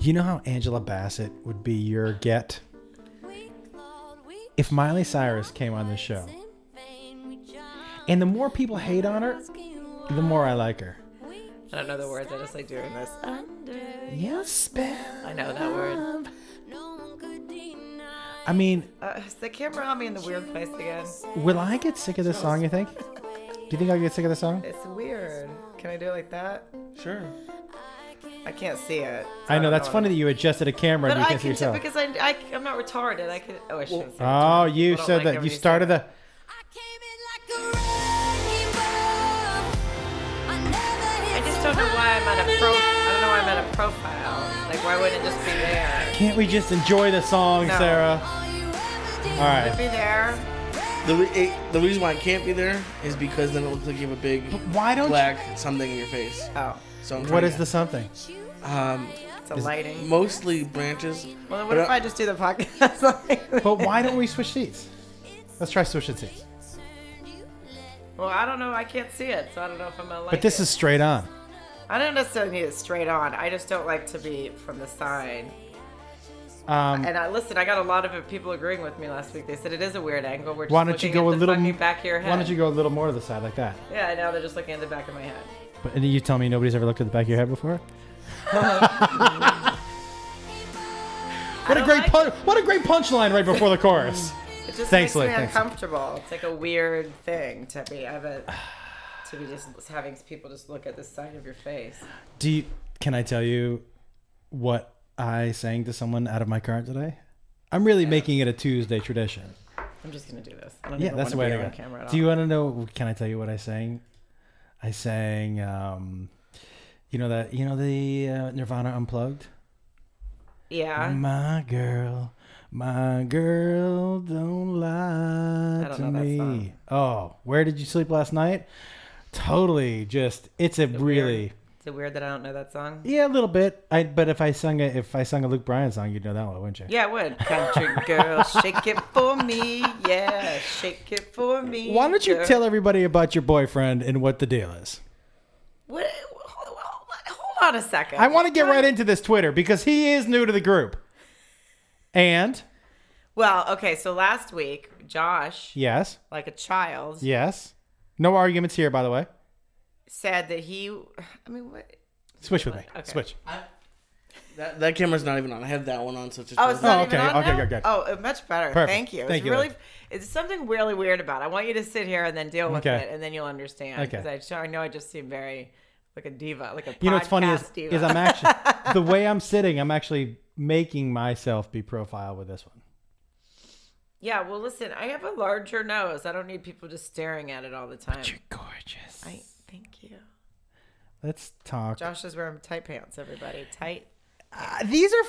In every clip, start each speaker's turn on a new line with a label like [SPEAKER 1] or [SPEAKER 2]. [SPEAKER 1] You know how Angela Bassett would be your get? If Miley Cyrus came on this show. And the more people hate on her, the more I like her.
[SPEAKER 2] I don't know the words. I just like doing this.
[SPEAKER 1] Yes,
[SPEAKER 2] I
[SPEAKER 1] Ben.
[SPEAKER 2] know that word.
[SPEAKER 1] I mean,
[SPEAKER 2] Uh, is the camera on me in the weird place again?
[SPEAKER 1] will I get sick of this song, you think? Do you think I'll get sick of this song?
[SPEAKER 2] It's weird. Can I do it like that?
[SPEAKER 1] Sure.
[SPEAKER 2] I can't see it. so
[SPEAKER 1] I know,
[SPEAKER 2] don't
[SPEAKER 1] that's funny
[SPEAKER 2] what-
[SPEAKER 1] that you adjusted a camera and
[SPEAKER 2] But
[SPEAKER 1] you
[SPEAKER 2] I
[SPEAKER 1] can see
[SPEAKER 2] can too
[SPEAKER 1] yourself.
[SPEAKER 2] because I, I I'm not retarded. I could. Oh, I shouldn't say.
[SPEAKER 1] Oh, you
[SPEAKER 2] People don't
[SPEAKER 1] said
[SPEAKER 2] like
[SPEAKER 1] that.
[SPEAKER 2] everybody
[SPEAKER 1] You
[SPEAKER 2] saying
[SPEAKER 1] started the.
[SPEAKER 2] I just don't know why I'm on a pro. I don't know why I'm on a profile. Like, why wouldn't it just be there?
[SPEAKER 1] Can't we just enjoy the song,
[SPEAKER 2] No.
[SPEAKER 1] Sarah? All right.
[SPEAKER 2] Be there.
[SPEAKER 3] The, re- it, the reason why it can't be there is because then it looks like you have a big
[SPEAKER 1] Why don't
[SPEAKER 3] black something in your face.
[SPEAKER 2] Oh,
[SPEAKER 3] So I'm
[SPEAKER 1] you? What
[SPEAKER 3] trying
[SPEAKER 1] is the something?
[SPEAKER 3] to- Um,
[SPEAKER 2] it's a lighting.
[SPEAKER 3] mostly branches.
[SPEAKER 2] Well, then
[SPEAKER 3] but
[SPEAKER 2] what
[SPEAKER 1] uh,
[SPEAKER 2] if
[SPEAKER 3] I-
[SPEAKER 2] I just do the podcast? like
[SPEAKER 1] But why don't we switch seats? Let's try switching seats.
[SPEAKER 2] Well, I don't know. I can't see it, so I don't know if I'm gonna like.
[SPEAKER 1] But this
[SPEAKER 2] it.
[SPEAKER 1] is straight on.
[SPEAKER 2] I don't necessarily need it straight on. I just don't like to be from the side.
[SPEAKER 1] Um,
[SPEAKER 2] And I listen. I got a lot of people agreeing with me last week. They said it is a weird angle. We're just
[SPEAKER 1] why don't you
[SPEAKER 2] looking
[SPEAKER 1] go a
[SPEAKER 2] at the
[SPEAKER 1] little?
[SPEAKER 2] fucking back of your head.
[SPEAKER 1] Why don't you go a little more to the side like that?
[SPEAKER 2] Yeah, now they're just looking at the back of my head.
[SPEAKER 1] But and you tell me nobody's ever looked at the back of your head before? what a
[SPEAKER 2] don't
[SPEAKER 1] great
[SPEAKER 2] like
[SPEAKER 1] pun- what a great punchline right before the chorus.
[SPEAKER 2] It just
[SPEAKER 1] Thanks,
[SPEAKER 2] makes
[SPEAKER 1] Lou,
[SPEAKER 2] me
[SPEAKER 1] thanks.
[SPEAKER 2] uncomfortable. It's like a weird thing to be have a, to be just having people just look at the side of your face.
[SPEAKER 1] Do you, can I tell you what I sang to someone out of my car today? I'm really making it a Tuesday tradition.
[SPEAKER 2] I'm just gonna do this. I don't
[SPEAKER 1] Yeah,
[SPEAKER 2] even
[SPEAKER 1] that's the
[SPEAKER 2] want
[SPEAKER 1] way
[SPEAKER 2] to
[SPEAKER 1] I
[SPEAKER 2] be on
[SPEAKER 1] go.
[SPEAKER 2] camera at
[SPEAKER 1] Do you want to know? Can I tell you what I sang? I sang, um, you know that you know the uh, Nirvana unplugged.
[SPEAKER 2] all. Yeah.
[SPEAKER 1] My girl, my girl, don't lie
[SPEAKER 2] I don't
[SPEAKER 1] to
[SPEAKER 2] know that
[SPEAKER 1] me.
[SPEAKER 2] song.
[SPEAKER 1] Oh, where did you sleep last night? Totally, just it's a really
[SPEAKER 2] Is it weird that I don't know that song?
[SPEAKER 1] yeah, a little bit. I but if I sung a if I sung a Luke Bryan song, you'd know that one, wouldn't you?
[SPEAKER 2] Yeah, I would. Country girl, shake it for me. Yeah, shake it for me.
[SPEAKER 1] Why don't you
[SPEAKER 2] girl.
[SPEAKER 1] tell everybody about your boyfriend and what the deal is?
[SPEAKER 2] What, hold, hold- hold on a second.
[SPEAKER 1] I want to get right into this Twitter because he is new to the group. And
[SPEAKER 2] Well, okay. So last week, Josh,
[SPEAKER 1] yes,
[SPEAKER 2] like a child,
[SPEAKER 1] yes, no arguments here, by the way.
[SPEAKER 2] said that he. I mean, what?
[SPEAKER 1] Switch with me.
[SPEAKER 2] Okay.
[SPEAKER 1] Switch.
[SPEAKER 3] That, that camera's not even on. I have that one on, so it's just.
[SPEAKER 2] Oh, it's not
[SPEAKER 1] Oh,
[SPEAKER 2] even
[SPEAKER 1] okay,
[SPEAKER 2] on
[SPEAKER 1] okay,
[SPEAKER 2] now?
[SPEAKER 1] good, good.
[SPEAKER 2] Oh, uh, much better.
[SPEAKER 1] Perfect.
[SPEAKER 2] Thank you. It's
[SPEAKER 1] Thank you,
[SPEAKER 2] really,
[SPEAKER 1] Liz.
[SPEAKER 2] it's something really weird about. It. I want you to sit here and then deal with
[SPEAKER 1] Okay.
[SPEAKER 2] it, and then you'll understand.
[SPEAKER 1] Okay.
[SPEAKER 2] Because I, just- I know I just seem very like a diva, like a
[SPEAKER 1] You know what's funny is,
[SPEAKER 2] podcast diva.
[SPEAKER 1] is I'm actually the way I'm sitting, I'm actually making myself be profile with this one.
[SPEAKER 2] yeah. Well, listen, I have a larger nose. I don't need people just staring at it all the time.
[SPEAKER 1] gorgeous.
[SPEAKER 2] I, thank you.
[SPEAKER 1] Let's talk.
[SPEAKER 2] Josh is wearing tight pants. Everybody, tight.
[SPEAKER 1] Uh, these are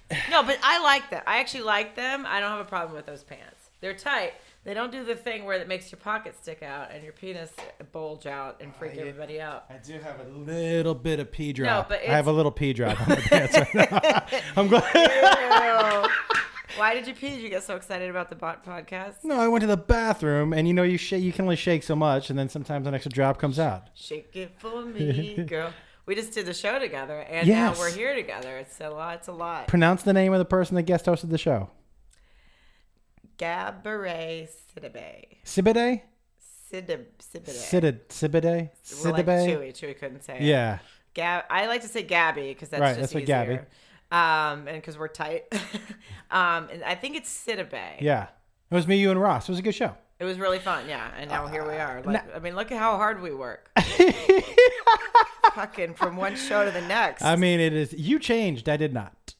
[SPEAKER 1] f-
[SPEAKER 2] No, but I like them. I actually like them. I don't have a problem with those pants. They're tight. They don't do the thing where it makes your pocket stick out and your penis bulge out and freak everybody out.
[SPEAKER 1] I do have a little bit of pee drop.
[SPEAKER 2] but
[SPEAKER 1] I have
[SPEAKER 2] it's-
[SPEAKER 1] a little pee drop on my pants right now. I'm glad.
[SPEAKER 2] Ew. Why did you pee? Did you get so excited about the bot podcast?
[SPEAKER 1] No, I went to the bathroom, and you know you sh- you can only shake so much, and then sometimes an extra drop comes out.
[SPEAKER 2] Shake it for me, girl. We just did the show together, and
[SPEAKER 1] Yes.
[SPEAKER 2] now we're here together. It's a lot. It's a lot.
[SPEAKER 1] Pronounce the name of the person that guest hosted the show.
[SPEAKER 2] Gabaret Sidibe.
[SPEAKER 1] Sibide?
[SPEAKER 2] Sidib, Sidib.
[SPEAKER 1] Sidid Sibide?
[SPEAKER 2] We're like
[SPEAKER 1] Sidibe?
[SPEAKER 2] Chewy. Chewy couldn't say it.
[SPEAKER 1] Yeah.
[SPEAKER 2] Gab. I like to say Gabby because that's
[SPEAKER 1] Right,
[SPEAKER 2] just
[SPEAKER 1] that's what Gabby.
[SPEAKER 2] easier. Um, and because we're tight. um, and I think it's Sidibe.
[SPEAKER 1] Yeah. It was me, you, and Ross. It was a good show.
[SPEAKER 2] It was really fun, yeah. And now here we are. Like, I mean, look at how hard we work. Fucking from one show to the next.
[SPEAKER 1] I mean, it is. You changed. I did not.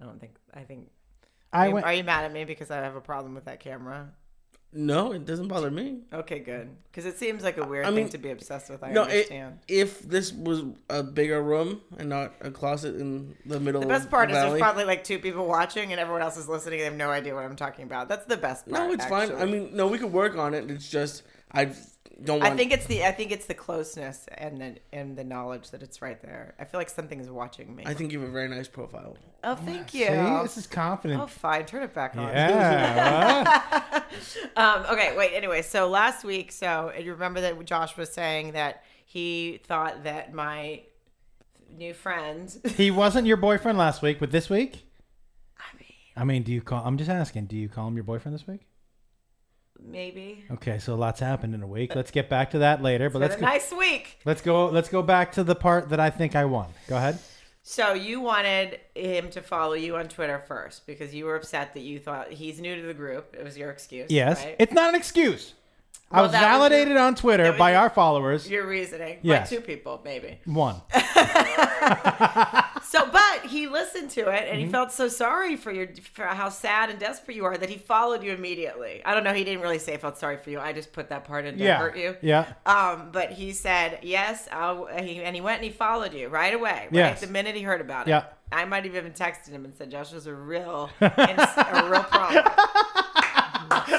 [SPEAKER 2] I don't think. I think.
[SPEAKER 1] I
[SPEAKER 2] Are-
[SPEAKER 1] went.
[SPEAKER 2] Are you mad at me because I have a problem with that camera?
[SPEAKER 3] no, it doesn't bother me.
[SPEAKER 2] Okay, good. Because it seems like a weird
[SPEAKER 3] mean-
[SPEAKER 2] thing to be obsessed with. I
[SPEAKER 3] No, it,
[SPEAKER 2] understand.
[SPEAKER 3] if this was a bigger room and not a closet in the middle
[SPEAKER 2] the
[SPEAKER 3] of
[SPEAKER 2] best part is
[SPEAKER 3] valley-
[SPEAKER 2] there's probably like two people watching and everyone else is listening. They have no idea what I'm talking about. That's the best part.
[SPEAKER 3] No, it's fine. I
[SPEAKER 2] actually.
[SPEAKER 3] mean, no, we could work on it. It's just I don't want.
[SPEAKER 2] I think it's the I think it's the closeness and the and the knowledge that it's right there. I feel like something is watching me.
[SPEAKER 3] I think you have a very nice profile.
[SPEAKER 2] oh, thank you.
[SPEAKER 1] See, this is confident.
[SPEAKER 2] Oh, fine. Turn it back on.
[SPEAKER 1] yeah. what?
[SPEAKER 2] Um, okay, wait. Anyway, so last week, so and you remember that Josh was saying that he thought that my new friend.
[SPEAKER 1] He wasn't your boyfriend last week, but this week?
[SPEAKER 2] I mean,
[SPEAKER 1] I mean, do you call? I'm just asking. Do you call him your boyfriend this week?
[SPEAKER 2] maybe.
[SPEAKER 1] Okay, so lots happened in a week. Let's get back to that later. But
[SPEAKER 2] But
[SPEAKER 1] let's
[SPEAKER 2] a
[SPEAKER 1] go,
[SPEAKER 2] nice week.
[SPEAKER 1] let's go let's go back to the part that I think I won. Go ahead.
[SPEAKER 2] So you wanted him to follow you on Twitter first because you were upset that you thought he's new to the group. It was your excuse.
[SPEAKER 1] Yes,
[SPEAKER 2] right?
[SPEAKER 1] it's not an excuse. I
[SPEAKER 2] Well,
[SPEAKER 1] was
[SPEAKER 2] that was your-
[SPEAKER 1] validated on Twitter
[SPEAKER 2] was
[SPEAKER 1] by
[SPEAKER 2] your-
[SPEAKER 1] our followers.
[SPEAKER 2] your reasoning.
[SPEAKER 1] Yes.
[SPEAKER 2] By two people, maybe.
[SPEAKER 1] One.
[SPEAKER 2] So, but he listened to it and
[SPEAKER 1] Mm-hmm.
[SPEAKER 2] he felt so sorry for your for how sad and desperate you are that he followed you immediately. I don't know. He didn't really say felt sorry for you. I just put that part in to
[SPEAKER 1] yeah.
[SPEAKER 2] hurt you.
[SPEAKER 1] Yeah.
[SPEAKER 2] Um, but he said yes. I'll, he, and he went and he followed you right away. Right
[SPEAKER 1] Yes.
[SPEAKER 2] the minute he heard about it.
[SPEAKER 1] Yeah.
[SPEAKER 2] I might have even texted him and said Joshua's a real ins- a real problem.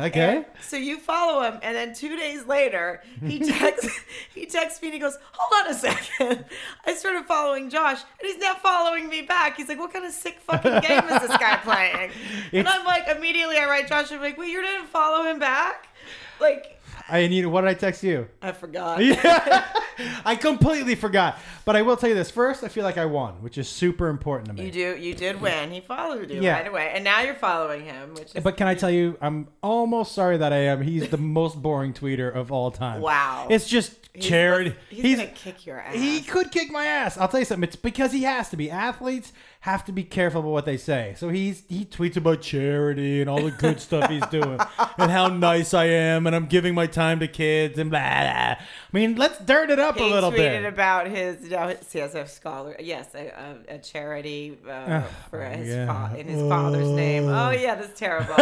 [SPEAKER 1] Okay.
[SPEAKER 2] So you follow him, and then two days later, he texts he texts me and he goes, "Hold on a second. I started following Josh, and he's not following me back. He's like, "What kind of sick fucking game is this guy playing?" and
[SPEAKER 1] It's-
[SPEAKER 2] I'm like, immediately I write Josh, I'm like, "Wait, you didn't follow him back?" Like
[SPEAKER 1] I need. What did I text you?
[SPEAKER 2] I forgot.
[SPEAKER 1] Yeah. I completely forgot. But I will tell you this first. I feel like I won, which is super important to me.
[SPEAKER 2] You do. You did win. He followed you
[SPEAKER 1] Yeah.
[SPEAKER 2] right away, and now you're following him, which is
[SPEAKER 1] But can I tell you, I'm almost sorry that I am. He's the most boring tweeter of all time.
[SPEAKER 2] Wow.
[SPEAKER 1] It's just
[SPEAKER 2] he's-
[SPEAKER 1] charity.
[SPEAKER 2] He's, gonna kick your ass.
[SPEAKER 1] he could kick my ass. I'll tell you something. It's because he has to be. Athletes have to be careful about what they say. So he's he tweets about charity and all the good stuff he's doing and how nice I am and I'm giving my time to kids and blah. blah. I mean, let's dirt it up
[SPEAKER 2] He
[SPEAKER 1] a little
[SPEAKER 2] tweeted
[SPEAKER 1] bit.
[SPEAKER 2] about his you know, his CSF scholar. Yes, a, a, a charity uh, for
[SPEAKER 1] Ah, oh,
[SPEAKER 2] his
[SPEAKER 1] yeah.
[SPEAKER 2] fa- in his father's name. Oh yeah, that's terrible.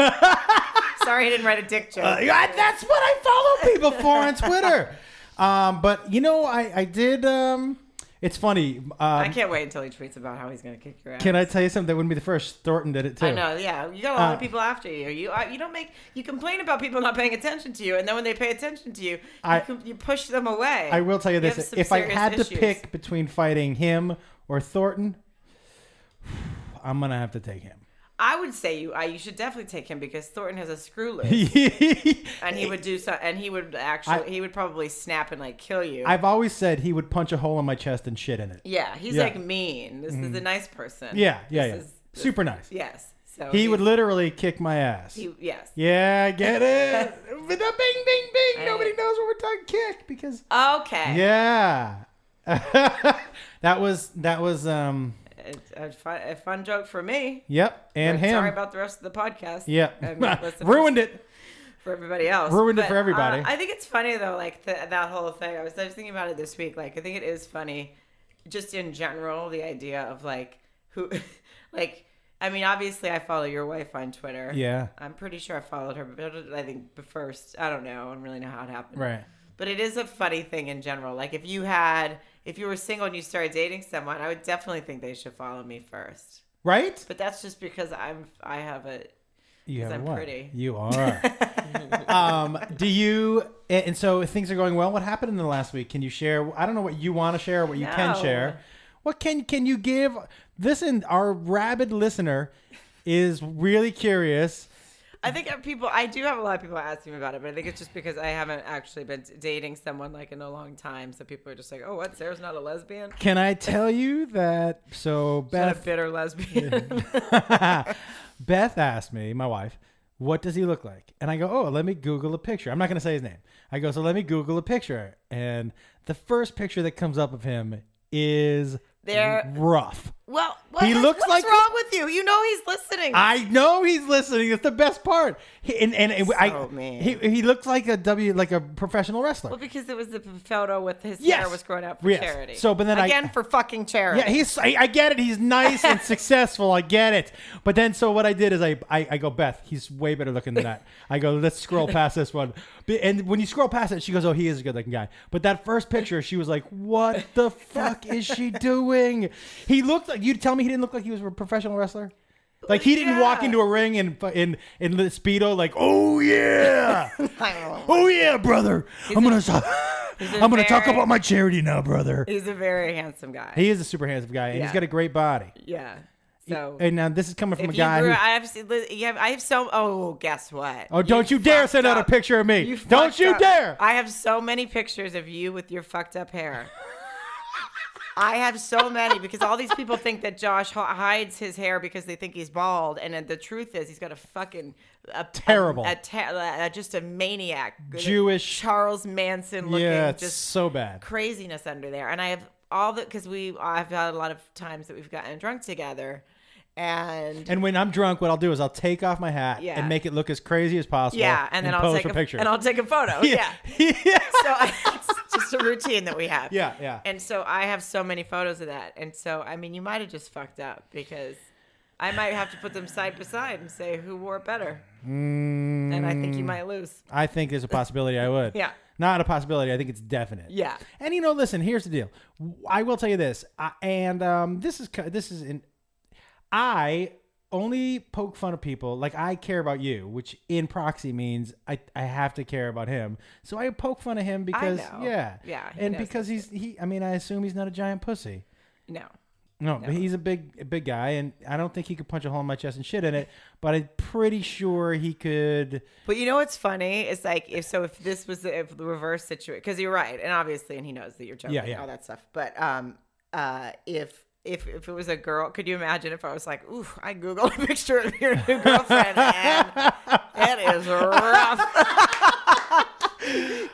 [SPEAKER 2] Sorry, I didn't write a dick joke.
[SPEAKER 1] Uh, yeah, that's what I follow people for on Twitter. Um, but you know, I I did. Um, it's funny.
[SPEAKER 2] I
[SPEAKER 1] Um,
[SPEAKER 2] can't wait until he tweets about how he's gonna kick your ass.
[SPEAKER 1] can I tell you something? That wouldn't be the first. Thornton did it too.
[SPEAKER 2] I know. Yeah, you got a lot
[SPEAKER 1] Uh,
[SPEAKER 2] of people after you. You uh, you don't make you complain about people not paying attention to you, and then when they pay attention to you,
[SPEAKER 1] I-
[SPEAKER 2] you, com- you push them away.
[SPEAKER 1] I will tell you
[SPEAKER 2] You have
[SPEAKER 1] this:
[SPEAKER 2] some
[SPEAKER 1] if I
[SPEAKER 2] serious
[SPEAKER 1] had to
[SPEAKER 2] issues.
[SPEAKER 1] pick between fighting him or Thornton, I'm gonna have to take him.
[SPEAKER 2] I would say you. I, you should definitely take him because Thornton has a screw loose. and he would do so and he would actually
[SPEAKER 1] I-
[SPEAKER 2] he would probably snap and like kill you
[SPEAKER 1] I've always said he would punch a hole in my chest and shit in it.
[SPEAKER 2] yeah he's
[SPEAKER 1] Yeah. Mm-hmm.
[SPEAKER 2] like mean this is a nice person
[SPEAKER 1] Yeah, yeah,
[SPEAKER 2] This
[SPEAKER 1] yeah.
[SPEAKER 2] is- this-
[SPEAKER 1] Super nice.
[SPEAKER 2] yes so
[SPEAKER 1] He
[SPEAKER 2] he's-
[SPEAKER 1] would literally kick my ass.
[SPEAKER 2] he, yes
[SPEAKER 1] Yeah, I get it. But the bing, bing, bing.
[SPEAKER 2] I-
[SPEAKER 1] Nobody knows what we're talking kick because.
[SPEAKER 2] okay
[SPEAKER 1] Yeah. that was that was um.
[SPEAKER 2] It's a, fun, a fun joke for me
[SPEAKER 1] Yep, and
[SPEAKER 2] But
[SPEAKER 1] him.
[SPEAKER 2] sorry about the rest of the podcast
[SPEAKER 1] yep,
[SPEAKER 2] and the listeners
[SPEAKER 1] ruined it.
[SPEAKER 2] for everybody else
[SPEAKER 1] Ruined it
[SPEAKER 2] But,
[SPEAKER 1] for everybody.
[SPEAKER 2] uh, i think it's funny though like the, that whole thing i was, I was thinking about it this week like i think it is funny just in general the idea of like who like i mean obviously i follow your wife on twitter
[SPEAKER 1] Yeah.
[SPEAKER 2] I'm pretty sure I followed her, but I think the first. I don't know. I don't really know how it happened.
[SPEAKER 1] Right.
[SPEAKER 2] But it is a funny thing in general. Like if you had, if you were single and you started dating someone, I would definitely think they should follow me first.
[SPEAKER 1] Right.
[SPEAKER 2] But that's just because I'm, I have a.
[SPEAKER 1] You have
[SPEAKER 2] I'm
[SPEAKER 1] one.
[SPEAKER 2] pretty.
[SPEAKER 1] You are. um, do you? And and so things are going well. What happened in the last week? Can you share? I don't know what you want to share, what you can
[SPEAKER 2] No.
[SPEAKER 1] share. What can can you give? Listen, our rabid listener is really curious.
[SPEAKER 2] I think people. I do have a lot of people asking me about it, but I think it's just because I haven't actually been dating someone like in a long time. So people are just like, "Oh, what? Sarah's not a lesbian."
[SPEAKER 1] Can I tell you that? So
[SPEAKER 2] Not a
[SPEAKER 1] Beth,
[SPEAKER 2] bitter lesbian.
[SPEAKER 1] Beth asked me, my wife, what does he look like? And I go, oh, let me Google a picture. I'm not going to say his name. I go, so let me Google a picture. And the first picture that comes up of him is
[SPEAKER 2] There-
[SPEAKER 1] rough.
[SPEAKER 2] well, what
[SPEAKER 1] He
[SPEAKER 2] is-
[SPEAKER 1] looks
[SPEAKER 2] what's
[SPEAKER 1] like-
[SPEAKER 2] wrong with you? You know he's listening.
[SPEAKER 1] I know he's listening. That's the best part. He, and and and I,
[SPEAKER 2] So mean.
[SPEAKER 1] he he looks like a W, like a professional wrestler.
[SPEAKER 2] Well, because it was the photo with his
[SPEAKER 1] Yes.
[SPEAKER 2] hair was growing out for
[SPEAKER 1] Yes.
[SPEAKER 2] charity.
[SPEAKER 1] So, but then I-
[SPEAKER 2] again for fucking charity.
[SPEAKER 1] Yeah, he's. I, I get it. He's nice and successful. I get it. But then, so what I did is I, I, I go, Beth, he's way better looking than that. I go, let's scroll past this one. B- And when you scroll past it, she goes, oh, he is a good looking guy. But that first picture, she was like, what the fuck is she doing? He looked like, you'd tell me he didn't look like he was a professional wrestler? Like he didn't walk
[SPEAKER 2] Yeah.
[SPEAKER 1] into a ring and fu- in in the speedo like oh yeah
[SPEAKER 2] He's
[SPEAKER 1] oh yeah brother I'm gonna talk
[SPEAKER 2] a
[SPEAKER 1] I'm gonna talk
[SPEAKER 2] very-
[SPEAKER 1] about my charity now brother
[SPEAKER 2] a very handsome guy.
[SPEAKER 1] he is a super handsome guy and he's
[SPEAKER 2] Yeah.
[SPEAKER 1] got a great body
[SPEAKER 2] yeah. So
[SPEAKER 1] and now this is coming from
[SPEAKER 2] if
[SPEAKER 1] a
[SPEAKER 2] you
[SPEAKER 1] guy
[SPEAKER 2] grew,
[SPEAKER 1] who.
[SPEAKER 2] I have, seen- li- you have, I have so. Oh, guess what?
[SPEAKER 1] oh, don't you, dare
[SPEAKER 2] fucked
[SPEAKER 1] send out a
[SPEAKER 2] up.
[SPEAKER 1] picture of me!
[SPEAKER 2] You
[SPEAKER 1] don't
[SPEAKER 2] fucked
[SPEAKER 1] you
[SPEAKER 2] up.
[SPEAKER 1] dare!
[SPEAKER 2] I have so many pictures of you with your fucked up hair. I have so many because all these people think that Josh h- hides his hair because they think he's bald, and uh, the truth is he's got a fucking a,
[SPEAKER 1] Terrible.
[SPEAKER 2] a, a, ta- a- just a maniac,
[SPEAKER 1] Jewish-
[SPEAKER 2] Charles Manson looking,
[SPEAKER 1] yeah, it's
[SPEAKER 2] just
[SPEAKER 1] so bad.
[SPEAKER 2] craziness under there. And I have all the because we I've had a lot of times that we've gotten drunk together, and.
[SPEAKER 1] And when I'm drunk, what I'll do is I'll take off my hat
[SPEAKER 2] Yeah.
[SPEAKER 1] and make it look as crazy as possible.
[SPEAKER 2] yeah, and then I'll
[SPEAKER 1] pose
[SPEAKER 2] take
[SPEAKER 1] for
[SPEAKER 2] a
[SPEAKER 1] pictures.
[SPEAKER 2] and I'll take a photo. Yeah,
[SPEAKER 1] yeah.
[SPEAKER 2] so I, it's just a routine that we have.
[SPEAKER 1] Yeah, yeah.
[SPEAKER 2] And so I have so many photos of that. And so I mean, you might have just fucked up because I might have to put them side by side and say who wore it better. And I think you might lose.
[SPEAKER 1] I think there's a possibility I would.
[SPEAKER 2] Yeah.
[SPEAKER 1] Not a possibility. I think it's definite.
[SPEAKER 2] Yeah.
[SPEAKER 1] And you know, listen. Here's the deal. I will tell you this, I, and um, this is ki- this is in. I only poke fun of people like I care about you, which in proxy means I I have to care about him. So I poke fun of him because
[SPEAKER 2] know.
[SPEAKER 1] yeah
[SPEAKER 2] Yeah, he
[SPEAKER 1] and
[SPEAKER 2] knows
[SPEAKER 1] because he's he. I mean, I assume he's not a giant pussy.
[SPEAKER 2] No.
[SPEAKER 1] No, but he's a big, a big guy, and I don't think he could punch a hole in my chest and shit in it. But I'm pretty sure he could.
[SPEAKER 2] But you know what's funny? It's like if so, if this was the, if the reverse situation, because you're right, and obviously, and he knows that you're joking,
[SPEAKER 1] Yeah, yeah.
[SPEAKER 2] all that stuff. But um, uh, if if if it was a girl, could you imagine if I was like, ooh, I googled a picture of your new girlfriend, and it is rough.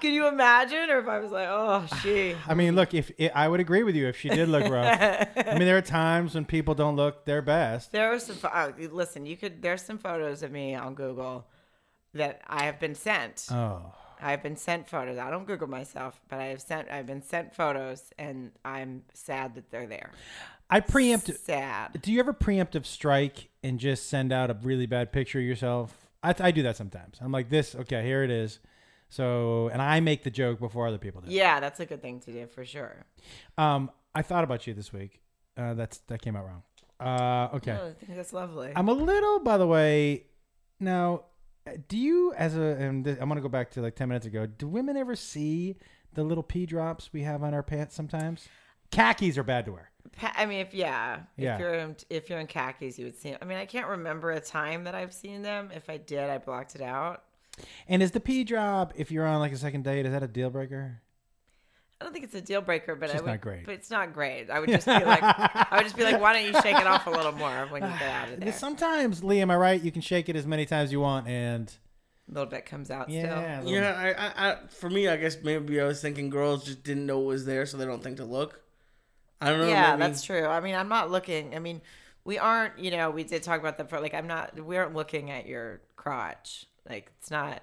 [SPEAKER 2] Can you imagine? Or if I was like, oh, she.
[SPEAKER 1] I mean, look, if it, I would agree with you, if she did look rough. I mean, there are times when people don't look their best.
[SPEAKER 2] There are some. pho- Oh, listen, you could. There's some photos of me on Google that I have been sent.
[SPEAKER 1] Oh,
[SPEAKER 2] I've been sent photos. I don't Google myself, but I have sent. I've been sent photos, and I'm sad that they're there.
[SPEAKER 1] I preemptive.
[SPEAKER 2] Sad.
[SPEAKER 1] Do you ever preemptive strike and just send out a really bad picture of yourself? I, I do that sometimes. I'm like, this, okay, here it is. So, and I make the joke before other people do.
[SPEAKER 2] Yeah, that's a good thing to do for sure.
[SPEAKER 1] Um, I thought about you this week. Uh, that's that came out wrong. Uh, okay.
[SPEAKER 2] Oh, I think that's lovely.
[SPEAKER 1] I'm a little, by the way. Now, uh, do you as a? And this, I'm gonna go back to like ten minutes ago. Do women ever see the little pee drops we have on our pants sometimes? Khakis are bad to wear.
[SPEAKER 2] Pa- I mean, if yeah,
[SPEAKER 1] Yeah.
[SPEAKER 2] if you're in, if you're in khakis, you would see. I mean, I can't remember a time that I've seen them. If I did, I blocked it out.
[SPEAKER 1] And is the pee drop if you're on like a second date? Is that a deal breaker?
[SPEAKER 2] I don't think it's a deal breaker, but
[SPEAKER 1] It's
[SPEAKER 2] I
[SPEAKER 1] just
[SPEAKER 2] would,
[SPEAKER 1] not great.
[SPEAKER 2] But it's not great. I would just be like, I would just be like, why don't you shake it off a little more when you get out of there?
[SPEAKER 1] Sometimes, Lee, am I right? You can shake it as many times you want, and
[SPEAKER 2] a little bit comes out
[SPEAKER 1] yeah, a little-
[SPEAKER 3] Yeah, I, I, I, for me, I guess maybe I was thinking girls just didn't know it was there, so they don't think to look. I don't know.
[SPEAKER 2] still. Yeah,
[SPEAKER 3] maybe.
[SPEAKER 2] that's true. I mean, I'm not looking. I mean, we aren't. You know, we did talk about that for like. I'm not. We aren't looking at your crotch. Like, it's not.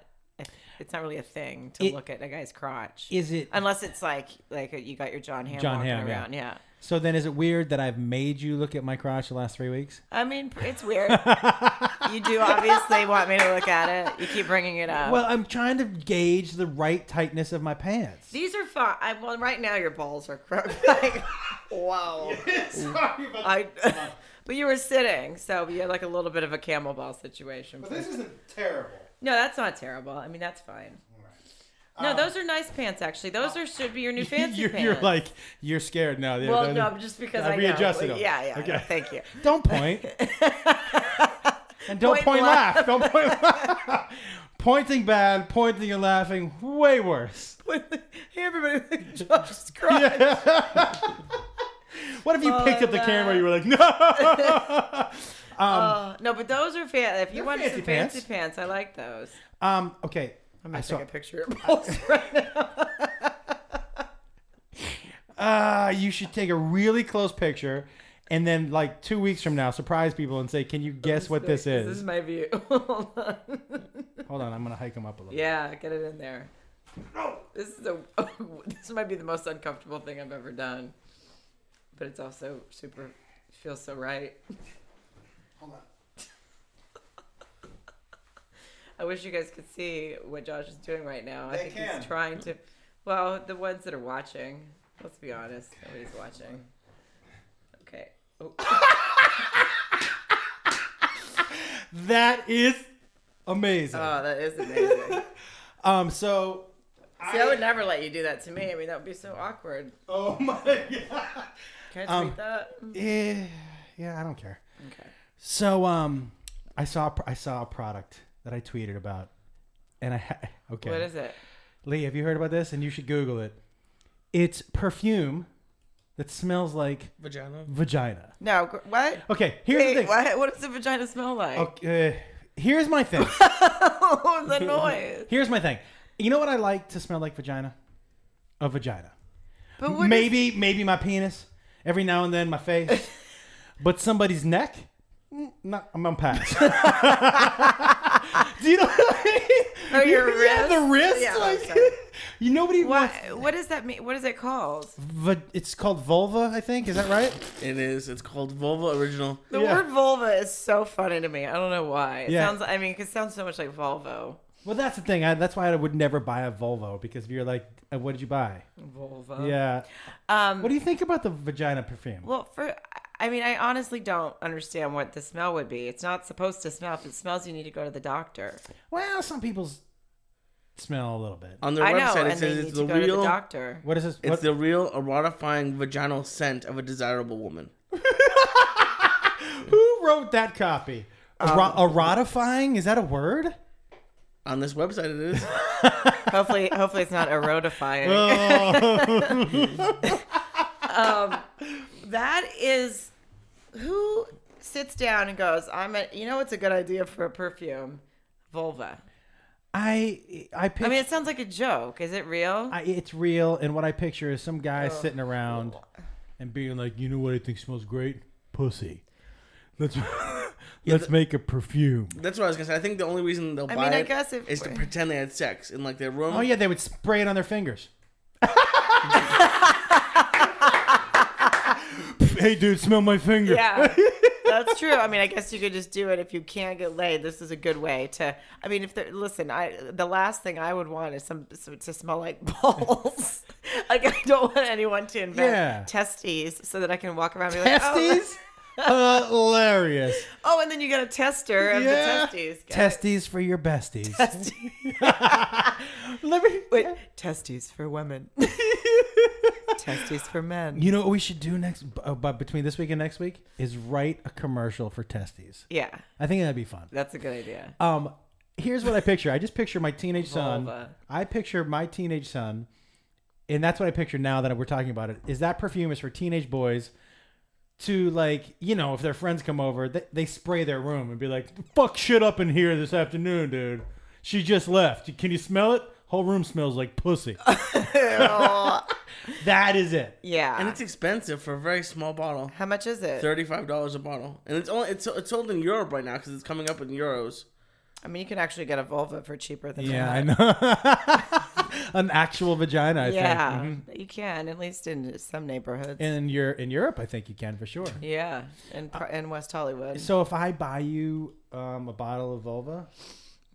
[SPEAKER 2] It's not really a thing to
[SPEAKER 1] It-
[SPEAKER 2] look at a guy's crotch,
[SPEAKER 1] Is it
[SPEAKER 2] unless it's like like you got your John Ham
[SPEAKER 1] John
[SPEAKER 2] walking
[SPEAKER 1] Hamm, yeah.
[SPEAKER 2] around. Yeah.
[SPEAKER 1] so? Then is it weird that I've made you look at my crotch the last three weeks?
[SPEAKER 2] I mean, it's weird. you do obviously want me to look at it. You keep bringing it up.
[SPEAKER 1] Well, I'm trying to gauge the right tightness of my pants.
[SPEAKER 2] These are fine. I, well, right now your balls are crooked. Like, wow.
[SPEAKER 1] Sorry about
[SPEAKER 2] I, but you were sitting, so you had like a little bit of a camel ball situation.
[SPEAKER 1] isn't terrible.
[SPEAKER 2] no, that's not terrible. I mean, that's fine. No, those are nice pants. Actually, those are should be your new fancy
[SPEAKER 1] you're,
[SPEAKER 2] pants.
[SPEAKER 1] you're like you're scared now. Yeah,
[SPEAKER 2] well,
[SPEAKER 1] those-
[SPEAKER 2] no, just because
[SPEAKER 1] I
[SPEAKER 2] I, know.
[SPEAKER 1] readjusted them.
[SPEAKER 2] Yeah, yeah.
[SPEAKER 1] Okay.
[SPEAKER 2] Thank you.
[SPEAKER 1] don't point. and don't point,
[SPEAKER 2] Point
[SPEAKER 1] laugh.
[SPEAKER 2] laugh.
[SPEAKER 1] Don't point. laugh. Pointing bad, pointing and laughing, way worse.
[SPEAKER 2] hey, everybody, Josh's crying.
[SPEAKER 1] What if you
[SPEAKER 2] Well,
[SPEAKER 1] picked up the
[SPEAKER 2] uh,
[SPEAKER 1] camera? You were like, no.
[SPEAKER 2] Uh, no, but those are fan. If you
[SPEAKER 1] They're
[SPEAKER 2] want
[SPEAKER 1] fancy
[SPEAKER 2] some
[SPEAKER 1] pants.
[SPEAKER 2] fancy pants, I like those.
[SPEAKER 1] um. Okay. I
[SPEAKER 2] I'm gonna
[SPEAKER 1] saw-
[SPEAKER 2] take a picture of your balls right now.
[SPEAKER 1] Uh, you should take a really close picture, and then like two weeks from now, surprise people and say, "Can you guess what this
[SPEAKER 2] This is
[SPEAKER 1] is?"
[SPEAKER 2] my view. Hold on.
[SPEAKER 1] Hold on, I'm gonna hike them up a little.
[SPEAKER 2] Yeah, get it in there. This is a this might be the most uncomfortable thing I've ever done, but it's also super feels so right.
[SPEAKER 1] Hold on.
[SPEAKER 2] I wish you guys could see what Josh is doing right now.
[SPEAKER 1] They
[SPEAKER 2] I think
[SPEAKER 1] can.
[SPEAKER 2] he's trying to. Well, the ones that are watching. Let's be honest, nobody's watching. Okay. Oh,
[SPEAKER 1] That is amazing.
[SPEAKER 2] oh that is amazing.
[SPEAKER 1] um. So.
[SPEAKER 2] See, I would never let you do that to me. I mean, that would be so awkward.
[SPEAKER 1] Oh my god.
[SPEAKER 2] Can I
[SPEAKER 1] Um,
[SPEAKER 2] tweet that?
[SPEAKER 1] Yeah, yeah, I don't care.
[SPEAKER 2] Okay.
[SPEAKER 1] So, um, I saw a pr- I saw a product that I tweeted about, and I ha- okay.
[SPEAKER 2] What is it?
[SPEAKER 1] Lee, have you heard about this? And you should Google it. It's perfume that smells like
[SPEAKER 3] Vagina.
[SPEAKER 1] vagina.
[SPEAKER 2] No, gr- what?
[SPEAKER 1] Okay, here's
[SPEAKER 2] Wait,
[SPEAKER 1] the thing.
[SPEAKER 2] what? What does the vagina smell like?
[SPEAKER 1] Okay, uh, here's my thing.
[SPEAKER 2] Oh, the noise.
[SPEAKER 1] Here's my thing. You know what I like to smell like vagina? A vagina.
[SPEAKER 2] But what is-
[SPEAKER 1] maybe maybe my penis every now and then my face but somebody's neck Mm, no, I'm on pass. Do you know what I mean?
[SPEAKER 2] Or your
[SPEAKER 1] Yeah, the
[SPEAKER 2] wrist?
[SPEAKER 1] wrist.
[SPEAKER 2] Yeah,
[SPEAKER 1] like-
[SPEAKER 2] okay.
[SPEAKER 1] you nobody
[SPEAKER 2] what?
[SPEAKER 1] wants.
[SPEAKER 2] What does that mean? What is it called?
[SPEAKER 1] Va- it's called vulva, I think. Is that right?
[SPEAKER 3] It is. It's called Volvo Original.
[SPEAKER 2] The
[SPEAKER 1] Yeah.
[SPEAKER 2] word vulva is so funny to me. I don't know why. It
[SPEAKER 1] Yeah.
[SPEAKER 2] sounds. I mean, 'cause it sounds so much like Volvo.
[SPEAKER 1] Well, that's the thing. I, that's why I would never buy a Volvo because you're like, uh, what did you buy?
[SPEAKER 2] Volvo.
[SPEAKER 1] Yeah.
[SPEAKER 2] Um.
[SPEAKER 1] What do you think about the vagina perfume?
[SPEAKER 2] Well, for I mean, I honestly don't understand what the smell would be. It's not supposed to smell. If it smells, you need to go to the doctor.
[SPEAKER 1] Well, some people's smell a little bit.
[SPEAKER 3] On their
[SPEAKER 2] I know,
[SPEAKER 3] website, it
[SPEAKER 2] and they
[SPEAKER 3] says
[SPEAKER 2] need
[SPEAKER 3] it's
[SPEAKER 2] to
[SPEAKER 3] the
[SPEAKER 2] go to the
[SPEAKER 3] real.
[SPEAKER 2] doctor.
[SPEAKER 1] What is this?
[SPEAKER 3] It's
[SPEAKER 1] What?
[SPEAKER 3] the real erotifying vaginal scent of a desirable woman.
[SPEAKER 1] Who wrote that copy?
[SPEAKER 2] Um,
[SPEAKER 1] Ero- erotifying? Is that a word?
[SPEAKER 3] On this website, it is.
[SPEAKER 2] hopefully, hopefully it's not erotifying.
[SPEAKER 1] Oh.
[SPEAKER 2] um, that is who sits down and goes, "I'm a." You know, what's a good idea for a perfume, vulva.
[SPEAKER 1] I I picture.
[SPEAKER 2] I mean, it sounds like a joke. Is it real?
[SPEAKER 1] I, it's real, and what I picture is some guy sitting around and being like, "You know what I think smells great? Pussy. Let's let's make a perfume."
[SPEAKER 3] That's what I was gonna say. I think the only reason they'll buy
[SPEAKER 2] mean, I
[SPEAKER 3] it
[SPEAKER 2] guess if-
[SPEAKER 3] is to pretend they had sex in like their room.
[SPEAKER 1] Oh yeah, they would spray it on their fingers. hey, dude, smell my finger.
[SPEAKER 2] yeah, that's true. I mean, I guess you could just do it if you can't get laid. This is a good way to. I mean, if there, listen, I the last thing I would want is some, some to smell like balls. like I don't want anyone to invent
[SPEAKER 1] Yeah.
[SPEAKER 2] testes so that I can walk around and be like, oh,
[SPEAKER 1] Testes. Hilarious.
[SPEAKER 2] Oh, and then you got a tester of
[SPEAKER 1] Yeah.
[SPEAKER 2] the testes. Got it.
[SPEAKER 1] Testes for your besties. Let me.
[SPEAKER 2] Wait, testes for women. testes for men.
[SPEAKER 1] You know what we should do next, uh, but between this week and next week, is write a commercial for testes.
[SPEAKER 2] Yeah,
[SPEAKER 1] I think that'd be fun.
[SPEAKER 2] that's a good idea.
[SPEAKER 1] Um, here's what I picture. I just picture my teenage son.
[SPEAKER 2] Vulva.
[SPEAKER 1] I picture my teenage son, and that's what I picture now that we're talking about it. Is that perfume is for teenage boys to like, you know, if their friends come over, they, they spray their room and be like, "Fuck shit up in here this afternoon, dude. She just left. Can you smell it? Whole room smells like pussy." that is it.
[SPEAKER 2] Yeah.
[SPEAKER 3] and it's expensive for a very small bottle.
[SPEAKER 2] How much is it?
[SPEAKER 3] Thirty-five dollars a bottle, and it's only it's it's sold in Europe right now because it's coming up in euros.
[SPEAKER 2] I mean, you can actually get a vulva for cheaper than
[SPEAKER 1] Yeah,
[SPEAKER 2] that.
[SPEAKER 1] I know. An actual vagina, I
[SPEAKER 2] Yeah,
[SPEAKER 1] think. Mhm.
[SPEAKER 2] you can at least in some neighborhoods.
[SPEAKER 1] In your in Europe, I think you can for sure.
[SPEAKER 2] yeah, in pro in West Hollywood.
[SPEAKER 1] So if I buy you um, a bottle of vulva,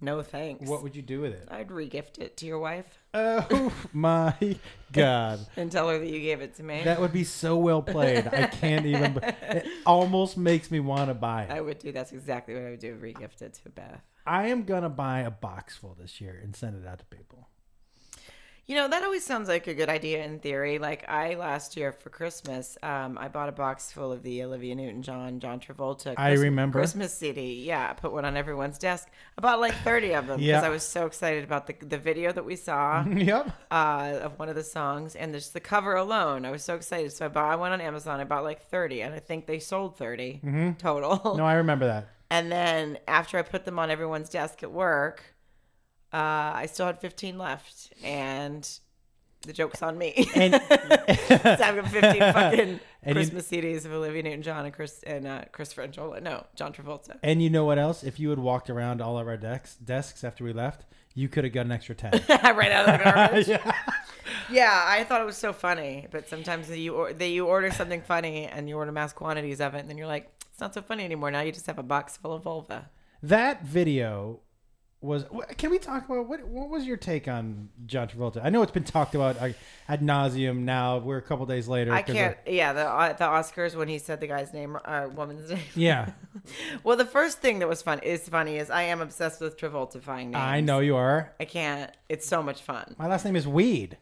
[SPEAKER 2] no thanks.
[SPEAKER 1] what would you do with it?
[SPEAKER 2] I'd regift it to your wife
[SPEAKER 1] Oh my god,
[SPEAKER 2] and tell her that you gave it to me.
[SPEAKER 1] that would be so well played. I can't even. It almost makes me want to buy it.
[SPEAKER 2] I would do. That's exactly what I would do. Regift it to Beth.
[SPEAKER 1] I am gonna buy a box full this year and send it out to people.
[SPEAKER 2] You know, that always sounds like a good idea in theory. Like I last year for Christmas, um, I bought a box full of the Olivia Newton-John, John Travolta.
[SPEAKER 1] I
[SPEAKER 2] Christ-
[SPEAKER 1] remember.
[SPEAKER 2] Christmas CD. Yeah, I put one on everyone's desk. I bought like thirty of them because
[SPEAKER 1] Yeah. Mm-hmm.
[SPEAKER 2] I was so excited about the the video that we saw.
[SPEAKER 1] yep.
[SPEAKER 2] uh, of one of the songs, and just the cover alone. I was so excited, so I bought. I went on Amazon. I bought like thirty, and I think they sold 30 total.
[SPEAKER 1] Mm-hmm. No, I remember that.
[SPEAKER 2] And then after I put them on everyone's desk at work, uh, I still had fifteen left, and the joke's on me.
[SPEAKER 1] And
[SPEAKER 2] So I've got fifteen fucking
[SPEAKER 1] And you-
[SPEAKER 2] Christmas CDs of Olivia Newton-John and Chris and uh, Christopher Nolan. No, John Travolta.
[SPEAKER 1] and you know what else? If you had walked around all of our desks desks after we left, you could have got an extra ten.
[SPEAKER 2] I ran out of the garbage.
[SPEAKER 1] yeah.
[SPEAKER 2] Yeah, I thought it was so funny, but sometimes you or, that you order something funny and you order mass quantities of it, and then you're like, it's not so funny anymore. Now you just have a box full of vulva.
[SPEAKER 1] That video was. wh- Can we talk about what? What was your take on John Travolta? I know it's been talked about uh, ad nauseum. Now we're a couple days later.
[SPEAKER 2] I
[SPEAKER 1] 'cause of-
[SPEAKER 2] can't. Yeah, the uh, the Oscars when he said the guy's name, uh, woman's name.
[SPEAKER 1] yeah,
[SPEAKER 2] Well, the first thing that was fun is funny is I am obsessed with Travoltifying names.
[SPEAKER 1] I know you are.
[SPEAKER 2] I can't. It's so much fun.
[SPEAKER 1] My last name is Weed.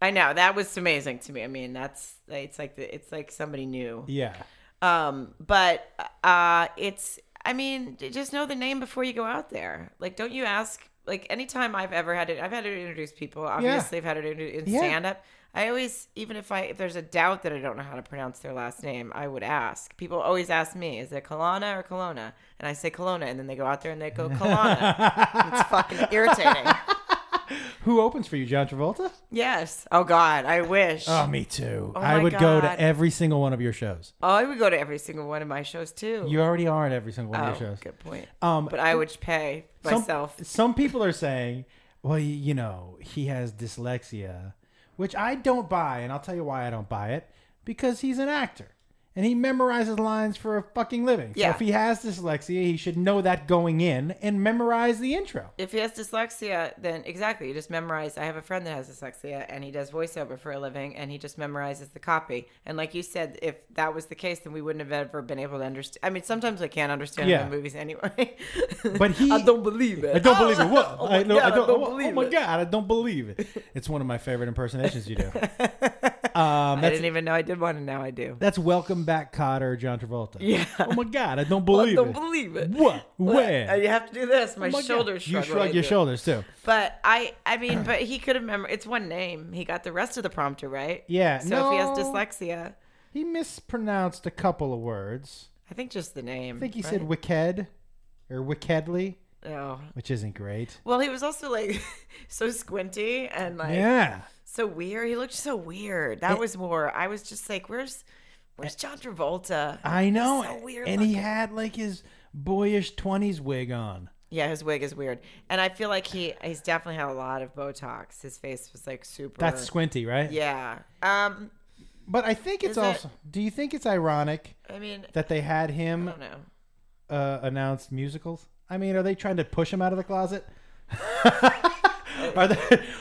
[SPEAKER 2] I know that was amazing to me. I mean, that's it's like the, it's like somebody new.
[SPEAKER 1] Yeah,
[SPEAKER 2] Um, but uh, it's, I mean, j- just know the name before you go out there. Like, don't you ask? Like, anytime I've ever had it, I've had to introduce people. Obviously, I've had to introduce in
[SPEAKER 1] Yeah.
[SPEAKER 2] stand up. I always, even if I if there's a doubt that I don't know how to pronounce their last name, I would ask. People always ask me, is it Kelowna or Kelowna? And I say Kelowna, and then they go out there and they go Kelowna. it's fucking irritating.
[SPEAKER 1] Who opens for you, John Travolta?
[SPEAKER 2] Yes. Oh God, I wish.
[SPEAKER 1] Oh, me too. I
[SPEAKER 2] my
[SPEAKER 1] would go
[SPEAKER 2] God.
[SPEAKER 1] to every single one of your shows.
[SPEAKER 2] oh, I would go to every single one of my shows too.
[SPEAKER 1] You already are at every single one
[SPEAKER 2] oh,
[SPEAKER 1] of your shows.
[SPEAKER 2] good point.
[SPEAKER 1] Um,
[SPEAKER 2] but I would pay
[SPEAKER 1] some,
[SPEAKER 2] myself.
[SPEAKER 1] Some people are saying, well, y- you know, he has dyslexia, which I don't buy, and I'll tell you why I don't buy it. Because he's an actor and he memorizes lines for a fucking living. So
[SPEAKER 2] Yeah.
[SPEAKER 1] if he has dyslexia, he should know that going in and memorize the intro.
[SPEAKER 2] if he has dyslexia, then exactly, you just memorize. I have a friend that has dyslexia, and he does voiceover for a living, and he just memorizes the copy. And like you said, if that was the case, then we wouldn't have ever been able to understand. I mean, sometimes I can't understand
[SPEAKER 1] Yeah.
[SPEAKER 2] him in movies anyway.
[SPEAKER 1] But he-
[SPEAKER 2] I don't believe it.
[SPEAKER 1] I don't
[SPEAKER 2] Oh,
[SPEAKER 1] believe it. What?
[SPEAKER 2] Oh my
[SPEAKER 1] I, don't,
[SPEAKER 2] God,
[SPEAKER 1] I don't, oh,
[SPEAKER 2] believe
[SPEAKER 1] oh my
[SPEAKER 2] it.
[SPEAKER 1] god, I don't believe it. It's one of my favorite impersonations you do. Um,
[SPEAKER 2] I
[SPEAKER 1] that's,
[SPEAKER 2] didn't even know I did one, and now I do.
[SPEAKER 1] that's welcome back, Cotter, John Travolta.
[SPEAKER 2] Yeah.
[SPEAKER 1] Oh my god, I don't
[SPEAKER 2] I
[SPEAKER 1] believe
[SPEAKER 2] don't
[SPEAKER 1] it.
[SPEAKER 2] believe it.
[SPEAKER 1] What? Where?
[SPEAKER 2] And you have to do this. My,
[SPEAKER 1] Oh my God.
[SPEAKER 2] shoulders
[SPEAKER 1] You
[SPEAKER 2] shrug. when I
[SPEAKER 1] shrug your
[SPEAKER 2] do it.
[SPEAKER 1] shoulders too.
[SPEAKER 2] But I, I mean, but he could have memor. It's one name. He got the rest of the prompter right.
[SPEAKER 1] Yeah,
[SPEAKER 2] So if he has
[SPEAKER 1] no.
[SPEAKER 2] dyslexia,
[SPEAKER 1] He mispronounced a couple of words.
[SPEAKER 2] I think just the name.
[SPEAKER 1] I think he said wicked or wickedly,
[SPEAKER 2] Oh.
[SPEAKER 1] which isn't great.
[SPEAKER 2] Well, he was also like so squinty and like
[SPEAKER 1] Yeah.
[SPEAKER 2] so weird. He looked so weird. That was more. I was just like, where's, where's John Travolta?
[SPEAKER 1] I know.
[SPEAKER 2] so weird
[SPEAKER 1] and he had like his boyish 20s wig on.
[SPEAKER 2] yeah, his wig is weird, and I feel like he he's definitely had a lot of Botox. His face was like super.
[SPEAKER 1] That's squinty, right?
[SPEAKER 2] yeah. Um,
[SPEAKER 1] But I think it's
[SPEAKER 2] Is it-
[SPEAKER 1] also. Do you think it's ironic
[SPEAKER 2] I mean,
[SPEAKER 1] that they had
[SPEAKER 2] I
[SPEAKER 1] him
[SPEAKER 2] don't know.
[SPEAKER 1] uh, announce musicals? I mean, are they trying to push him out of the closet? are they.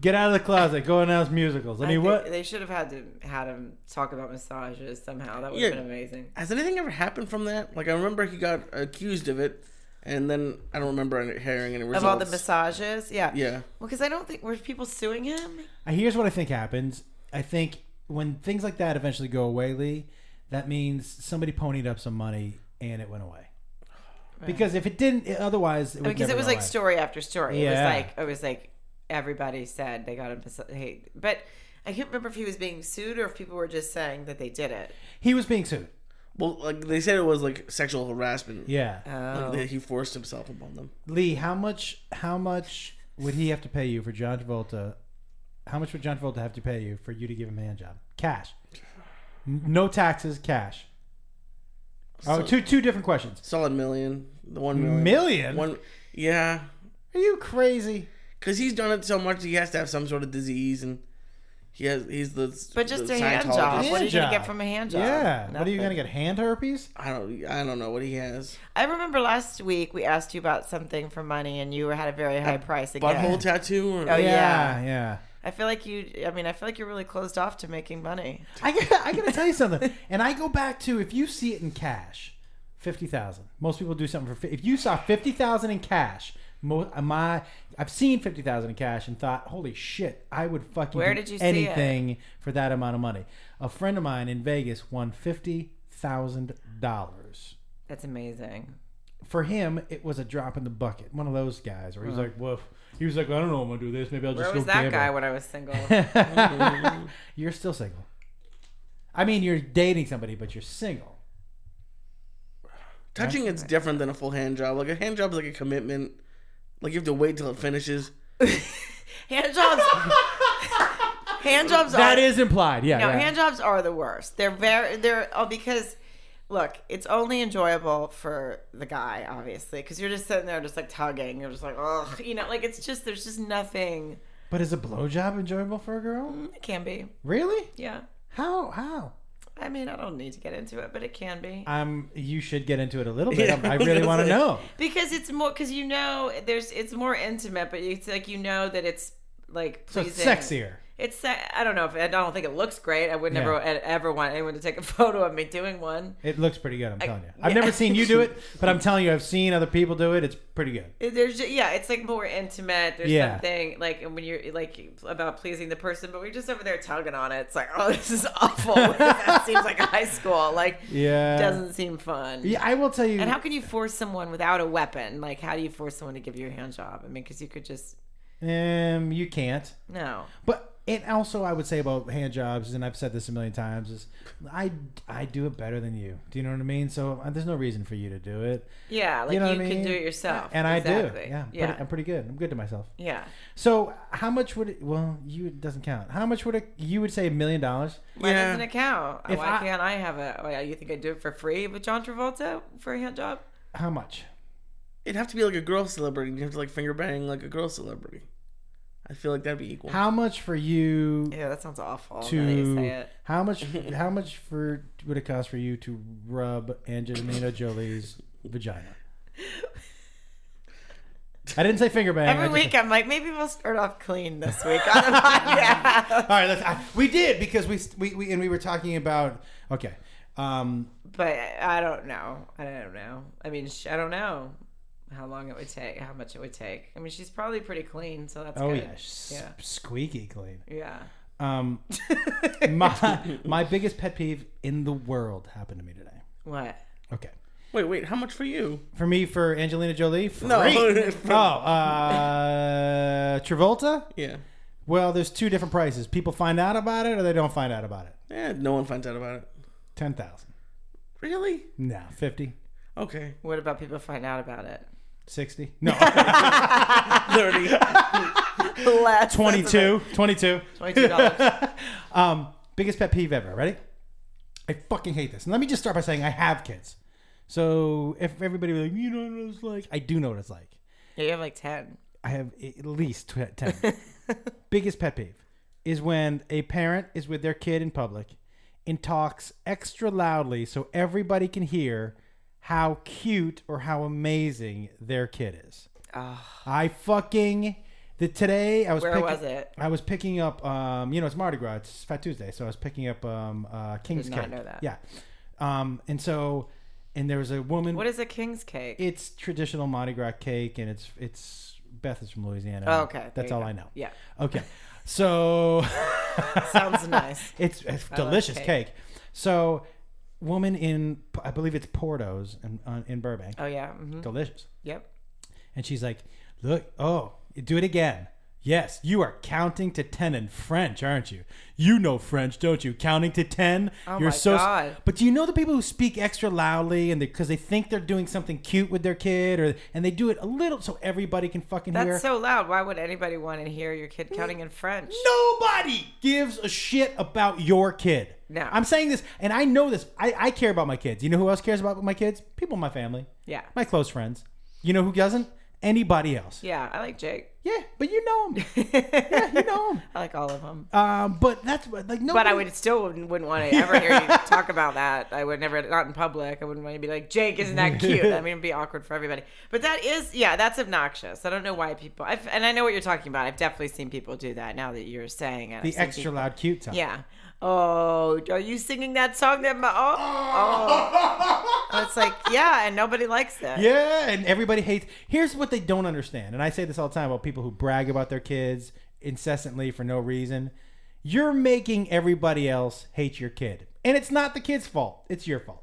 [SPEAKER 1] Get out of the closet. Go announce musicals. I mean,
[SPEAKER 2] think
[SPEAKER 1] what?
[SPEAKER 2] They should have had to had him talk about massages somehow. That would
[SPEAKER 3] Yeah.
[SPEAKER 2] have been amazing.
[SPEAKER 3] Has anything ever happened from that? Like I remember he got accused of it, and then I don't remember any- hearing any results.
[SPEAKER 2] Of all the massages, yeah,
[SPEAKER 3] Yeah.
[SPEAKER 2] Well, because I don't think were people suing him.
[SPEAKER 1] Uh, Here's what I think happens. I think when things like that eventually go away, Lee, that means somebody ponied up some money and it went away. Because if it didn't, it- otherwise it would
[SPEAKER 2] because
[SPEAKER 1] never
[SPEAKER 2] it was
[SPEAKER 1] go
[SPEAKER 2] like
[SPEAKER 1] away.
[SPEAKER 2] story after story.
[SPEAKER 1] Yeah.
[SPEAKER 2] It was like it was like everybody said they got him. to- Hey, but I can't remember if he was being sued or if people were just saying that they did it.
[SPEAKER 1] he was being sued.
[SPEAKER 3] Well, like they said, it was like sexual harassment.
[SPEAKER 1] Yeah,
[SPEAKER 2] Oh.
[SPEAKER 3] Like, that he forced himself upon them.
[SPEAKER 1] Lee, how much? How much would he have to pay you for John Travolta? How much would John Travolta have to pay you for you to give him a hand job? Cash, N- no taxes, cash. Oh,
[SPEAKER 3] So-
[SPEAKER 1] two two different questions.
[SPEAKER 3] Solid million. The one million.
[SPEAKER 1] Million?
[SPEAKER 3] One. Yeah.
[SPEAKER 1] Are you crazy?
[SPEAKER 3] Because he's done it so much, he has to have some sort of disease, and he has he's the.
[SPEAKER 2] But just
[SPEAKER 3] the
[SPEAKER 2] a hand
[SPEAKER 3] Scientologist.
[SPEAKER 2] job. What are you gonna
[SPEAKER 1] job.
[SPEAKER 2] get from a hand job?
[SPEAKER 1] Yeah. What are you
[SPEAKER 2] Nothing.
[SPEAKER 1] gonna get? Hand herpes?
[SPEAKER 3] I don't. I don't know what he has.
[SPEAKER 2] I remember last week we asked you about something for money and you had a very high price again.
[SPEAKER 3] Butthole tattoo. Or,
[SPEAKER 2] Oh, yeah.
[SPEAKER 1] yeah. yeah.
[SPEAKER 2] I feel like you. I mean, I feel like you're really closed off to making money.
[SPEAKER 1] I gotta, I gotta tell you something. And I go back to if you see it in cash, fifty thousand. Most people do something for. fi- If you saw fifty thousand in cash, mo- uh, my I've seen fifty thousand in cash and thought, holy shit, I would fucking
[SPEAKER 2] Where
[SPEAKER 1] do
[SPEAKER 2] did you see it?
[SPEAKER 1] anything for that amount of money. A friend of mine in Vegas won fifty thousand dollars.
[SPEAKER 2] That's amazing.
[SPEAKER 1] For him, it was a drop in the bucket. One of those guys where he was like, woof. He was like, I don't know, I'm gonna do this. Maybe I'll just
[SPEAKER 2] Where
[SPEAKER 1] go
[SPEAKER 2] was that
[SPEAKER 1] gamble."
[SPEAKER 2] guy when I was single?
[SPEAKER 1] you're still single. I mean, you're dating somebody, but you're single.
[SPEAKER 3] Touching it's different than a full hand job. Like a hand job is like a commitment. Like you have to wait till it finishes.
[SPEAKER 2] hand jobs. hand jobs.
[SPEAKER 1] That
[SPEAKER 2] are,
[SPEAKER 1] is implied. Yeah.
[SPEAKER 2] No,
[SPEAKER 1] yeah.
[SPEAKER 2] hand jobs are the worst. They're very they're oh because look, it's only enjoyable for the guy, obviously, because you're just sitting there just like tugging. You're just like, oh, you know, like it's just there's just nothing.
[SPEAKER 1] but is a blowjob enjoyable for a girl?
[SPEAKER 2] It can be,
[SPEAKER 1] Really?
[SPEAKER 2] yeah.
[SPEAKER 1] How? How?
[SPEAKER 2] I mean, I don't need to get into it, but it can be
[SPEAKER 1] Um, you should get into it a little bit.
[SPEAKER 3] Yeah,
[SPEAKER 1] I'm- I
[SPEAKER 3] I was
[SPEAKER 1] really
[SPEAKER 3] gonna
[SPEAKER 1] want to
[SPEAKER 3] say.
[SPEAKER 1] know.
[SPEAKER 2] because it's more because you know there's it's more intimate, but it's like you know that it's like
[SPEAKER 1] So
[SPEAKER 2] pleasing.
[SPEAKER 1] it's sexier.
[SPEAKER 2] It's se- I don't know if I don't think it looks great. I would never
[SPEAKER 1] Yeah.
[SPEAKER 2] e- ever want anyone to take a photo of me doing one.
[SPEAKER 1] It looks pretty good. I'm telling you. I've
[SPEAKER 2] yeah.
[SPEAKER 1] never seen you do it, but I'm telling you, I've seen other people do it. It's pretty good.
[SPEAKER 2] There's ju- yeah, it's like more intimate. There's
[SPEAKER 1] Yeah.
[SPEAKER 2] something like when you're like about pleasing the person, but we're just over there tugging on it. It's like, oh, this is awful. that seems like high school. Like,
[SPEAKER 1] Yeah.
[SPEAKER 2] doesn't seem fun.
[SPEAKER 1] Yeah, I will tell you.
[SPEAKER 2] And how can you force someone without a weapon? Like, how do you force someone to give you a hand job? I mean, because you could just
[SPEAKER 1] um, you can't.
[SPEAKER 2] no.
[SPEAKER 1] But and also I would say about hand jobs, and I've said this a million times, is I I do it better than you. Do you know what I mean? So uh, there's no reason for you to do it.
[SPEAKER 2] Yeah, like you,
[SPEAKER 1] you know what I
[SPEAKER 2] can
[SPEAKER 1] mean?
[SPEAKER 2] do it yourself.
[SPEAKER 1] And I
[SPEAKER 2] Exactly.
[SPEAKER 1] do. Yeah, I'm
[SPEAKER 2] yeah,
[SPEAKER 1] Pretty, I'm pretty good. I'm good to myself.
[SPEAKER 2] yeah.
[SPEAKER 1] So how much would it? Well, you it doesn't count. How much would it? You would say a million dollars?
[SPEAKER 2] Why
[SPEAKER 3] Yeah.
[SPEAKER 2] doesn't it count?
[SPEAKER 1] If
[SPEAKER 2] Why
[SPEAKER 1] I-
[SPEAKER 2] can't I have a? Why, you think I do it for free with John Travolta for a hand job?
[SPEAKER 1] How much?
[SPEAKER 3] It'd have to be like a girl celebrity. You'd have to like finger bang like a girl celebrity. I feel like that'd be equal.
[SPEAKER 1] How much for you
[SPEAKER 2] Yeah, that sounds awful. now that you say
[SPEAKER 1] to?
[SPEAKER 2] it.
[SPEAKER 1] How much? How much for would it cost for you to rub Angelina Jolie's vagina? I didn't say finger bang. I
[SPEAKER 2] Every
[SPEAKER 1] just-
[SPEAKER 2] week I'm like, maybe we'll start off clean this week on the podcast.
[SPEAKER 1] All right, let's, I, we did because we, we we and we were talking about okay. Um,
[SPEAKER 2] but I don't know. I don't know. I mean, sh- I don't know how long it would take, how much it would take. I mean, she's probably pretty clean, so that's
[SPEAKER 1] oh
[SPEAKER 2] good.
[SPEAKER 1] yeah, s- squeaky clean.
[SPEAKER 2] Yeah. Yeah.
[SPEAKER 1] Um, my my biggest pet peeve in the world happened to me today.
[SPEAKER 2] What?
[SPEAKER 1] Okay,
[SPEAKER 3] wait, wait. How much for you?
[SPEAKER 1] for me for Angelina Jolie, free.
[SPEAKER 3] No.
[SPEAKER 1] oh, uh, Travolta.
[SPEAKER 3] Yeah.
[SPEAKER 1] Well, there's two different prices. People find out about it or they don't find out about it.
[SPEAKER 3] Yeah. Eh, No one finds out about it.
[SPEAKER 1] Ten thousand.
[SPEAKER 3] Really?
[SPEAKER 1] No, 50,
[SPEAKER 3] Okay.
[SPEAKER 2] What about people find out about it?
[SPEAKER 1] 60. No,
[SPEAKER 3] Thirty.
[SPEAKER 2] Less.
[SPEAKER 1] 22, 22.
[SPEAKER 2] $22.
[SPEAKER 1] Um, biggest pet peeve ever. Ready? I fucking hate this. And let me just start by saying I have kids. So if everybody was like, you know what it's like, I do know what it's like.
[SPEAKER 2] yeah, you have like 10.
[SPEAKER 1] I have at least tw- 10. Biggest pet peeve is when a parent is with their kid in public and talks extra loudly so everybody can hear how cute or how amazing their kid is.
[SPEAKER 2] Oh,
[SPEAKER 1] I fucking the today I was
[SPEAKER 2] where
[SPEAKER 1] picking,
[SPEAKER 2] was it?
[SPEAKER 1] I was picking up um you know it's Mardi Gras it's Fat Tuesday so I was picking up um uh King's
[SPEAKER 2] not
[SPEAKER 1] cake
[SPEAKER 2] know that.
[SPEAKER 1] yeah um and so and there was a woman
[SPEAKER 2] What is a king's cake?
[SPEAKER 1] it's traditional Mardi Gras cake and it's it's Beth is from Louisiana
[SPEAKER 2] Oh, okay. There
[SPEAKER 1] that's
[SPEAKER 2] you
[SPEAKER 1] all
[SPEAKER 2] go.
[SPEAKER 1] I know
[SPEAKER 2] Yeah.
[SPEAKER 1] okay so
[SPEAKER 2] Sounds nice.
[SPEAKER 1] it's, it's
[SPEAKER 2] love
[SPEAKER 1] delicious
[SPEAKER 2] cake.
[SPEAKER 1] cake. so woman in I believe it's Portos in on, in Burbank
[SPEAKER 2] Oh, yeah. hmm
[SPEAKER 1] delicious
[SPEAKER 2] Yep.
[SPEAKER 1] and she's like, "Look, oh, do it again. Yes, you are counting to ten in French, aren't you? You know French, don't you? Counting to ten.
[SPEAKER 2] Oh
[SPEAKER 1] You're
[SPEAKER 2] my
[SPEAKER 1] so.
[SPEAKER 2] God.
[SPEAKER 1] But do you know the people who speak extra loudly and because they think they're doing something cute with their kid, or and they do it a little so everybody can fucking
[SPEAKER 2] That's
[SPEAKER 1] hear.
[SPEAKER 2] so loud. Why would anybody want to hear your kid counting in French?
[SPEAKER 1] Nobody gives a shit about your kid.
[SPEAKER 2] No.
[SPEAKER 1] I'm saying this, and I know this. I, I care about my kids. You know who else cares about my kids? People in my family.
[SPEAKER 2] Yeah.
[SPEAKER 1] My close friends. You know who doesn't? Anybody else.
[SPEAKER 2] Yeah, I like Jake.
[SPEAKER 1] Yeah, but you know him. yeah, you know him.
[SPEAKER 2] I like all of them.
[SPEAKER 1] Um, but that's what- like no.
[SPEAKER 2] But I would still wouldn't, wouldn't want to ever hear you talk about that. I would never, not in public. I wouldn't want to be like, Jake, isn't that cute? I mean, it'd be awkward for everybody. But that is, yeah, that's obnoxious. I don't know why people, I've, and I know what you're talking about. I've definitely seen people do that now that you're saying it. I've
[SPEAKER 1] the
[SPEAKER 2] seen
[SPEAKER 1] extra
[SPEAKER 2] people-
[SPEAKER 1] loud cute time.
[SPEAKER 2] Yeah. Oh, are you singing that song that, my, oh, oh. It's like, yeah, and nobody likes that.
[SPEAKER 1] Yeah, and everybody hates. Here's what they don't understand, and I say this all the time about people who brag about their kids incessantly for no reason. You're making everybody else hate your kid, and it's not the kid's fault. It's your fault.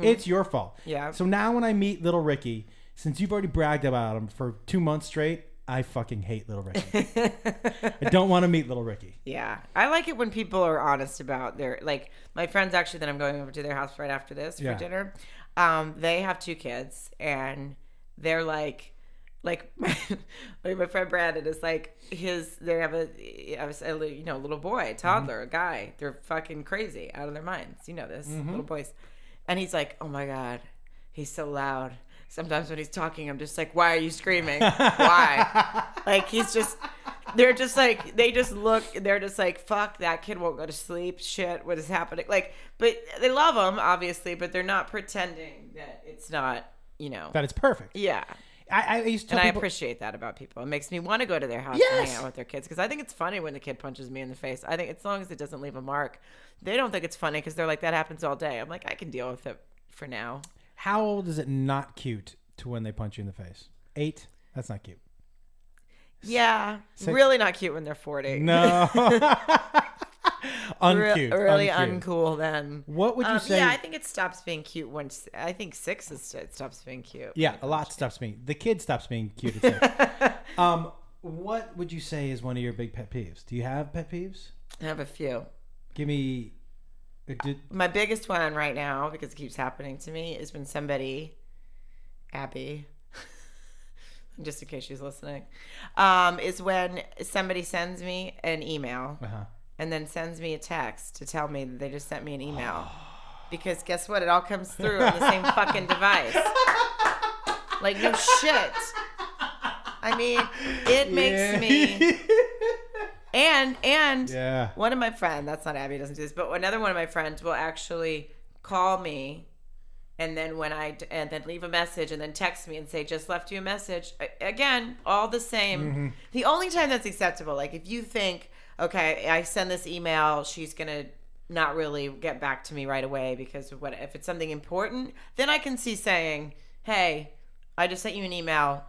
[SPEAKER 1] It's your fault.
[SPEAKER 2] Mm-hmm. Yeah.
[SPEAKER 1] So now when I meet little Ricky, since you've already bragged about him for two months straight, I fucking hate little Ricky. I don't want to meet little Ricky.
[SPEAKER 2] Yeah. I like it when people are honest about their like my friends actually that I'm going over to their house right after this
[SPEAKER 1] Yeah.
[SPEAKER 2] for dinner. Um, they have two kids and they're like like my, like my friend Brandon is like his they have a, I was a li- you know little boy toddler a guy they're fucking crazy out of their minds you know this little boys and he's like oh my god he's so loud sometimes when he's talking I'm just like why are you screaming why like he's just they're just like they just look they're just like fuck that kid won't go to sleep shit what is happening like but they love him obviously but they're not pretending that it's not you know
[SPEAKER 1] That is perfect.
[SPEAKER 2] yeah
[SPEAKER 1] I, I used to
[SPEAKER 2] and
[SPEAKER 1] tell
[SPEAKER 2] I
[SPEAKER 1] people,
[SPEAKER 2] appreciate that about people. It makes me want to go to their house and
[SPEAKER 1] Yes!
[SPEAKER 2] hang out with their kids because I think it's funny when the kid punches me in the face. I think as long as it doesn't leave a mark, they don't think it's funny because they're like that happens all day. I'm like I can deal with it for now.
[SPEAKER 1] How old is it not cute to when they punch you in the face? Eight? That's not cute.
[SPEAKER 2] Yeah, really not cute when they're 40.
[SPEAKER 1] No.
[SPEAKER 2] Re-
[SPEAKER 1] uncute.
[SPEAKER 2] really
[SPEAKER 1] uncute.
[SPEAKER 2] uncool then.
[SPEAKER 1] What would you
[SPEAKER 2] Um,
[SPEAKER 1] say?
[SPEAKER 2] yeah, I
[SPEAKER 1] Yeah,
[SPEAKER 2] think it stops being cute once. I think six is it stops being cute.
[SPEAKER 1] a lot stops being. The kid stops being cute. At six. um, what would you say is one of your big pet peeves? Do you have pet peeves?
[SPEAKER 2] I have a few.
[SPEAKER 1] Give me. uh, Did,
[SPEAKER 2] My biggest one right now, because it keeps happening to me, is when somebody, Abby, just in case she's listening, um, is when somebody sends me an email
[SPEAKER 1] uh-huh.
[SPEAKER 2] and then sends me a text to tell me that they just sent me an email. because guess what? It all comes through on the same fucking device. Like, no shit. I mean, it makes me. And, and.
[SPEAKER 1] yeah.
[SPEAKER 2] One of my friends, that's not Abby, doesn't do this, but another one of my friends will actually call me and then when I, and then leave a message and then text me and say, just left you a message. A- Again, all the same. The only time that's acceptable, like if you think, okay, I send this email, she's going to not really get back to me right away because of what if it's something important, then I can see saying, hey, I just sent you an email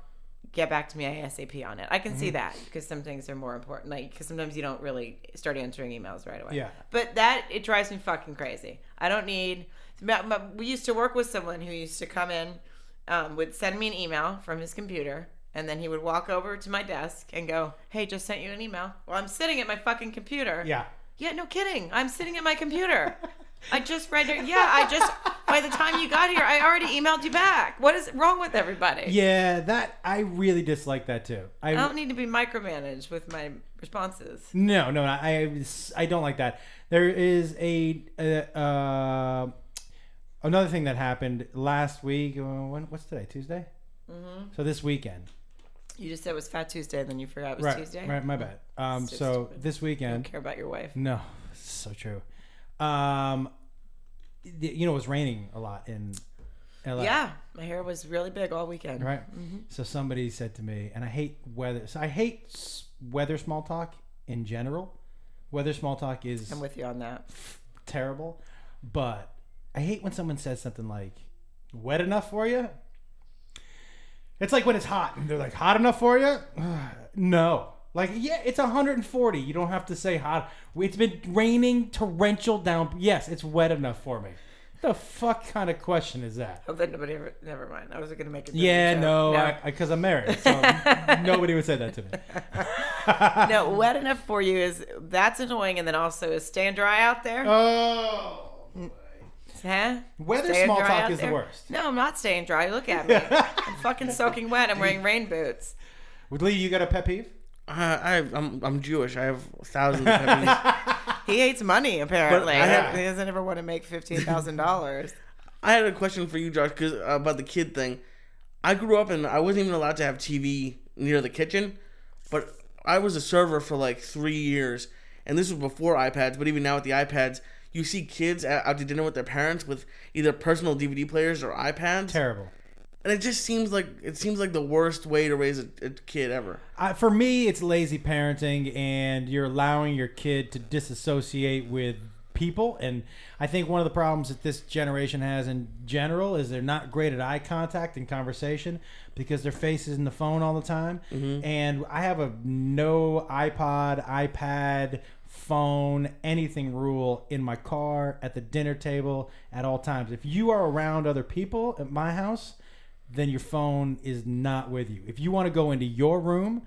[SPEAKER 2] get back to me ASAP on it. I can see that because some things are more important. Like, because sometimes you don't really start answering emails right away.
[SPEAKER 1] Yeah.
[SPEAKER 2] But that, it drives me fucking crazy. I don't need, my- my- we used to work with someone who used to come in, um, would send me an email from his computer. And then he would walk over to my desk and go, Hey, just sent you an email. Well, I'm sitting at my fucking computer.
[SPEAKER 1] Yeah.
[SPEAKER 2] Yeah, no kidding. I'm sitting at my computer. I just read it. Yeah, I just, by the time you got here, I already emailed you back. What is wrong with everybody?
[SPEAKER 1] Yeah, that I really dislike that too. I,
[SPEAKER 2] I don't need to be micromanaged with my responses.
[SPEAKER 1] no, no, I I don't like that. There is a uh, uh, another thing that happened last week. uh, When, what's today? Tuesday. Mm-hmm. So this weekend.
[SPEAKER 2] You just said it was Fat Tuesday, and then you forgot it was
[SPEAKER 1] Right.
[SPEAKER 2] Tuesday.
[SPEAKER 1] Right. My bad. Um.
[SPEAKER 2] So
[SPEAKER 1] So
[SPEAKER 2] stupid.
[SPEAKER 1] this weekend.
[SPEAKER 2] Don't care about your wife.
[SPEAKER 1] No, so true. Um, y- you know, it was raining a lot in LA.
[SPEAKER 2] Yeah, Mm-hmm. my hair was really big all weekend.
[SPEAKER 1] Right. So somebody said to me, and I hate weather. So I hate s- weather small talk in general. Weather small talk is
[SPEAKER 2] I'm with you on that.
[SPEAKER 1] terrible, but I hate when someone says something like "wet enough for you." It's like when it's hot and they're like "hot enough for you." no. Like yeah, it's 140. You don't have to say hot. It's been raining torrential down. Yes, it's wet enough for me. The fuck kind of question is that?
[SPEAKER 2] Oh, then nobody ever. Never mind. I was gonna make it.
[SPEAKER 1] Yeah, no, because I'm married, so nobody would say that to me.
[SPEAKER 2] no. Wet enough for you is that's annoying, and then also is staying dry out there.
[SPEAKER 1] Oh,
[SPEAKER 2] huh?
[SPEAKER 1] weather
[SPEAKER 2] Staying
[SPEAKER 1] small
[SPEAKER 2] dry
[SPEAKER 1] talk
[SPEAKER 2] out
[SPEAKER 1] is the
[SPEAKER 2] there?
[SPEAKER 1] worst.
[SPEAKER 2] No, I'm not staying dry. Look at me. I'm fucking soaking wet. I'm wearing rain boots.
[SPEAKER 1] Would Lee, you got a pet peeve?
[SPEAKER 3] Uh, I, I'm I'm Jewish. I have thousands of pet peeves.
[SPEAKER 2] He hates money apparently.
[SPEAKER 3] I have-
[SPEAKER 2] he doesn't ever want to make fifteen thousand dollars.
[SPEAKER 3] I had a question for you, Josh, cause, uh, about the kid thing. I grew up and I wasn't even allowed to have TV near the kitchen, but I was a server for like three years, and this was before iPads. But even now with the iPads, you see kids out out to dinner with their parents with either personal DVD players or iPads,
[SPEAKER 1] Terrible.
[SPEAKER 3] and it just seems like it seems like the worst way to raise a, a kid ever.
[SPEAKER 1] I, for me, it's lazy parenting, and you're allowing your kid to disassociate with people. And I think one of the problems that this generation has in general is they're not great at eye contact and conversation because their face is in the phone all the time. And I have a no iPod, iPad, phone, anything rule in my car, at the dinner table, at all times. If you are around other people at my house, then your phone is not with you. If you want to go into your room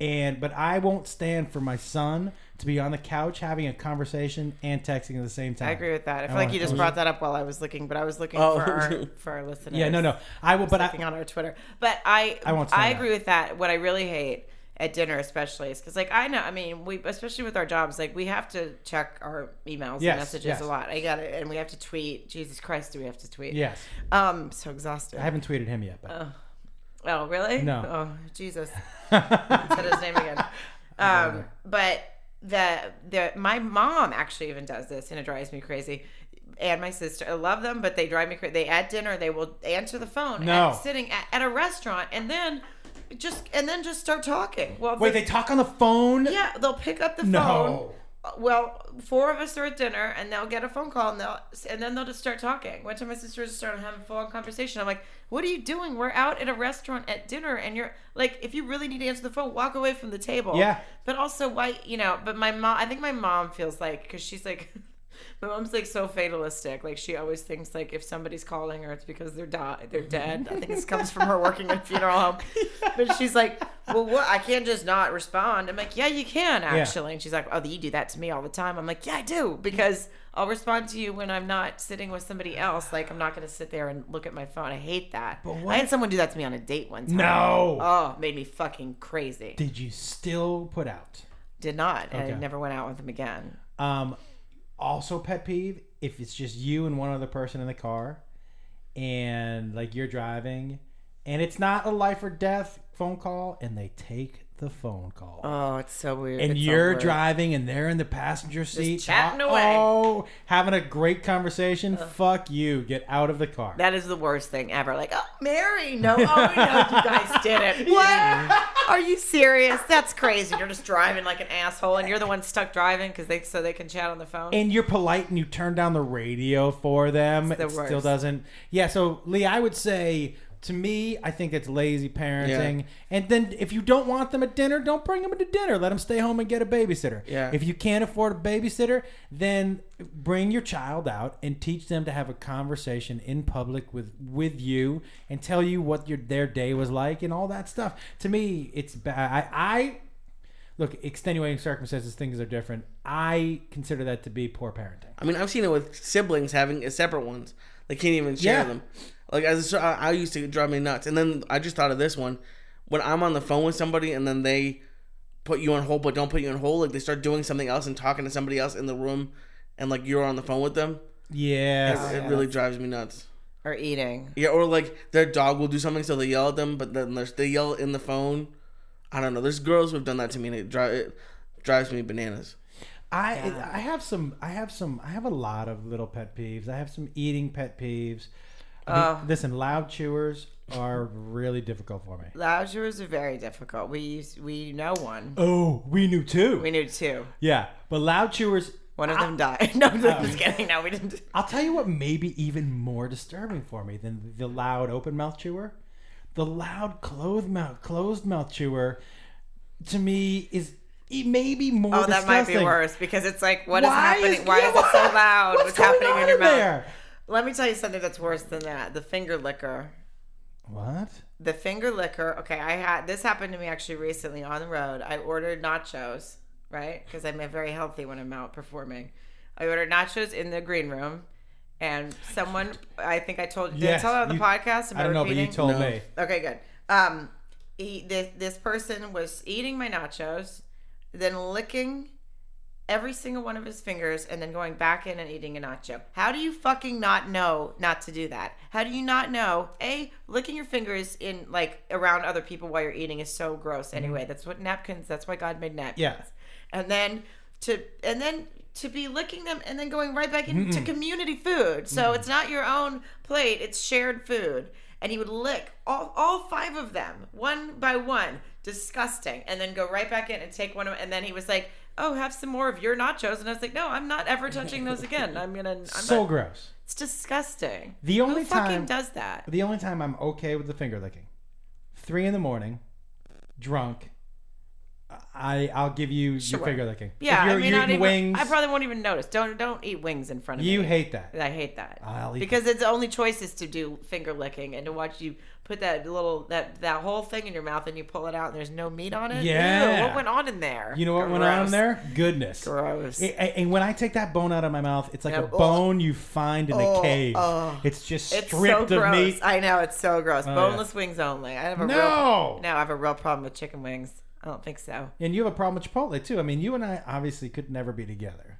[SPEAKER 1] and but I won't stand for my son to be on the couch having a conversation and texting at the same time.
[SPEAKER 2] I agree with that. I feel
[SPEAKER 1] Oh,
[SPEAKER 2] like you just
[SPEAKER 1] absolutely.
[SPEAKER 2] brought that up while I was looking, but I was looking
[SPEAKER 3] Oh.
[SPEAKER 2] for our, for our listeners.
[SPEAKER 1] Yeah, no, no. I will but
[SPEAKER 2] looking
[SPEAKER 1] I
[SPEAKER 2] on our Twitter. But I
[SPEAKER 1] I
[SPEAKER 2] I,
[SPEAKER 1] won't stand that.
[SPEAKER 2] agree with that. What I really hate at dinner, especially, is because like I know. I mean, we especially with our jobs, like we have to check our emails
[SPEAKER 1] Yes,
[SPEAKER 2] and messages
[SPEAKER 1] yes.
[SPEAKER 2] a lot. I got it, and we have to tweet. Jesus Christ, do we have to tweet?
[SPEAKER 1] Yes.
[SPEAKER 2] Um, so exhausted.
[SPEAKER 1] I haven't tweeted him yet, but
[SPEAKER 2] Oh, really?
[SPEAKER 1] No.
[SPEAKER 2] Oh, Jesus. Said his name again. Um, but the the my mom actually even does this, and it drives me crazy. And my sister, I love them, but they drive me crazy. They at dinner, they will answer the phone.
[SPEAKER 1] No.
[SPEAKER 2] at- sitting at, at a restaurant, and then just and then just start talking. Well,
[SPEAKER 1] Wait,
[SPEAKER 2] they-
[SPEAKER 1] they talk on the phone?
[SPEAKER 2] yeah, they'll pick up the
[SPEAKER 1] No.
[SPEAKER 2] phone. Well, four of us are at dinner, and they'll get a phone call, and they'll and then they'll just start talking. One time, my sister just started having a full-on conversation. I'm like, "What are you doing? We're out at a restaurant at dinner, and you're like, if you really need to answer the phone, Oh. walk away from the table."
[SPEAKER 1] Yeah.
[SPEAKER 2] But also, why? You know. But my mom, I think my mom feels like because she's like. My mom's like so fatalistic. Like she always thinks like if somebody's calling her, it's because they're died, they're dead. I think this comes from her working in funeral home. But she's like, well, what? I can't just not respond. I'm like, yeah, you can actually. And she's like, oh, you do that to me all the time. I'm like, yeah, I do because I'll respond to you when I'm not sitting with somebody else. Like I'm not gonna sit there and look at my phone. I hate that. I had someone do that to me on a date one time.
[SPEAKER 1] No.
[SPEAKER 2] Oh, it made me fucking crazy.
[SPEAKER 1] Did you still put out?
[SPEAKER 2] Did not, and I
[SPEAKER 1] Okay.
[SPEAKER 2] never went out with him again.
[SPEAKER 1] Um, also, pet peeve if it's just you and one other person in the car, and like you're driving, and it's not a life or death phone call, and they take the phone call.
[SPEAKER 2] Oh, it's so weird.
[SPEAKER 1] and
[SPEAKER 2] It's so
[SPEAKER 1] you're
[SPEAKER 2] weird.
[SPEAKER 1] driving, and they're in the passenger seat,
[SPEAKER 2] chatting
[SPEAKER 1] talk-
[SPEAKER 2] away.
[SPEAKER 1] Oh, having a great conversation. Fuck you. Get out of the car.
[SPEAKER 2] That is the worst thing ever. Like, oh, Mary, no, oh, no, you guys did it. What? Are you serious? That's crazy. You're just driving like an asshole, and you're the one stuck driving because they so they can chat on the phone.
[SPEAKER 1] and you're polite and you turn down the radio for them.
[SPEAKER 2] the
[SPEAKER 1] it still
[SPEAKER 2] worst.
[SPEAKER 1] doesn't. Yeah, so Lee, I would say to me, I think it's lazy parenting. And then if you don't want them at dinner, don't bring them to dinner. Let them stay home and get a babysitter.
[SPEAKER 3] Yeah.
[SPEAKER 1] If you can't afford a babysitter, then bring your child out and teach them to have a conversation in public with with you and tell you what your their day was like and all that stuff. To me, it's bad. I, I look extenuating circumstances. Things are different. I consider that to be poor parenting.
[SPEAKER 3] I mean, I've seen it with siblings having uh, separate ones. They can't even share
[SPEAKER 1] Yeah.
[SPEAKER 3] them. Like as a, I I used to drive me nuts. And then I just thought of this one when I'm on the phone with somebody and then they put you on hold but don't put you on hold. Like they start doing something else and talking to somebody else in the room, and like you're on the phone with them.
[SPEAKER 1] Yes.
[SPEAKER 3] it really drives me nuts.
[SPEAKER 2] Or eating.
[SPEAKER 3] Yeah, or like their dog will do something, so they yell at them, but then there's- they yell in the phone. I don't know. There's girls who've done that to me, and it, dri- it drives me bananas.
[SPEAKER 1] I I have some I have some I have a lot of little pet peeves. I have some eating pet peeves.
[SPEAKER 2] Uh.
[SPEAKER 1] I mean, listen, loud chewers are really difficult for me.
[SPEAKER 2] Loungers are very difficult. We used, we know one.
[SPEAKER 1] Oh, we knew too.
[SPEAKER 2] We knew two.
[SPEAKER 1] yeah, but loud chewers.
[SPEAKER 2] One of them died. No, I'm
[SPEAKER 1] Um.
[SPEAKER 2] just kidding. No, we didn't.
[SPEAKER 1] I'll tell you what, maybe even more disturbing for me than the loud open mouth chewer, the loud closed mouth closed mouth chewer, to me is e- maybe more.
[SPEAKER 2] Oh, that might be
[SPEAKER 1] disgusting.
[SPEAKER 2] worse because it's like, what is happening? Why
[SPEAKER 1] yeah,
[SPEAKER 2] is it so
[SPEAKER 1] what-
[SPEAKER 2] loud? What's,
[SPEAKER 1] going
[SPEAKER 2] happening
[SPEAKER 1] on
[SPEAKER 2] in your mouth?
[SPEAKER 1] there?
[SPEAKER 2] Let me tell you something that's worse than that. The finger liquor.
[SPEAKER 1] What?
[SPEAKER 2] the finger liquor. Okay, I had this happened to me actually recently on the road. I ordered nachos, right? Because I'm very healthy when I'm out performing. I ordered nachos in the green room, and someone I think I told did
[SPEAKER 1] Yes,
[SPEAKER 2] I tell it on the
[SPEAKER 1] you-
[SPEAKER 2] podcast? Am
[SPEAKER 1] I don't know, but you
[SPEAKER 2] repeating?
[SPEAKER 1] told
[SPEAKER 3] No.
[SPEAKER 1] me.
[SPEAKER 2] Okay, good. Um, he, this, this person was eating my nachos, then licking every single one of his fingers, and then going back in and eating a nacho. How do you fucking not know not to do that? How do you not know? A licking your fingers in like around other people while you're eating is so gross. Anyway, that's what napkins. That's why God made napkins.
[SPEAKER 1] Yeah.
[SPEAKER 2] And then to and then to be licking them and then going right back into community food. So it's not your own plate, it's shared food. And he would lick all, all five of them, one by one. Disgusting. And then go right back in and take one of and then he was like, Oh, have some more of your nachos. And I was like, No, I'm not ever touching those again. I'm gonna I'm
[SPEAKER 1] so
[SPEAKER 2] not,
[SPEAKER 1] gross.
[SPEAKER 2] it's disgusting.
[SPEAKER 1] The only
[SPEAKER 2] Who fucking
[SPEAKER 1] time
[SPEAKER 2] does that?
[SPEAKER 1] the only time I'm okay with the finger licking, three in the morning, drunk. I I'll give you
[SPEAKER 2] Sure.
[SPEAKER 1] your finger licking.
[SPEAKER 2] Yeah,
[SPEAKER 1] if you're,
[SPEAKER 2] I mean,
[SPEAKER 1] you're
[SPEAKER 2] not
[SPEAKER 1] eating
[SPEAKER 2] even,
[SPEAKER 1] wings.
[SPEAKER 2] I probably won't even notice. Don't don't eat wings in front of
[SPEAKER 1] you
[SPEAKER 2] me.
[SPEAKER 1] hate that.
[SPEAKER 2] I hate that
[SPEAKER 1] I'll eat
[SPEAKER 2] because it's the only choice is to do finger licking and to watch you put that little that that whole thing in your mouth and you pull it out and there's no meat on it. Ew,
[SPEAKER 1] Yeah.
[SPEAKER 2] what went on in there?
[SPEAKER 1] You know what went on
[SPEAKER 2] Gross.
[SPEAKER 1] in there? Goodness.
[SPEAKER 2] Gross.
[SPEAKER 1] A- a- And when I take that bone out of my mouth, it's like
[SPEAKER 2] Yeah,
[SPEAKER 1] a
[SPEAKER 2] ugh.
[SPEAKER 1] bone you find in a
[SPEAKER 2] Oh,
[SPEAKER 1] cave.
[SPEAKER 2] ugh.
[SPEAKER 1] It's just
[SPEAKER 2] It's
[SPEAKER 1] stripped
[SPEAKER 2] so
[SPEAKER 1] of
[SPEAKER 2] gross.
[SPEAKER 1] meat. Oh,
[SPEAKER 2] I know it's so gross.
[SPEAKER 1] yeah.
[SPEAKER 2] Boneless wings only. I have a
[SPEAKER 1] No.
[SPEAKER 2] real no. I have a real problem with chicken wings. I don't think so.
[SPEAKER 1] And you have a problem with Chipotle too. I mean, you and I obviously could never be together.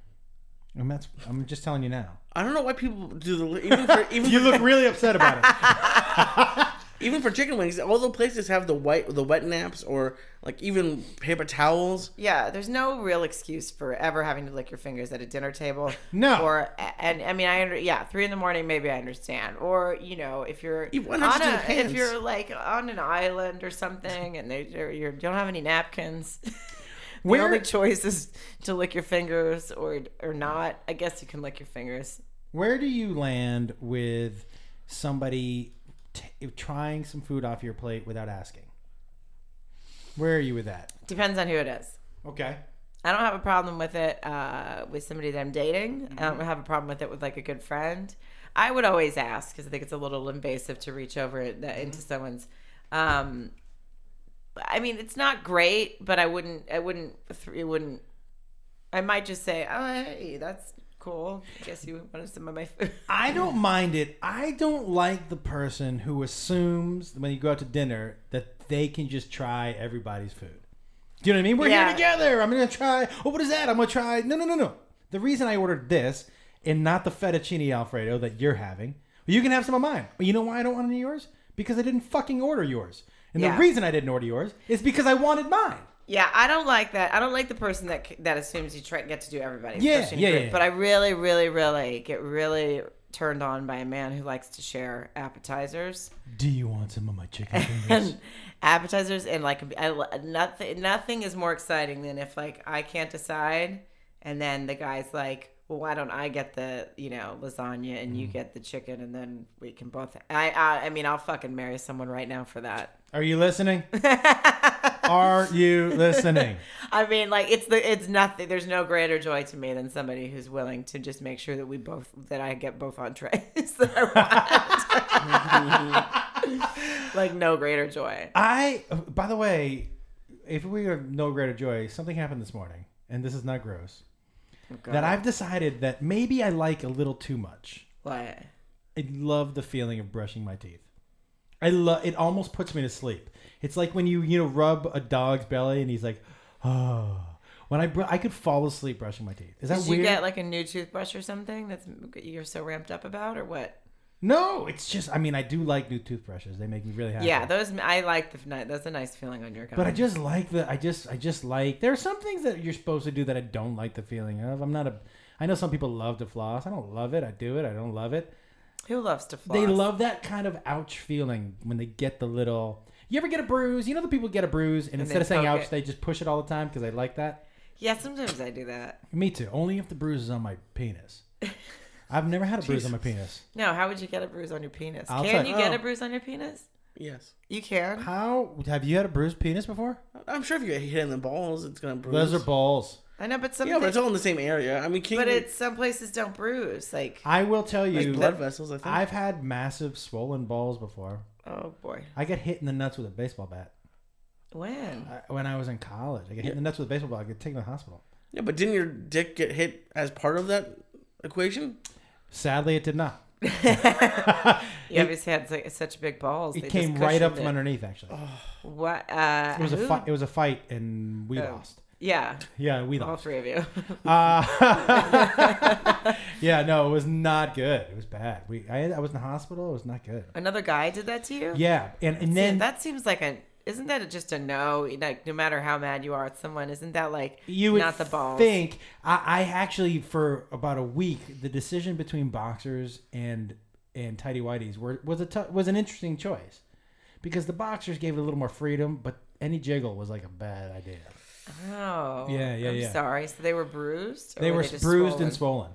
[SPEAKER 1] And that's I'm just telling you now.
[SPEAKER 3] I don't know why people do the even for even
[SPEAKER 1] You
[SPEAKER 3] for-
[SPEAKER 1] look really upset about it.
[SPEAKER 3] even for chicken wings. All the places have the white the wet naps or like even paper towels.
[SPEAKER 2] Yeah, there's no real excuse for ever having to lick your fingers at a dinner table.
[SPEAKER 1] No.
[SPEAKER 2] Or and I mean I under yeah three in the morning maybe I understand. Or you know if you're
[SPEAKER 3] You- why
[SPEAKER 2] on
[SPEAKER 3] not just do
[SPEAKER 2] a,
[SPEAKER 3] the
[SPEAKER 2] if
[SPEAKER 3] pants?
[SPEAKER 2] you're like on an island or something and they you're, you don't have any napkins.
[SPEAKER 1] Where-
[SPEAKER 2] The only choice is to lick your fingers or or not. I guess you can lick your fingers.
[SPEAKER 1] Where do you land with somebody t- trying some food off your plate without asking? Where are you with that?
[SPEAKER 2] Depends on who it is.
[SPEAKER 1] Okay.
[SPEAKER 2] I don't have a problem with it uh, with somebody that I'm dating. I don't have a problem with it with like a good friend. I would always ask because I think it's a little invasive to reach over it- that into someone's. Um, I mean, it's not great, but I wouldn't. I wouldn't. It wouldn't. I might just say, "Oh, hey, that's cool. I guess you wanted some of my food."
[SPEAKER 1] I don't mind it. I don't like the person who assumes when you go out to dinner that they can just try everybody's food. Do you know what I mean? We're
[SPEAKER 2] Yeah.
[SPEAKER 1] here together. I'm gonna try. Oh, what is that? I'm gonna try. No, no, no, no. The reason I ordered this and not the fettuccine alfredo that you're having, you can have some of mine. But you know why I don't want any of yours? Because I didn't fucking order yours. And
[SPEAKER 2] Yeah.
[SPEAKER 1] the reason I didn't order yours is because I wanted mine.
[SPEAKER 2] Yeah, I don't like that. I don't like the person that that assumes you try, get to do everybody.
[SPEAKER 1] Yeah,
[SPEAKER 2] especially in
[SPEAKER 1] yeah,
[SPEAKER 2] group.
[SPEAKER 1] yeah.
[SPEAKER 2] But I really, really, really get really turned on by a man who likes to share appetizers
[SPEAKER 1] Do you want some of my chicken fingers?
[SPEAKER 2] and appetizers and like I, lo- nothing. Nothing is more exciting than if like I can't decide, and then the guy's like. Well, why don't I get the you know lasagna and
[SPEAKER 1] Mm.
[SPEAKER 2] you get the chicken and then we can both? I I, I mean I'll fucking marry someone right now for that.
[SPEAKER 1] Are you listening? Are you listening?
[SPEAKER 2] I mean, like it's the it's nothing. There's no greater joy to me than somebody who's willing to just make sure that we both that I get both entrees that I want. like no greater joy.
[SPEAKER 1] I, by the way, if we have no greater joy, something happened this morning, and this is not gross. That I've decided that maybe I like a little too much.
[SPEAKER 2] What?
[SPEAKER 1] I love the feeling of brushing my teeth. I love it. Almost puts me to sleep. It's like when you you know rub a dog's belly and he's like, oh. When I br- I could fall asleep brushing my teeth. Is that
[SPEAKER 2] Did
[SPEAKER 1] weird?
[SPEAKER 2] you get like a new toothbrush or something that's you're so ramped up about or what?
[SPEAKER 1] no, it's just. I mean, I do like new toothbrushes. They make me really happy.
[SPEAKER 2] Yeah, those I like the ni- that's a nice feeling on your. Gum.
[SPEAKER 1] Uh-huh. But I just like the I just I just like there are some things that you're supposed to do that I don't like the feeling of. I'm not a I know some people love to floss. I don't love it. I do it. I don't love it.
[SPEAKER 2] who loves to floss?
[SPEAKER 1] They love that kind of ouch feeling when they get the little you ever get a bruise? You know the people get a bruise and, instead
[SPEAKER 2] they
[SPEAKER 1] of saying
[SPEAKER 2] poke
[SPEAKER 1] ouch,
[SPEAKER 2] it.
[SPEAKER 1] they just push it all the time because they like that.
[SPEAKER 2] Yeah, sometimes I do that.
[SPEAKER 1] Me too. Only if the bruise is on my penis. I've never had a bruise on my penis.
[SPEAKER 2] No, how would you get a bruise on your penis?
[SPEAKER 1] I'll
[SPEAKER 2] can
[SPEAKER 1] tell-
[SPEAKER 2] you get
[SPEAKER 1] oh.
[SPEAKER 2] a bruise on your penis?
[SPEAKER 3] Yes.
[SPEAKER 2] You can.
[SPEAKER 1] How have you had a bruised penis before?
[SPEAKER 3] I'm sure if you get hit in the balls, it's gonna bruise.
[SPEAKER 1] Those are balls.
[SPEAKER 2] I know, but some
[SPEAKER 3] yeah, but
[SPEAKER 2] things-
[SPEAKER 3] it's all in the same area. I mean, can
[SPEAKER 2] But
[SPEAKER 3] you-
[SPEAKER 2] it's some places don't bruise. Like,
[SPEAKER 1] I will tell you.
[SPEAKER 3] like blood vessels. I think.
[SPEAKER 1] I've had massive swollen balls before.
[SPEAKER 2] oh boy,
[SPEAKER 1] I got hit in the nuts with a baseball bat
[SPEAKER 2] when?
[SPEAKER 1] I, when I was in college. I got hit in the nuts with a baseball bat. I got taken to the hospital.
[SPEAKER 3] yeah, but didn't your dick get hit as part of that equation?
[SPEAKER 1] Sadly, it did not.
[SPEAKER 2] You obviously had like, such big balls.
[SPEAKER 1] It came right up from underneath. Actually,
[SPEAKER 2] What? Uh,
[SPEAKER 1] it was
[SPEAKER 2] Oh, who?
[SPEAKER 1] a fight. It was a fight, and we lost.
[SPEAKER 2] Yeah,
[SPEAKER 1] Yeah, we
[SPEAKER 2] all
[SPEAKER 1] lost.
[SPEAKER 2] three of you.
[SPEAKER 1] Uh, yeah, no, it was not good. It was bad. We, I, I was in the hospital. It was not good.
[SPEAKER 2] Another guy did that to you.
[SPEAKER 1] Yeah, and and
[SPEAKER 2] See,
[SPEAKER 1] then
[SPEAKER 2] that seems like a. Isn't that just a no? Like, no matter how mad you are at someone, isn't that like
[SPEAKER 1] you would
[SPEAKER 2] not the balls?
[SPEAKER 1] think I, I actually for about a week the decision between boxers and and tidy whiteys were was a tou- was an interesting choice because the boxers gave it a little more freedom, but any jiggle was like a bad idea.
[SPEAKER 2] Oh,
[SPEAKER 1] Yeah, yeah,
[SPEAKER 2] I'm
[SPEAKER 1] yeah.
[SPEAKER 2] sorry. So they were bruised. or
[SPEAKER 1] They were
[SPEAKER 2] just
[SPEAKER 1] bruised
[SPEAKER 2] swollen?
[SPEAKER 1] and swollen.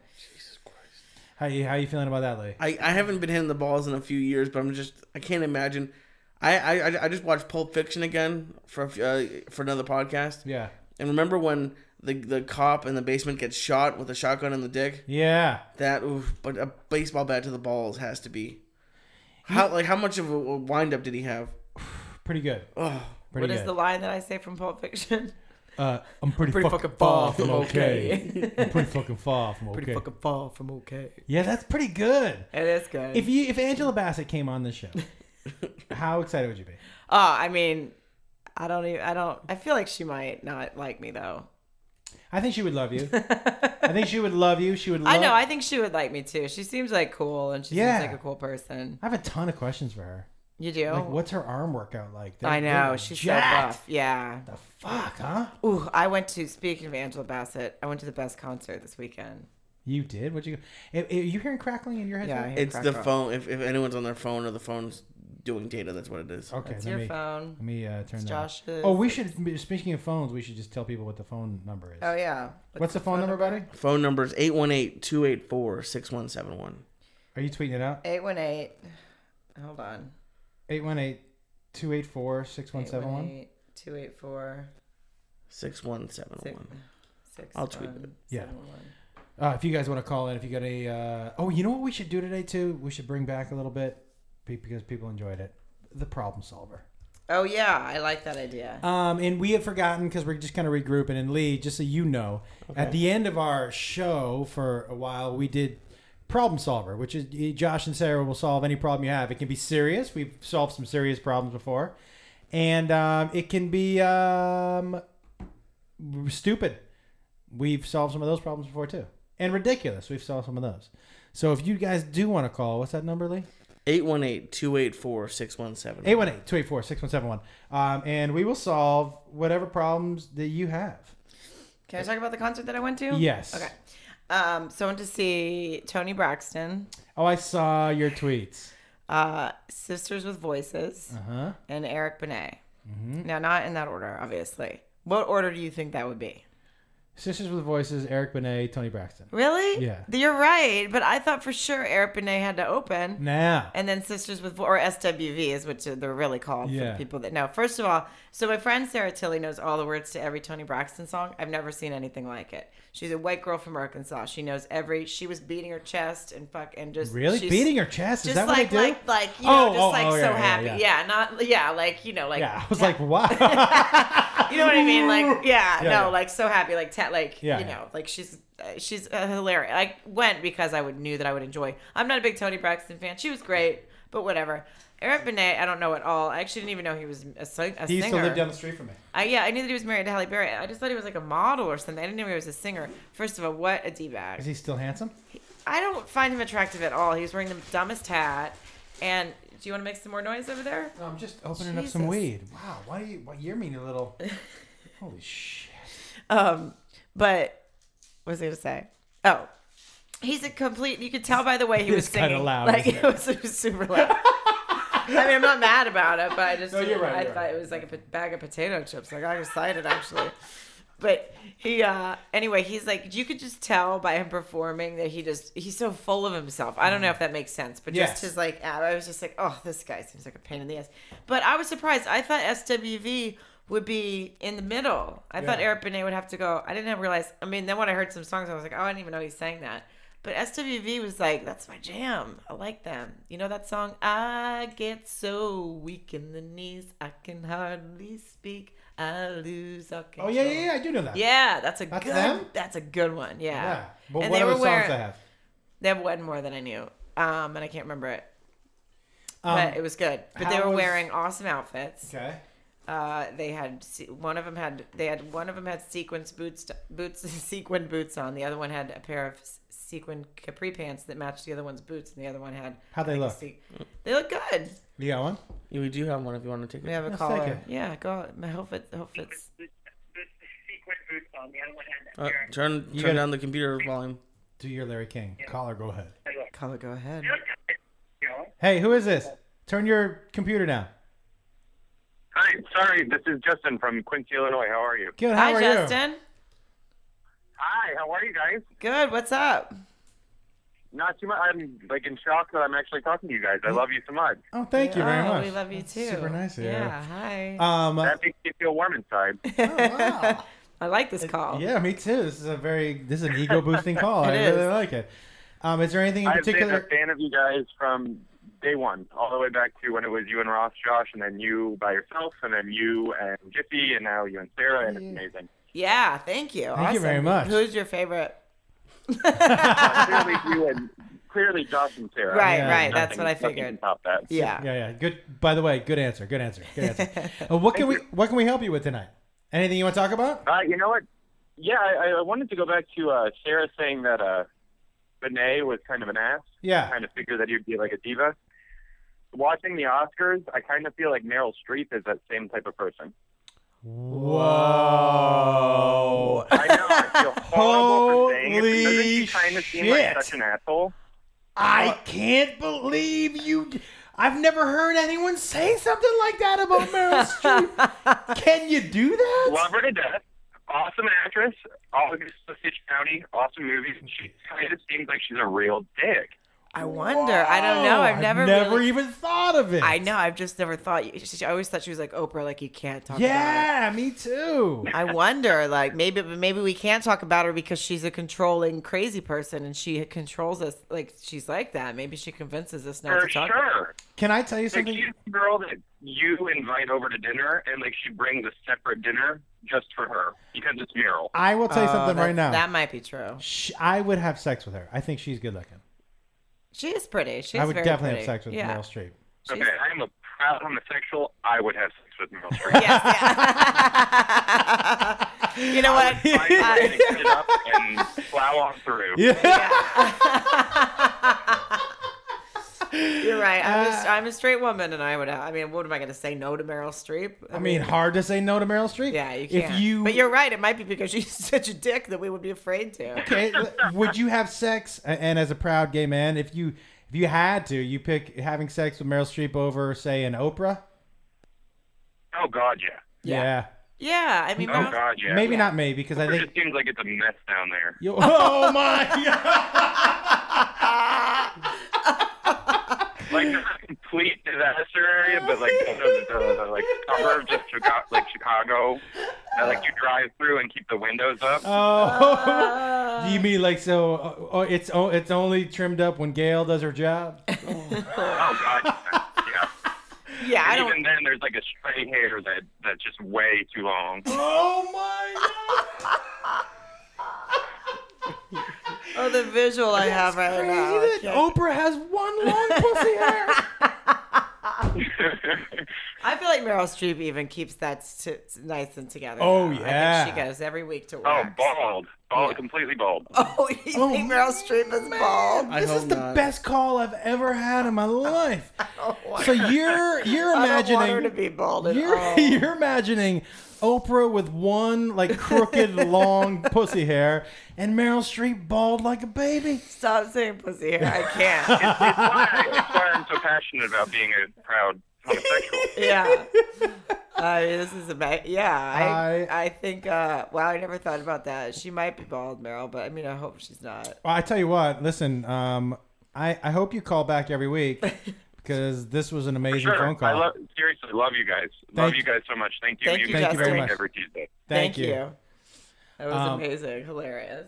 [SPEAKER 1] How you how you feeling about that, Lee?
[SPEAKER 3] I, I haven't been hitting the balls in a few years, but I'm just I can't imagine. I I, I- I just watched Pulp Fiction again for a few, uh, for another podcast.
[SPEAKER 1] Yeah,
[SPEAKER 3] And remember when the the cop in the basement gets shot with a shotgun in the dick?
[SPEAKER 1] yeah.
[SPEAKER 3] That oof, but a baseball bat to the balls has to be. How like how much of a wind up did he have?
[SPEAKER 1] Pretty good.
[SPEAKER 3] Oh,
[SPEAKER 1] Pretty
[SPEAKER 2] What
[SPEAKER 1] good.
[SPEAKER 2] is the line that I say from Pulp Fiction?
[SPEAKER 1] uh, I'm pretty,
[SPEAKER 2] Pretty
[SPEAKER 1] fucking
[SPEAKER 2] fucking
[SPEAKER 1] far
[SPEAKER 2] far
[SPEAKER 1] from
[SPEAKER 2] from
[SPEAKER 1] okay. I'm pretty fucking far from
[SPEAKER 2] Pretty
[SPEAKER 1] okay.
[SPEAKER 2] fucking far from okay.
[SPEAKER 1] Yeah, that's pretty good.
[SPEAKER 2] It is good.
[SPEAKER 1] If you if Angela Bassett came on this show, how excited would you be?
[SPEAKER 2] Oh, I mean, I don't even. I don't. I feel like she might not like me though.
[SPEAKER 1] I think she would love you. I think she would love you. She would. Love,
[SPEAKER 2] I know. I think she would like me too. She seems like cool, and she
[SPEAKER 1] Yeah.
[SPEAKER 2] seems like a cool person.
[SPEAKER 1] I have a ton of questions for her.
[SPEAKER 2] You do.
[SPEAKER 1] Like, what's her arm workout like? They're-
[SPEAKER 2] Oh. I know.
[SPEAKER 1] they're
[SPEAKER 2] She's
[SPEAKER 1] jacked.
[SPEAKER 2] so buff. Yeah.
[SPEAKER 1] The fuck, huh?
[SPEAKER 2] Ooh, I went to. Speaking of Angela Bassett, I went to the best concert this weekend.
[SPEAKER 1] You did? What you? Are you hearing crackling in your head?
[SPEAKER 2] Yeah, I
[SPEAKER 1] Tony?
[SPEAKER 2] hear
[SPEAKER 3] it's
[SPEAKER 2] crack
[SPEAKER 3] the
[SPEAKER 2] rock.
[SPEAKER 3] phone. If, if anyone's on their phone or the phone's doing data, that's what it is.
[SPEAKER 1] Okay.
[SPEAKER 2] It's
[SPEAKER 1] let
[SPEAKER 2] your
[SPEAKER 1] me, Let
[SPEAKER 2] phone.
[SPEAKER 1] me uh, turn that. off.
[SPEAKER 2] Josh's.
[SPEAKER 1] Oh, we should. Speaking of phones, we should just tell people what the phone number is.
[SPEAKER 2] Oh yeah.
[SPEAKER 1] What's the phone number, buddy?
[SPEAKER 3] Phone number is 818-284-6171.
[SPEAKER 1] Are you tweeting it out?
[SPEAKER 2] Eight one eight. Hold on.
[SPEAKER 1] 818-284-6171.
[SPEAKER 2] 818-284-6171.
[SPEAKER 3] 6171.
[SPEAKER 2] six.
[SPEAKER 3] I'll tweet
[SPEAKER 2] one,
[SPEAKER 1] Yeah.
[SPEAKER 2] seven, one.
[SPEAKER 1] Uh, if you guys want to call in, if you got any, uh, oh, you know what we should do today too? We should bring back a little bit be- because people enjoyed it. The problem solver.
[SPEAKER 2] Oh yeah, I like that idea.
[SPEAKER 1] Um, and we had forgotten because we're just kind of regrouping. And Lee, just so you know, at the end of our show for a while, we did problem solver, which is eh, Josh and Sarah will solve any problem you have. It can be serious. We've solved some serious problems before, and um, it can be um, stupid. We've solved some of those problems before too, and ridiculous. We've solved some of those. So if you guys do want to call, what's that number, Lee?
[SPEAKER 3] 818-284-6171.
[SPEAKER 1] 818-284-6171. Um, and we will solve whatever problems that you have.
[SPEAKER 2] Can I talk about the concert that I went to?
[SPEAKER 1] Yes.
[SPEAKER 2] Okay. Um, so I went to see Tony Braxton,
[SPEAKER 1] Oh, I saw your tweets.
[SPEAKER 2] uh, Sisters with Voices,
[SPEAKER 1] Uh-huh.
[SPEAKER 2] and Eric Benet.
[SPEAKER 1] Mm-hmm.
[SPEAKER 2] Now, not in that order, obviously. What order do you think that would be?
[SPEAKER 1] Sisters with Voices, Eric Benet, Tony Braxton.
[SPEAKER 2] Really?
[SPEAKER 1] Yeah.
[SPEAKER 2] You're right, but I thought for sure Eric Benet had to open.
[SPEAKER 1] Now.
[SPEAKER 2] And then Sisters with Vo- or SWV is what they're really called
[SPEAKER 1] Yeah.
[SPEAKER 2] for people that know. First of all, so my friend Sarah Tilly knows all the words to every Tony Braxton song. I've never seen anything like it. She's a white girl from Arkansas. She knows every. She was beating her chest and fuck and just
[SPEAKER 1] Really?
[SPEAKER 2] she's-
[SPEAKER 1] Beating her chest? Is
[SPEAKER 2] Just
[SPEAKER 1] that what
[SPEAKER 2] like
[SPEAKER 1] I do?
[SPEAKER 2] like like you
[SPEAKER 1] Oh,
[SPEAKER 2] know just
[SPEAKER 1] oh,
[SPEAKER 2] like
[SPEAKER 1] oh,
[SPEAKER 2] so
[SPEAKER 1] yeah, yeah,
[SPEAKER 2] happy
[SPEAKER 1] yeah.
[SPEAKER 2] yeah. not yeah like you know like
[SPEAKER 1] yeah, I was like, wow.
[SPEAKER 2] you know what I mean like
[SPEAKER 1] Yeah,
[SPEAKER 2] yeah, no
[SPEAKER 1] yeah.
[SPEAKER 2] like so happy like ta- like
[SPEAKER 1] Yeah,
[SPEAKER 2] you
[SPEAKER 1] yeah.
[SPEAKER 2] know like she's uh, she's uh, hilarious I went because I would knew that I would enjoy I'm not a big Tony Braxton fan she was great but whatever Eric Benet I don't know at all I actually didn't even know he was a, sing- a
[SPEAKER 1] he used to
[SPEAKER 2] singer
[SPEAKER 1] live down the street from me.
[SPEAKER 2] I, yeah I knew that he was married to Halle Berry I just thought he was like a model or something I didn't know he was a singer first of all what a d bag
[SPEAKER 1] Is he still handsome?
[SPEAKER 2] I don't find him attractive at all he was wearing the dumbest hat and do you want to make some more noise over there
[SPEAKER 1] No, I'm just opening
[SPEAKER 2] up some Jesus. weed.
[SPEAKER 1] Wow, why do you, why, you're mean a little. Holy shit.
[SPEAKER 2] Um, but what was I gonna say? Oh, he's a complete. You could tell by the way he
[SPEAKER 1] It
[SPEAKER 2] was
[SPEAKER 1] is kinda
[SPEAKER 2] singing.
[SPEAKER 1] loud,
[SPEAKER 2] like
[SPEAKER 1] isn't
[SPEAKER 2] it was, it was super loud. I mean, I'm not mad about it, but I just
[SPEAKER 1] No, you're right,
[SPEAKER 2] I
[SPEAKER 1] you're
[SPEAKER 2] thought
[SPEAKER 1] right.
[SPEAKER 2] it was like a p- bag of potato chips. Like I got excited actually. But he, uh, anyway, he's like, you could just tell by him performing that he just, he's so full of himself. I don't know if that makes sense, but
[SPEAKER 1] Mm. Yes.
[SPEAKER 2] just his like, ab- I was just like, oh, this guy seems like a pain in the ass. But I was surprised. I thought SWV would be in the middle. I thought
[SPEAKER 1] Yeah.
[SPEAKER 2] Eric Benet would have to go. I didn't realize. I mean, then when I heard some songs, I was like, oh, I didn't even know he sang that. But SWV was like, that's my jam. I like them. You know that song? I get so weak in the knees, I can hardly speak. I lose all
[SPEAKER 1] Oh,
[SPEAKER 2] control.
[SPEAKER 1] yeah, yeah, yeah, I do know that.
[SPEAKER 2] Yeah, that's a
[SPEAKER 1] That's
[SPEAKER 2] good.
[SPEAKER 1] them?
[SPEAKER 2] That's a good one. Yeah.
[SPEAKER 1] Yeah. But
[SPEAKER 2] and
[SPEAKER 1] what
[SPEAKER 2] they
[SPEAKER 1] other
[SPEAKER 2] were
[SPEAKER 1] songs
[SPEAKER 2] wearing.
[SPEAKER 1] I have?
[SPEAKER 2] They have one more than I knew, um, and I can't remember it.
[SPEAKER 1] Um,
[SPEAKER 2] but it was good. But they
[SPEAKER 1] how
[SPEAKER 2] were
[SPEAKER 1] was-
[SPEAKER 2] wearing awesome outfits.
[SPEAKER 1] okay.
[SPEAKER 2] Uh, they had se- one of them had they had one of them had sequins boots boots sequin boots on. The other one had a pair of s- sequin capri pants that matched the other one's boots, and the other one had
[SPEAKER 1] How'd they
[SPEAKER 2] like, a
[SPEAKER 1] look?
[SPEAKER 2] se- they look good.
[SPEAKER 1] You got one?
[SPEAKER 3] We do have one if you want to take
[SPEAKER 2] We
[SPEAKER 3] it.
[SPEAKER 2] have a
[SPEAKER 1] Let's take
[SPEAKER 2] caller.
[SPEAKER 1] it.
[SPEAKER 2] Yeah, go. I hope it. Hope it's.
[SPEAKER 4] the, the, the sequin boots on. The other one had that
[SPEAKER 3] Uh,
[SPEAKER 4] pair.
[SPEAKER 3] turn turn
[SPEAKER 1] gotta-
[SPEAKER 3] down the computer volume.
[SPEAKER 1] Do your Larry King. Caller, go ahead.
[SPEAKER 2] Caller, go ahead.
[SPEAKER 4] You know?
[SPEAKER 1] Hey, who is this? Turn your computer down.
[SPEAKER 5] Hi, sorry, this is Justin from Quincy, Illinois. How are you?
[SPEAKER 1] Good, how
[SPEAKER 2] Hi,
[SPEAKER 1] are you?
[SPEAKER 2] Justin.
[SPEAKER 5] Hi, how are you guys?
[SPEAKER 2] Good. What's up?
[SPEAKER 5] Not too much. I'm like in shock that I'm actually talking to you guys. I love you so much.
[SPEAKER 1] Oh, thank you very
[SPEAKER 2] Oh,
[SPEAKER 1] much.
[SPEAKER 2] We love you
[SPEAKER 1] That's
[SPEAKER 2] too.
[SPEAKER 1] Super nice of you.
[SPEAKER 2] Yeah. Hi.
[SPEAKER 1] Um,
[SPEAKER 5] That makes me feel warm inside.
[SPEAKER 1] wow.
[SPEAKER 2] I like this call.
[SPEAKER 1] yeah, me too. This is a very this is an ego boosting call. I
[SPEAKER 2] It is.
[SPEAKER 1] really like it. Um, is there anything in
[SPEAKER 5] I've been a
[SPEAKER 1] particular?
[SPEAKER 5] fan of you guys from day one, all the way back to when it was you and Ross, Josh, and then you by yourself, and then you and Jiffy, and now you and Sarah, and it's amazing.
[SPEAKER 2] Yeah, Thank you. Thank
[SPEAKER 1] you very much.
[SPEAKER 2] Who's your favorite?
[SPEAKER 5] Uh, clearly, you and clearly Josh and Sarah.
[SPEAKER 2] Right,
[SPEAKER 1] Yeah.
[SPEAKER 2] right. That's
[SPEAKER 5] Nothing-
[SPEAKER 2] what I
[SPEAKER 5] nothing
[SPEAKER 2] figured.
[SPEAKER 5] can top that.
[SPEAKER 2] Yeah.
[SPEAKER 1] Yeah, yeah. Good. By the way, good answer. Good answer. Good answer. Uh, what can we What can we help you with tonight? Anything you want to talk about?
[SPEAKER 5] Uh, you know what? Yeah, I, I wanted to go back to uh, Sarah saying that uh, Benet was kind of an ass.
[SPEAKER 1] Yeah.
[SPEAKER 5] Kind of figured that he'd be like a diva. Watching the Oscars, I kind of feel like Meryl Streep is that same type of person.
[SPEAKER 1] Whoa.
[SPEAKER 5] I know. I feel horrible for saying it. but Doesn't
[SPEAKER 1] Holy
[SPEAKER 5] she kind of seem like
[SPEAKER 1] shit.
[SPEAKER 5] such an asshole?
[SPEAKER 1] I can't believe you. d- I've never heard anyone say something like that about Meryl Streep. Can you do that?
[SPEAKER 5] Love her to death. Awesome actress. Always Osage County. Awesome movies. And she kind of seems like she's a real dick.
[SPEAKER 2] I wonder. I don't know.
[SPEAKER 1] Oh,
[SPEAKER 2] I've never, really-
[SPEAKER 1] even thought of it.
[SPEAKER 2] I know. I've just never thought. You, she- I always thought she was like Oprah, like you can't talk about
[SPEAKER 1] Yeah, me too.
[SPEAKER 2] her. I wonder, like maybe, but maybe we can't talk about her because she's a controlling, crazy person, and she controls us. Like she's like that. Maybe she convinces us not
[SPEAKER 5] For
[SPEAKER 2] to talk.
[SPEAKER 5] sure.
[SPEAKER 1] Can I tell you
[SPEAKER 5] Like,
[SPEAKER 1] something?
[SPEAKER 5] she's the girl that you invite over to dinner, and like she brings a separate dinner just for her because it's Meryl.
[SPEAKER 1] I will tell you something
[SPEAKER 2] Oh,
[SPEAKER 1] right now.
[SPEAKER 2] that- That might be true.
[SPEAKER 1] Sh I would have sex with her. I think she's good looking.
[SPEAKER 2] She is pretty. She's
[SPEAKER 1] I would
[SPEAKER 2] very
[SPEAKER 1] definitely
[SPEAKER 2] pretty.
[SPEAKER 1] have sex with
[SPEAKER 2] yeah.
[SPEAKER 1] Meryl Streep.
[SPEAKER 2] She's-
[SPEAKER 5] Okay, I'm a proud homosexual. I would have sex with Meryl Streep.
[SPEAKER 2] Yes, yeah. you know what?
[SPEAKER 5] I would pick it up and plow on
[SPEAKER 2] Uh,
[SPEAKER 5] through.
[SPEAKER 2] You're right. I'm,
[SPEAKER 1] Uh,
[SPEAKER 2] just, I'm a straight woman, and I would. I mean, what am I going to say no to Meryl Streep?
[SPEAKER 1] I mean, hard to say no to Meryl Streep.
[SPEAKER 2] yeah, you can't.
[SPEAKER 1] If you,
[SPEAKER 2] but you're right. It might be because she's such a dick that we would be afraid to.
[SPEAKER 1] okay, l- would you have sex? a- And as a proud gay man, if you if you had to, you pick having sex with Meryl Streep over, say, an Oprah.
[SPEAKER 5] Oh God, yeah.
[SPEAKER 2] Yeah.
[SPEAKER 1] Yeah,
[SPEAKER 2] Yeah, I mean,
[SPEAKER 5] Oh
[SPEAKER 2] Meryl-
[SPEAKER 5] God, yeah.
[SPEAKER 1] maybe not me because I
[SPEAKER 5] It
[SPEAKER 1] think.
[SPEAKER 5] just seems like it's a mess down there.
[SPEAKER 1] Yo- oh my god!
[SPEAKER 5] Like not a complete disaster area, but like the, the, the, like suburbs of Chicago, like Chicago, that like you drive through and keep the windows up.
[SPEAKER 1] Oh, you mean like so? uh, Oh, it's oh, it's only trimmed up when Gail does her job.
[SPEAKER 5] oh God, yeah. yeah.
[SPEAKER 2] yeah, I
[SPEAKER 5] And
[SPEAKER 2] don't.
[SPEAKER 5] Even then, there's like a stray hair that that's just way too long.
[SPEAKER 1] oh my god!
[SPEAKER 2] Oh, the visual I have right
[SPEAKER 1] Crazy
[SPEAKER 2] now. I
[SPEAKER 1] that oh.
[SPEAKER 2] can't-
[SPEAKER 1] Oprah has one long pussy hair.
[SPEAKER 2] I feel like Meryl Streep even keeps that t- t- nice and together.
[SPEAKER 1] Oh,
[SPEAKER 2] now. I
[SPEAKER 1] yeah.
[SPEAKER 2] think she goes every week to
[SPEAKER 5] oh,
[SPEAKER 2] work.
[SPEAKER 5] bald, bald, completely bald.
[SPEAKER 2] Oh, you
[SPEAKER 1] Oh,
[SPEAKER 2] think Meryl Streep is bald?
[SPEAKER 1] this
[SPEAKER 3] hope
[SPEAKER 1] is the
[SPEAKER 3] not.
[SPEAKER 1] best call I've ever had in my life.
[SPEAKER 2] Oh,
[SPEAKER 1] So you're you're
[SPEAKER 2] I don't want her to
[SPEAKER 1] imagining
[SPEAKER 2] be bald at
[SPEAKER 1] you're
[SPEAKER 2] all.
[SPEAKER 1] you're imagining Oprah with one like crooked long pussy hair and Meryl Streep bald like a baby.
[SPEAKER 2] Stop saying pussy hair. I can't.
[SPEAKER 5] It's why, it's why I'm so passionate about being a proud homosexual.
[SPEAKER 2] yeah. I mean, this is amazing. Yeah, I, I,
[SPEAKER 1] I-
[SPEAKER 2] think. Uh, wow, I never thought about that. She might be bald, Meryl, but I mean, I hope she's not.
[SPEAKER 1] Well, I tell you what, listen, um, I I hope you call back every week because this was an amazing
[SPEAKER 5] Sure.
[SPEAKER 1] phone call.
[SPEAKER 5] I love, seriously, love you guys. love
[SPEAKER 1] Thank-
[SPEAKER 5] you guys so much. Thank you.
[SPEAKER 2] Thank you,
[SPEAKER 5] guys
[SPEAKER 2] Thank you very
[SPEAKER 5] are
[SPEAKER 1] much.
[SPEAKER 5] every Tuesday.
[SPEAKER 1] Thank, you.
[SPEAKER 2] That was
[SPEAKER 1] Um,
[SPEAKER 2] amazing, hilarious.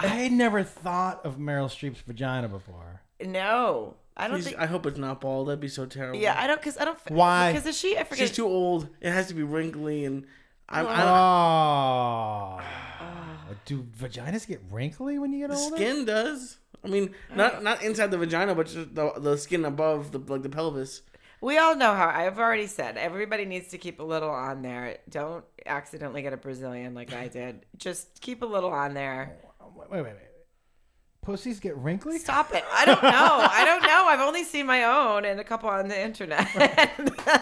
[SPEAKER 1] I had never thought of Meryl Streep's vagina before.
[SPEAKER 2] No, I don't
[SPEAKER 3] Please,
[SPEAKER 2] think.
[SPEAKER 3] I hope it's not bald. That'd be so terrible.
[SPEAKER 2] yeah, I don't because I don't.
[SPEAKER 1] Why?
[SPEAKER 2] Because is she? I forget.
[SPEAKER 3] She's too old. It has to be wrinkly, and I'm, I'm
[SPEAKER 2] Ah.
[SPEAKER 1] Oh. Do vaginas get wrinkly when you get
[SPEAKER 3] the
[SPEAKER 1] older?
[SPEAKER 3] skin does. I mean, not not inside the vagina, but just the, the skin above the like the pelvis.
[SPEAKER 2] We all know how I've already said everybody needs to keep a little on there. Don't accidentally get a Brazilian like I did. Just keep a little on there.
[SPEAKER 1] Oh, Wait, wait, wait. Pussies get wrinkly?
[SPEAKER 2] Stop it. I don't know. I don't know. I've only seen my own and a couple on the internet.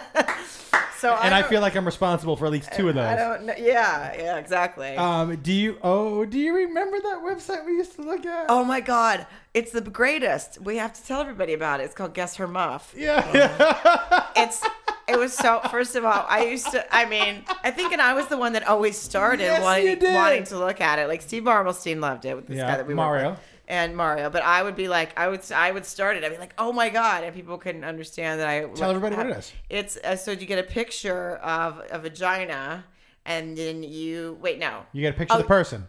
[SPEAKER 2] so
[SPEAKER 1] And I
[SPEAKER 2] don't-
[SPEAKER 1] feel like I'm responsible for at least two of
[SPEAKER 2] I
[SPEAKER 1] those.
[SPEAKER 2] don't know. Yeah, yeah, exactly.
[SPEAKER 1] Um, do you? Oh, do you remember that website we used to look at?
[SPEAKER 2] oh my god, it's the greatest. We have to tell everybody about it. It's called Guess Her Muff.
[SPEAKER 1] yeah. yeah.
[SPEAKER 2] It's it was so first of all, I used to I mean, I think and I was the one that always started
[SPEAKER 1] Yes, you
[SPEAKER 2] wanting,
[SPEAKER 1] did.
[SPEAKER 2] wanting to look at it. Like Steve Marmelstein loved it with this
[SPEAKER 1] Yeah,
[SPEAKER 2] guy that we work
[SPEAKER 1] Mario.
[SPEAKER 2] with. and Mario, but I would be like I would I would start it. I'd be like, "Oh my god." And people couldn't understand that I
[SPEAKER 1] Tell everybody what it is.
[SPEAKER 2] It's uh, so you get a picture of a vagina and then you wait, no.
[SPEAKER 1] you got a
[SPEAKER 2] Oh.
[SPEAKER 1] picture of the person.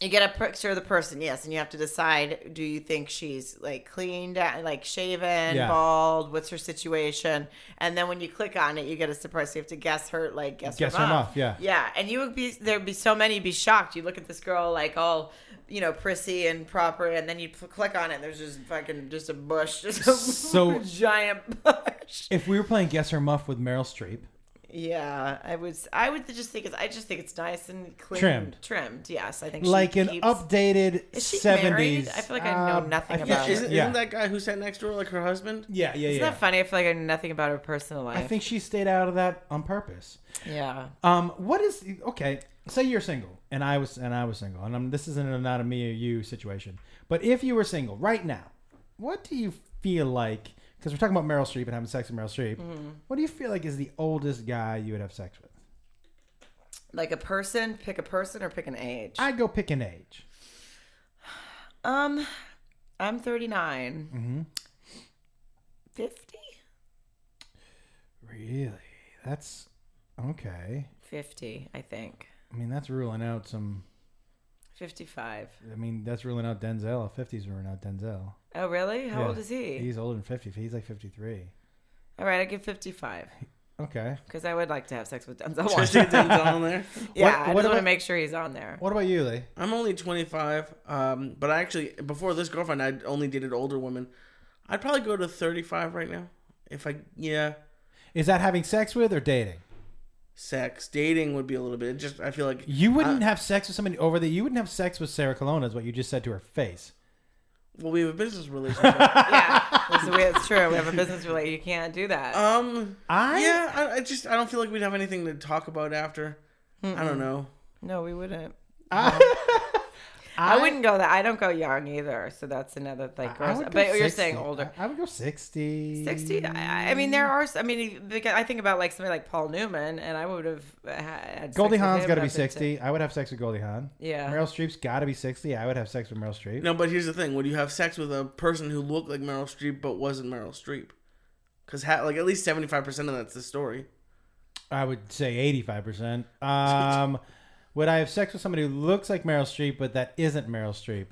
[SPEAKER 2] You get a picture of the person, yes, and you have to decide: do you think she's like cleaned, out, like shaven,
[SPEAKER 1] Yeah.
[SPEAKER 2] bald? What's her situation? And then when you click on it, you get a surprise. So you have to guess her, like guess,
[SPEAKER 1] Guess her
[SPEAKER 2] her, muff.
[SPEAKER 1] muff, yeah.
[SPEAKER 2] yeah. And you would be there'd be so many, you'd be shocked. You look at this girl like all, you know, prissy and proper, and then you pl- click on it, and there's just fucking just a bush, just a
[SPEAKER 1] So-
[SPEAKER 2] giant bush.
[SPEAKER 1] If we were playing Guess or Muff with Meryl Streep,
[SPEAKER 2] Yeah, I would. I would just think it's. I just think it's nice and clean,
[SPEAKER 1] Trimmed.
[SPEAKER 2] Trimmed, yes. I think she
[SPEAKER 1] like an
[SPEAKER 2] keeps-
[SPEAKER 1] updated
[SPEAKER 2] Is she
[SPEAKER 1] 70s.
[SPEAKER 2] married? I feel like I know
[SPEAKER 1] um,
[SPEAKER 2] nothing
[SPEAKER 1] I think
[SPEAKER 2] about
[SPEAKER 3] Yeah,
[SPEAKER 2] her.
[SPEAKER 1] she-
[SPEAKER 3] isn't,
[SPEAKER 1] yeah.
[SPEAKER 3] isn't that guy who sat next door like her husband?
[SPEAKER 1] yeah, yeah,
[SPEAKER 2] Isn't
[SPEAKER 1] yeah.
[SPEAKER 2] that funny? I feel like I know nothing about her personal life.
[SPEAKER 1] I think she stayed out of that on purpose.
[SPEAKER 2] Yeah.
[SPEAKER 1] Um, what is okay? Say you're single, and I was, and I was single, and I'm, this isn't an not a me or you situation. But if you were single right now, what do you feel like? Because we're talking about Meryl Streep and having sex with Meryl Streep.
[SPEAKER 2] Mm-hmm.
[SPEAKER 1] What do you feel like is the oldest guy you would have sex with?
[SPEAKER 2] Like a person, pick a person or pick an age.
[SPEAKER 1] I'd go pick an age.
[SPEAKER 2] um, I'm 39. Mm-hmm. 50?
[SPEAKER 1] Really? That's okay.
[SPEAKER 2] 50, I think.
[SPEAKER 1] I mean, that's ruling out some.
[SPEAKER 2] 55.
[SPEAKER 1] I mean, that's ruling out Denzel. Fifties ruling out Denzel.
[SPEAKER 2] Oh, really? How
[SPEAKER 1] Yeah.
[SPEAKER 2] old is he?
[SPEAKER 1] He's older than fifty. He's like fifty-three.
[SPEAKER 2] All right, I give 55
[SPEAKER 1] Okay.
[SPEAKER 2] because I would like to have sex with Denzel
[SPEAKER 3] Just get
[SPEAKER 2] Washington.
[SPEAKER 3] them down there.
[SPEAKER 2] yeah, I
[SPEAKER 1] what
[SPEAKER 2] just want to
[SPEAKER 1] about-
[SPEAKER 2] make sure he's on there.
[SPEAKER 1] What about you, Lee?
[SPEAKER 3] I'm only 25, um, but I actually before this girlfriend, I only dated older women. I'd probably go to 35 right now if I yeah.
[SPEAKER 1] Is that having sex with or dating?
[SPEAKER 3] Sex dating would be a little bit. Just I feel like
[SPEAKER 1] You wouldn't have sex with somebody over there. You wouldn't have sex with Sarah Colonna, is what you just said to her face.
[SPEAKER 3] well, we have a business relationship.
[SPEAKER 2] yeah, it's, we- it's true. We have a business relationship. You can't do that.
[SPEAKER 3] um,
[SPEAKER 1] I
[SPEAKER 3] yeah, I, I just I don't feel like we'd have anything to talk about after. I don't know.
[SPEAKER 2] no, we wouldn't.
[SPEAKER 1] I,
[SPEAKER 2] I, wouldn't go that. I don't go young either, so that's another thing.
[SPEAKER 1] I
[SPEAKER 2] Girls,
[SPEAKER 1] would
[SPEAKER 2] but
[SPEAKER 1] go
[SPEAKER 2] you're
[SPEAKER 1] 60.
[SPEAKER 2] saying older.
[SPEAKER 1] I, I would go sixty.
[SPEAKER 2] 60 I, I mean there are s- i mean because i think about like somebody like paul newman and i would have had
[SPEAKER 1] Goldie
[SPEAKER 2] sex with
[SPEAKER 1] Hawn's
[SPEAKER 2] him
[SPEAKER 1] got to be
[SPEAKER 2] up until-
[SPEAKER 1] sixty. I would have sex with Goldie Hawn.
[SPEAKER 2] Yeah.
[SPEAKER 1] Meryl Streep's got to be sixty. I would have sex with Meryl Streep.
[SPEAKER 3] No, but here's the thing: Would you have sex with a person who looked like Meryl Streep but wasn't Meryl Streep? Because ha- like at least seventy five percent of that's the story.
[SPEAKER 1] I would say eighty-five percent. Um, would I have sex with somebody who looks like Meryl Streep but that isn't Meryl Streep?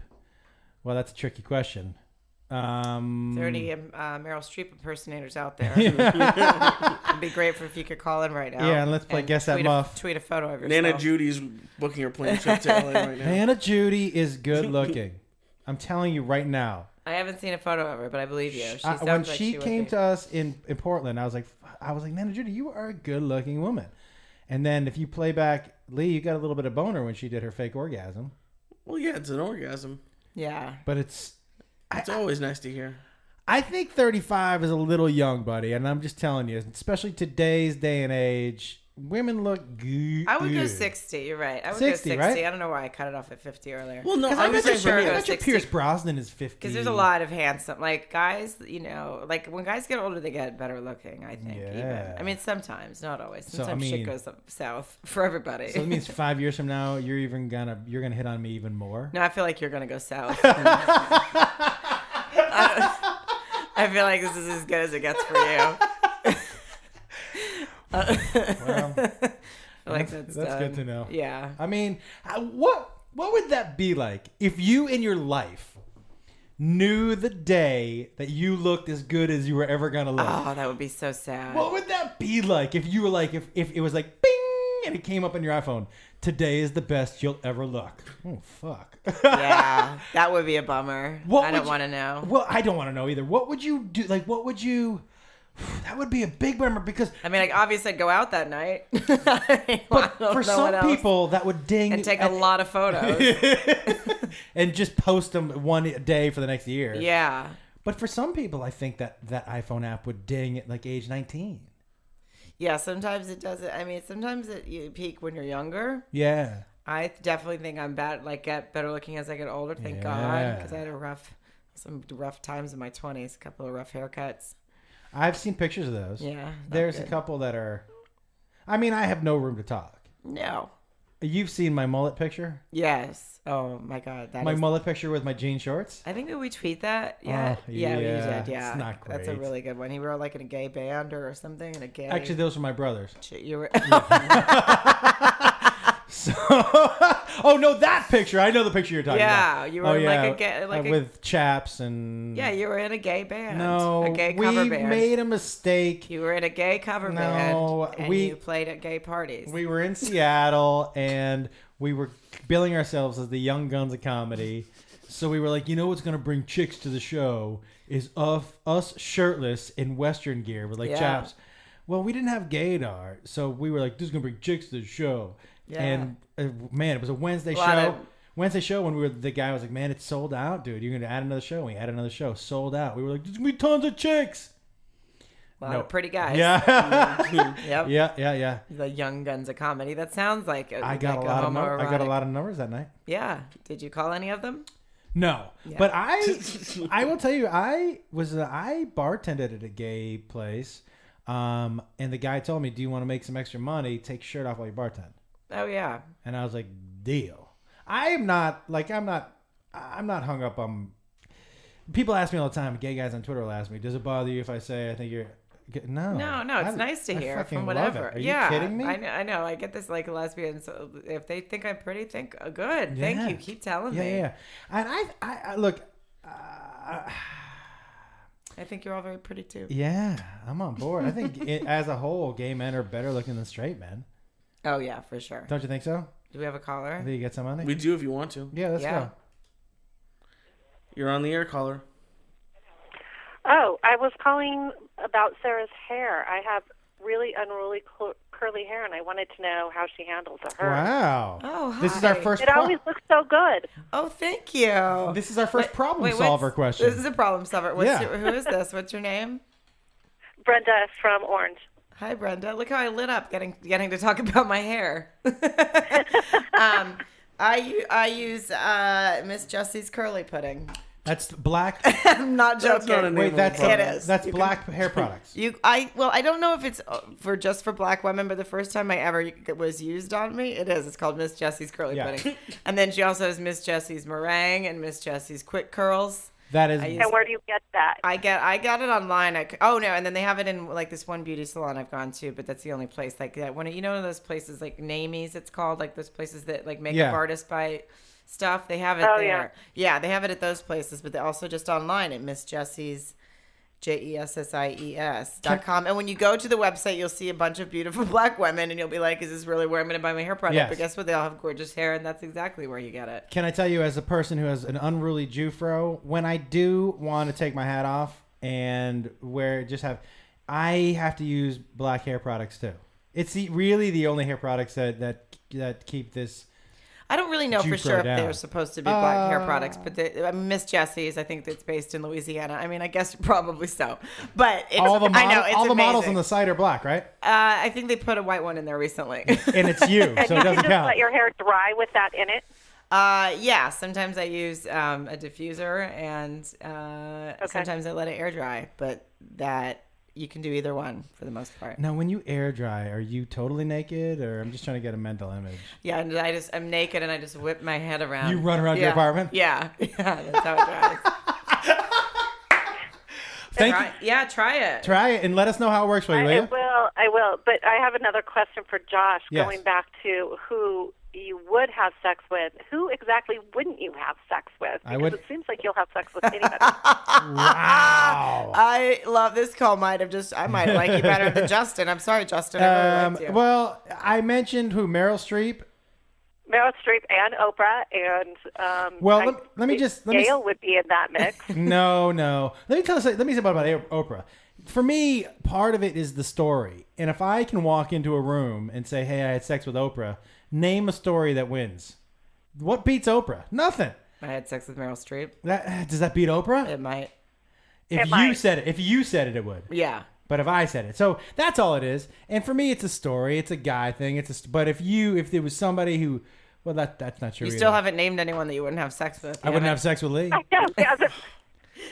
[SPEAKER 1] Well, that's a tricky question. Um,
[SPEAKER 2] there are any um, uh, meryl streep impersonators out there it'd be grateful if you could call in right now
[SPEAKER 1] Yeah, and let's play Guess That
[SPEAKER 2] tweet a-
[SPEAKER 1] Muff.
[SPEAKER 2] tweet a photo of yourself
[SPEAKER 3] Nana Judy's booking her plane trip to LA right now.
[SPEAKER 1] Hannah Judy is good looking. I'm telling you right now.
[SPEAKER 2] i haven't seen a photo of her but i believe you she
[SPEAKER 1] I-
[SPEAKER 2] sounds
[SPEAKER 1] uh, when
[SPEAKER 2] like
[SPEAKER 1] she,
[SPEAKER 2] would
[SPEAKER 1] came
[SPEAKER 2] be.
[SPEAKER 1] to us in, in Portland, I was like, I was like, Nana Judy, you are a good looking woman. And then if you play back Lee, you got a little bit of boner when she did her fake orgasm.
[SPEAKER 3] Well, yeah, it's an orgasm.
[SPEAKER 2] yeah
[SPEAKER 1] But it's,
[SPEAKER 3] It's always nice to hear.
[SPEAKER 1] I think 35 is a little young, buddy. And I'm just telling you, especially today's day and age, women look good.
[SPEAKER 2] I would go 60. You're right. I would
[SPEAKER 1] 60,
[SPEAKER 2] go 60.
[SPEAKER 1] right?
[SPEAKER 2] I don't know why I cut it off at 50 earlier.
[SPEAKER 3] Well, no,
[SPEAKER 1] Because I
[SPEAKER 3] I'm
[SPEAKER 1] bet
[SPEAKER 3] just
[SPEAKER 1] you
[SPEAKER 3] saying
[SPEAKER 2] sure
[SPEAKER 3] for me.
[SPEAKER 2] go
[SPEAKER 1] I bet you
[SPEAKER 2] 60.
[SPEAKER 1] Pierce Brosnan is 50.
[SPEAKER 2] Because there's a lot of handsome, like guys, you know, like when guys get older, they get better looking. I think.
[SPEAKER 1] Yeah.
[SPEAKER 2] Even. I mean, sometimes, not always.
[SPEAKER 1] I
[SPEAKER 2] Sometimes
[SPEAKER 1] mean-
[SPEAKER 2] shit goes up south for everybody.
[SPEAKER 1] So it means five years from now, you're even gonna you're gonna hit on me even more.
[SPEAKER 2] no, I feel like you're gonna go south. I, don't- I feel like this is as good as it gets for you.
[SPEAKER 1] Well,
[SPEAKER 2] I feel like
[SPEAKER 1] That's-
[SPEAKER 2] that's,
[SPEAKER 1] that's good
[SPEAKER 2] done.
[SPEAKER 1] to know.
[SPEAKER 2] Yeah.
[SPEAKER 1] I mean, I- what what would that be like if you in your life knew the day that you looked as good as you were ever gonna look?
[SPEAKER 2] Oh, that would be so sad.
[SPEAKER 1] What would that be like if you were like if if it was like bing and it came up on your iPhone? Today is the best you'll ever look. Oh fuck.
[SPEAKER 2] yeah, that would be a bummer.
[SPEAKER 1] What
[SPEAKER 2] I
[SPEAKER 1] would
[SPEAKER 2] don't
[SPEAKER 1] you-
[SPEAKER 2] want to know.
[SPEAKER 1] well, I don't want to know either. What would you do? Like, what would you? That would be a big bummer because.
[SPEAKER 2] I mean, like obviously, I'd go out that night. I
[SPEAKER 1] But for
[SPEAKER 2] don't know what
[SPEAKER 1] some
[SPEAKER 2] else.
[SPEAKER 1] people, that would ding
[SPEAKER 2] and take a lot of photos.
[SPEAKER 1] and just post them one day for the next year.
[SPEAKER 2] yeah.
[SPEAKER 1] But for some people, I think that that iPhone app would ding at like age 19.
[SPEAKER 2] Yeah, sometimes it doesn't. I mean, sometimes it you peak when you're younger.
[SPEAKER 1] Yeah.
[SPEAKER 2] I definitely think I'm bad, like get better looking as I get older. Thank God,
[SPEAKER 1] Yeah.
[SPEAKER 2] because I had a rough, some rough times in my 20s. A couple of rough haircuts.
[SPEAKER 1] I've seen pictures of those.
[SPEAKER 2] Yeah, not
[SPEAKER 1] There's a
[SPEAKER 2] good.
[SPEAKER 1] couple that are I mean, I have no room to talk.
[SPEAKER 2] No.
[SPEAKER 1] You've seen my mullet picture?
[SPEAKER 2] Yes. Oh my God. That
[SPEAKER 1] My
[SPEAKER 2] is-
[SPEAKER 1] mullet picture with my jean shorts?
[SPEAKER 2] I think that we tweet that. Yeah.
[SPEAKER 1] Oh,
[SPEAKER 2] yeah, we
[SPEAKER 1] yeah,
[SPEAKER 2] did.
[SPEAKER 1] it's
[SPEAKER 2] Yeah.
[SPEAKER 1] not
[SPEAKER 2] That's a
[SPEAKER 1] great.
[SPEAKER 2] really good one. He wrote like in a gay band or something in a gay.
[SPEAKER 1] Actually, those were my brothers.
[SPEAKER 2] you were.
[SPEAKER 1] So Oh no, that picture. I know the picture you're talking
[SPEAKER 2] Yeah,
[SPEAKER 1] about.
[SPEAKER 2] you were like a ga- like
[SPEAKER 1] uh,
[SPEAKER 2] a-
[SPEAKER 1] with chaps and
[SPEAKER 2] yeah, you were in a gay band.
[SPEAKER 1] No,
[SPEAKER 2] a gay
[SPEAKER 1] we
[SPEAKER 2] cover band.
[SPEAKER 1] made a mistake.
[SPEAKER 2] You were in a gay cover
[SPEAKER 1] No,
[SPEAKER 2] band and
[SPEAKER 1] we-
[SPEAKER 2] you played at gay parties.
[SPEAKER 1] We were in Seattle and we were billing ourselves as the Young Guns of comedy. So we were like, you know what's gonna bring chicks to the show is of us shirtless in Western gear with like
[SPEAKER 2] Yeah.
[SPEAKER 1] chaps. Well, we didn't have gaydar, so we were like, this is gonna bring chicks to the show.
[SPEAKER 2] Yeah.
[SPEAKER 1] And uh, man, it was a Wednesday
[SPEAKER 2] lot
[SPEAKER 1] show.
[SPEAKER 2] of-
[SPEAKER 1] Wednesday show when we were the guy was like, man, it's sold out, dude. You're gonna add another show. We had another show, sold out. We were like, there's gonna be tons of chicks.
[SPEAKER 2] a lot
[SPEAKER 1] No.
[SPEAKER 2] of pretty guys. Mm-hmm.
[SPEAKER 1] Yeah,
[SPEAKER 2] Yep.
[SPEAKER 1] yeah, yeah, yeah.
[SPEAKER 2] The Young Guns of comedy. That sounds like a,
[SPEAKER 1] I got
[SPEAKER 2] like
[SPEAKER 1] a lot of num- I got a
[SPEAKER 2] homoerotic-
[SPEAKER 1] lot of numbers that night.
[SPEAKER 2] Yeah. Did you call any of them?
[SPEAKER 1] No, but I, I will tell you, I was I bartended at a gay place, um, and the guy told me, "Do you want to make some extra money? Take your shirt off while you bartend."
[SPEAKER 2] Oh yeah.
[SPEAKER 1] And I was like, "Deal." I am not like I'm not I'm not hung up on people ask me all the time. Gay guys on Twitter will ask me, "Does it bother you if I say I think you're?" gay?" No,
[SPEAKER 2] No, no, it's
[SPEAKER 1] Oh, I-
[SPEAKER 2] nice to
[SPEAKER 1] I
[SPEAKER 2] hear
[SPEAKER 1] fucking
[SPEAKER 2] from
[SPEAKER 1] love it.
[SPEAKER 2] whatever.
[SPEAKER 1] Are you
[SPEAKER 2] yeah,
[SPEAKER 1] kidding me?
[SPEAKER 2] I know, I know. I get this like lesbians. uh, If they think I'm pretty, think uh, good. Thank
[SPEAKER 1] Yeah.
[SPEAKER 2] you. Keep telling
[SPEAKER 1] Yeah,
[SPEAKER 2] me.
[SPEAKER 1] yeah. yeah. And I, I, I look.
[SPEAKER 2] I think you're all very pretty too.
[SPEAKER 1] Yeah, I'm on board. I think it, as a whole, gay men are better looking than straight men.
[SPEAKER 2] Oh yeah, for sure.
[SPEAKER 1] Don't you think so?
[SPEAKER 2] Do we have a caller?
[SPEAKER 1] I think you get some on
[SPEAKER 3] We
[SPEAKER 1] it.
[SPEAKER 3] do if you want to.
[SPEAKER 1] Yeah, let's
[SPEAKER 2] Yeah.
[SPEAKER 1] go.
[SPEAKER 3] You're on the air, caller.
[SPEAKER 6] Oh, I was calling about Sarah's hair. I have really unruly cl- curly hair, and I wanted to know how she handles her.
[SPEAKER 1] Wow.
[SPEAKER 2] Oh,
[SPEAKER 1] This is our
[SPEAKER 2] hi.
[SPEAKER 1] first.
[SPEAKER 6] It
[SPEAKER 1] pro-
[SPEAKER 6] always looks so good.
[SPEAKER 2] Oh, thank you.
[SPEAKER 1] this is our first
[SPEAKER 2] Wait-
[SPEAKER 1] problem
[SPEAKER 2] wait, what's-
[SPEAKER 1] solver question.
[SPEAKER 2] This is a problem solver. What's
[SPEAKER 1] Yeah.
[SPEAKER 2] your, who is this? What's your name?
[SPEAKER 6] Brenda from Orange.
[SPEAKER 2] Hi, Brenda. Look how I lit up getting getting to talk about my hair. um, I u- I use uh, Miss Jessie's curly pudding.
[SPEAKER 1] That's black.
[SPEAKER 2] I'm not joking.
[SPEAKER 3] That's not a name
[SPEAKER 1] Wait,
[SPEAKER 3] of a
[SPEAKER 1] that's
[SPEAKER 3] product.
[SPEAKER 2] It is.
[SPEAKER 1] that's black hair products.
[SPEAKER 2] You, I, well, I don't know if it's uh, for just for black women, but the first time I ever it was used on me, it is. It's called Miss Jessie's curly
[SPEAKER 1] Yeah.
[SPEAKER 2] pudding, and then she also has Miss Jessie's meringue and Miss Jessie's quick curls.
[SPEAKER 1] That is.
[SPEAKER 2] I use-
[SPEAKER 6] And where do you get that?
[SPEAKER 2] I get, I got it online. I c oh no, and then they have it in like this one beauty salon I've gone to, but that's the only place. Like that one, you know, those places like Namies, it's called like those places that like makeup
[SPEAKER 1] Yeah.
[SPEAKER 2] artists buy stuff. They have it
[SPEAKER 6] Oh, yeah.
[SPEAKER 2] there. Yeah. they have it at those places, but they also just online at Miss Jessie's. J E S S I E S dot com. And when you go to the website, you'll see a bunch of beautiful black women, and you'll be like, Is this really where I'm going to buy my hair product?
[SPEAKER 1] Yes.
[SPEAKER 2] But guess what? They all have gorgeous hair, and that's exactly where you get it.
[SPEAKER 1] Can I tell you, as a person who has an unruly Jufro, when I do want to take my hat off and wear just have, I have to use black hair products too. It's the, really the only hair products that that that keep this.
[SPEAKER 2] I don't really know
[SPEAKER 1] Jew
[SPEAKER 2] for sure if
[SPEAKER 1] Prodown.
[SPEAKER 2] they're supposed to be black hair products, but the, uh, Miss Jessie's, I think that's based in Louisiana. I mean, I guess probably so. But it's,
[SPEAKER 1] All the model,
[SPEAKER 2] I know, it's
[SPEAKER 1] all the models
[SPEAKER 2] amazing.
[SPEAKER 1] on the site are black, right?
[SPEAKER 2] Uh, I think they put a white one in there recently.
[SPEAKER 1] And it's you, so it
[SPEAKER 6] you can
[SPEAKER 1] doesn't
[SPEAKER 6] just
[SPEAKER 1] count.
[SPEAKER 6] let your hair dry with that in it.
[SPEAKER 2] uh, yeah, sometimes I use um, a diffuser, and uh, sometimes I let it air dry. But that you can do either one for the most part.
[SPEAKER 1] Now, when you air dry, are you totally naked, or I'm just trying to get a mental image?
[SPEAKER 2] Yeah, and I just I'm naked and I just whip my head around.
[SPEAKER 1] You run around your
[SPEAKER 2] Yeah.
[SPEAKER 1] apartment?
[SPEAKER 2] Yeah, yeah, that's how it dries.
[SPEAKER 1] Thank you.
[SPEAKER 2] Try- yeah, try it.
[SPEAKER 1] Try it and let us know how it works for you, will
[SPEAKER 6] I, I
[SPEAKER 1] you?
[SPEAKER 6] will. I will. But I have another question for Josh.
[SPEAKER 1] Yes.
[SPEAKER 6] Going back to who you would have sex with, who exactly wouldn't you have sex with?
[SPEAKER 1] I
[SPEAKER 6] Because
[SPEAKER 1] would-
[SPEAKER 6] It seems like you'll have sex with anybody.
[SPEAKER 1] Wow.
[SPEAKER 2] Ah! I love this call. Might have just I might like you better than Justin. I'm sorry, Justin. I really
[SPEAKER 1] Um,
[SPEAKER 2] liked you.
[SPEAKER 1] well, I mentioned who Meryl Streep.
[SPEAKER 6] Meryl Streep and Oprah and um,
[SPEAKER 1] Well,
[SPEAKER 6] I-
[SPEAKER 1] lem- let me just- let me s-
[SPEAKER 6] Gail would be in that mix.
[SPEAKER 1] No, no. Let me tell you. Let me say about about Oprah. For me, part of it is the story, and if I can walk into a room and say, "Hey, I had sex with Oprah," name a story that wins. What beats Oprah? Nothing.
[SPEAKER 2] I had sex with Meryl Streep.
[SPEAKER 1] That does that beat Oprah?
[SPEAKER 2] It might.
[SPEAKER 1] If
[SPEAKER 6] it
[SPEAKER 1] you
[SPEAKER 6] might.
[SPEAKER 1] said it, if you said it, it would.
[SPEAKER 2] Yeah.
[SPEAKER 1] But if I said it, so that's all it is. And for me, it's a story. It's a guy thing. It's a. St- but if you, if there was somebody who, well, that that's not true.
[SPEAKER 2] You
[SPEAKER 1] either.
[SPEAKER 2] still haven't named anyone that you wouldn't have sex with.
[SPEAKER 1] I wouldn't have sex with Lee.
[SPEAKER 6] Yeah, yeah, but-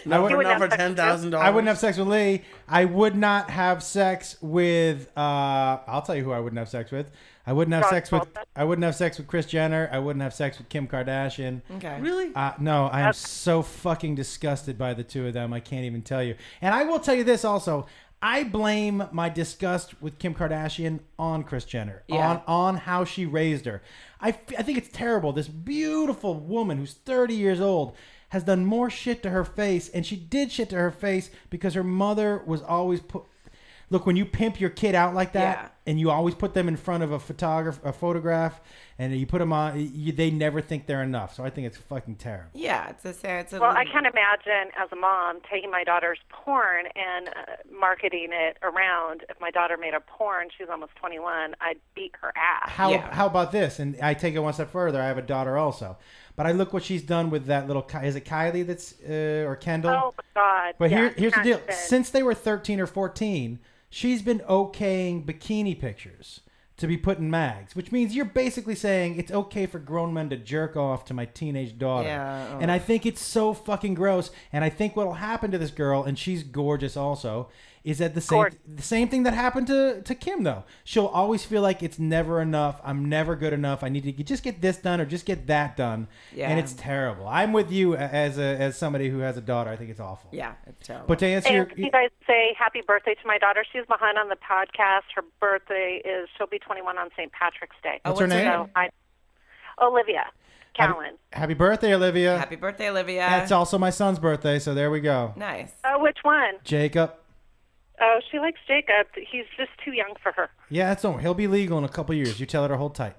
[SPEAKER 1] I
[SPEAKER 3] Not
[SPEAKER 1] would-
[SPEAKER 3] for,
[SPEAKER 6] would
[SPEAKER 3] not
[SPEAKER 6] have
[SPEAKER 3] for
[SPEAKER 6] sex
[SPEAKER 3] ten thousand dollars.
[SPEAKER 1] I wouldn't have sex with Lee. I would not have sex with. Uh, I'll tell you who I wouldn't have sex with. I wouldn't have
[SPEAKER 6] Ron
[SPEAKER 1] sex with.
[SPEAKER 6] Swanson.
[SPEAKER 1] I wouldn't have sex with Chris Jenner. I wouldn't have sex with Kim Kardashian.
[SPEAKER 2] Okay.
[SPEAKER 3] Really?
[SPEAKER 1] Uh, no, I am so fucking disgusted by the two of them. I can't even tell you. And I will tell you this also. I blame my disgust with Kim Kardashian on Kris Jenner,
[SPEAKER 2] Yeah.
[SPEAKER 1] on on how she raised her. I, f- I think it's terrible. This beautiful woman who's 30 years old has done more shit to her face, and she did shit to her face because her mother was always put. Look, when you pimp your kid out like that,
[SPEAKER 2] Yeah.
[SPEAKER 1] and you always put them in front of a photograph, a photograph, and you put them on. You, they never think they're enough. So I think it's fucking terrible.
[SPEAKER 2] Yeah, it's a sad. It's a
[SPEAKER 6] well, I can't imagine as a mom taking my daughter's porn and uh, marketing it around. If my daughter made a porn, she's almost 21, I'd beat her ass.
[SPEAKER 1] How
[SPEAKER 2] Yeah.
[SPEAKER 1] how about this? And I take it one step further. I have a daughter also, but I look what she's done with that little. Ki- Is it Kylie that's uh, or Kendall?
[SPEAKER 6] Oh my God!
[SPEAKER 1] But
[SPEAKER 6] yeah,
[SPEAKER 1] here, here's the deal.
[SPEAKER 6] Constant.
[SPEAKER 1] Since they were 13 or 14, she's been okaying bikini pictures. to be put in mags, which means you're basically saying it's okay for grown men to jerk off to my teenage daughter.
[SPEAKER 2] Yeah,
[SPEAKER 1] And I think it's so fucking gross. And I think what'll happen to this girl, and she's gorgeous also, is that the same
[SPEAKER 6] Gorgeous.
[SPEAKER 1] the same thing that happened to, to Kim though. She'll always feel like it's never enough. I'm never good enough. I need to just get this done or just get that done.
[SPEAKER 2] Yeah.
[SPEAKER 1] And it's terrible. I'm with you as a as somebody who has a daughter. I think it's awful.
[SPEAKER 2] Yeah, it's terrible.
[SPEAKER 1] But to answer
[SPEAKER 6] And
[SPEAKER 1] your
[SPEAKER 6] you guys say happy birthday to my daughter. She's behind on the podcast. Her birthday is she'll be 21 on St. Patrick's Day.
[SPEAKER 1] What's her
[SPEAKER 2] what's her
[SPEAKER 1] name?
[SPEAKER 6] So I, Olivia Callan,
[SPEAKER 1] Happy birthday, Olivia.
[SPEAKER 2] Happy birthday, Olivia.
[SPEAKER 1] uh, That's also my son's birthday, so there we go.
[SPEAKER 2] Nice.
[SPEAKER 6] Oh, which one?
[SPEAKER 1] Jacob.
[SPEAKER 6] Oh, she likes Jacob. He's just too young for her.
[SPEAKER 1] Yeah, that's all. He'll be legal in a couple years. You tell her to hold tight.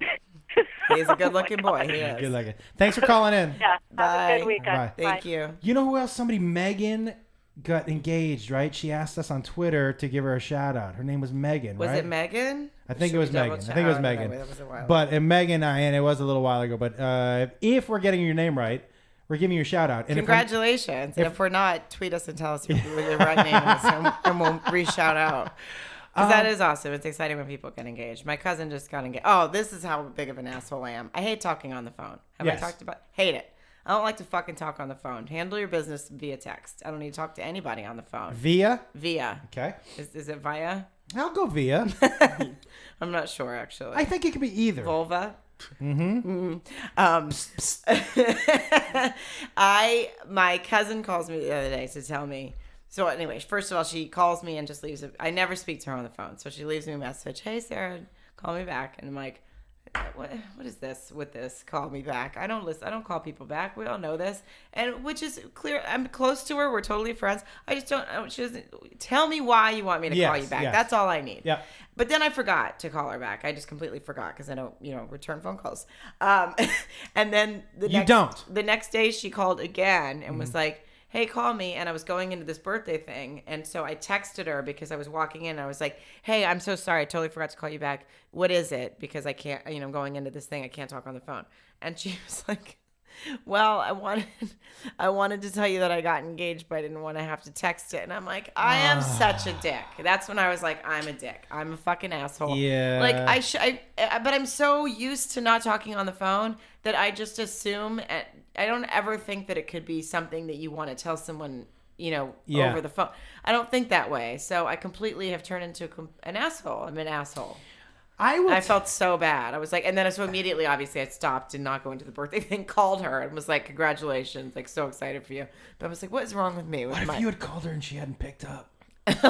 [SPEAKER 2] He's a good looking boy. He is.
[SPEAKER 1] Good like it. Thanks for calling in.
[SPEAKER 6] Yeah. Have a
[SPEAKER 2] Bye.
[SPEAKER 6] good weekend.
[SPEAKER 1] Bye.
[SPEAKER 2] Thank you.
[SPEAKER 1] You know who else? Somebody, Megan, got engaged, right? She asked us on Twitter to give her a shout out. Her name was Megan,
[SPEAKER 2] Was
[SPEAKER 1] right?
[SPEAKER 2] it Megan?
[SPEAKER 1] I think
[SPEAKER 2] Should
[SPEAKER 1] it was
[SPEAKER 2] we double
[SPEAKER 1] Megan. I
[SPEAKER 2] check?
[SPEAKER 1] think it was
[SPEAKER 2] Oh,
[SPEAKER 1] Megan.
[SPEAKER 2] no, that was a while
[SPEAKER 1] But and Megan, I and it was a little while ago. But uh, if we're getting your name right, we're giving you a shout out. And if we're-
[SPEAKER 2] Congratulations. and if we're not, tweet us and tell us what your right name is and, and we'll reach out out. Because that
[SPEAKER 1] Um,
[SPEAKER 2] is awesome. It's exciting when people get engaged. My cousin just got engaged. Oh, this is how big of an asshole I am. I hate talking on the phone. Have
[SPEAKER 1] Yes.
[SPEAKER 2] I talked about Hate it. I don't like to fucking talk on the phone. Handle your business via text. I don't need to talk to anybody on the phone.
[SPEAKER 1] Via.
[SPEAKER 2] Via.
[SPEAKER 1] Okay,
[SPEAKER 2] Is, is it via?
[SPEAKER 1] I'll go Via.
[SPEAKER 2] I'm not sure, actually.
[SPEAKER 1] I think it could be either.
[SPEAKER 2] vulva. Mm-hmm. Um, I my cousin calls me the other day to tell me. So anyway, first of all, she calls me and just leaves. A, I never speak to her on the phone, so she leaves me a message. Hey, Sarah, call me back. And I'm like, what, what is this with this? Call me back. I don't listen. I don't call people back. We all know this, and which is clear. I'm close to her. We're totally friends. I just don't. I don't- She doesn't tell me why you want me to call
[SPEAKER 1] Yes,
[SPEAKER 2] you back.
[SPEAKER 1] yes.
[SPEAKER 2] That's all I need.
[SPEAKER 1] Yeah.
[SPEAKER 2] But then I forgot to call her back. I just completely forgot because I don't, you know, return phone calls. Um, and then the
[SPEAKER 1] You
[SPEAKER 2] next,
[SPEAKER 1] don't.
[SPEAKER 2] The next day she called again and was like, "Hey, call me." And I was going into this birthday thing, and so I texted her because I was walking in. And I was like, "Hey, I'm so sorry. I totally forgot to call you back. What is it? Because I can't, you know, I'm going into this thing. I can't talk on the phone." And she was like. Well, I wanted I wanted to tell you that I got engaged, but I didn't want to have to text it. And I'm like, I am such a dick. That's when I was like, I'm a dick. I'm a fucking asshole.
[SPEAKER 1] Yeah.
[SPEAKER 2] Like I should I, I but I'm so used to not talking on the phone that I just assume and I don't ever think that it could be something that you want to tell someone, you know,
[SPEAKER 1] Yeah.
[SPEAKER 2] over the phone. I don't think that way. So I completely have turned into a, com- an asshole. I'm an asshole.
[SPEAKER 1] I will.
[SPEAKER 2] I felt so bad. I was like, and then so immediately, obviously, I stopped and not going to the birthday thing. Called her and was like, "Congratulations! Like, so excited for you." But I was like, "What is wrong with me?" With
[SPEAKER 1] what
[SPEAKER 2] my,
[SPEAKER 1] if you had called her and she hadn't picked up?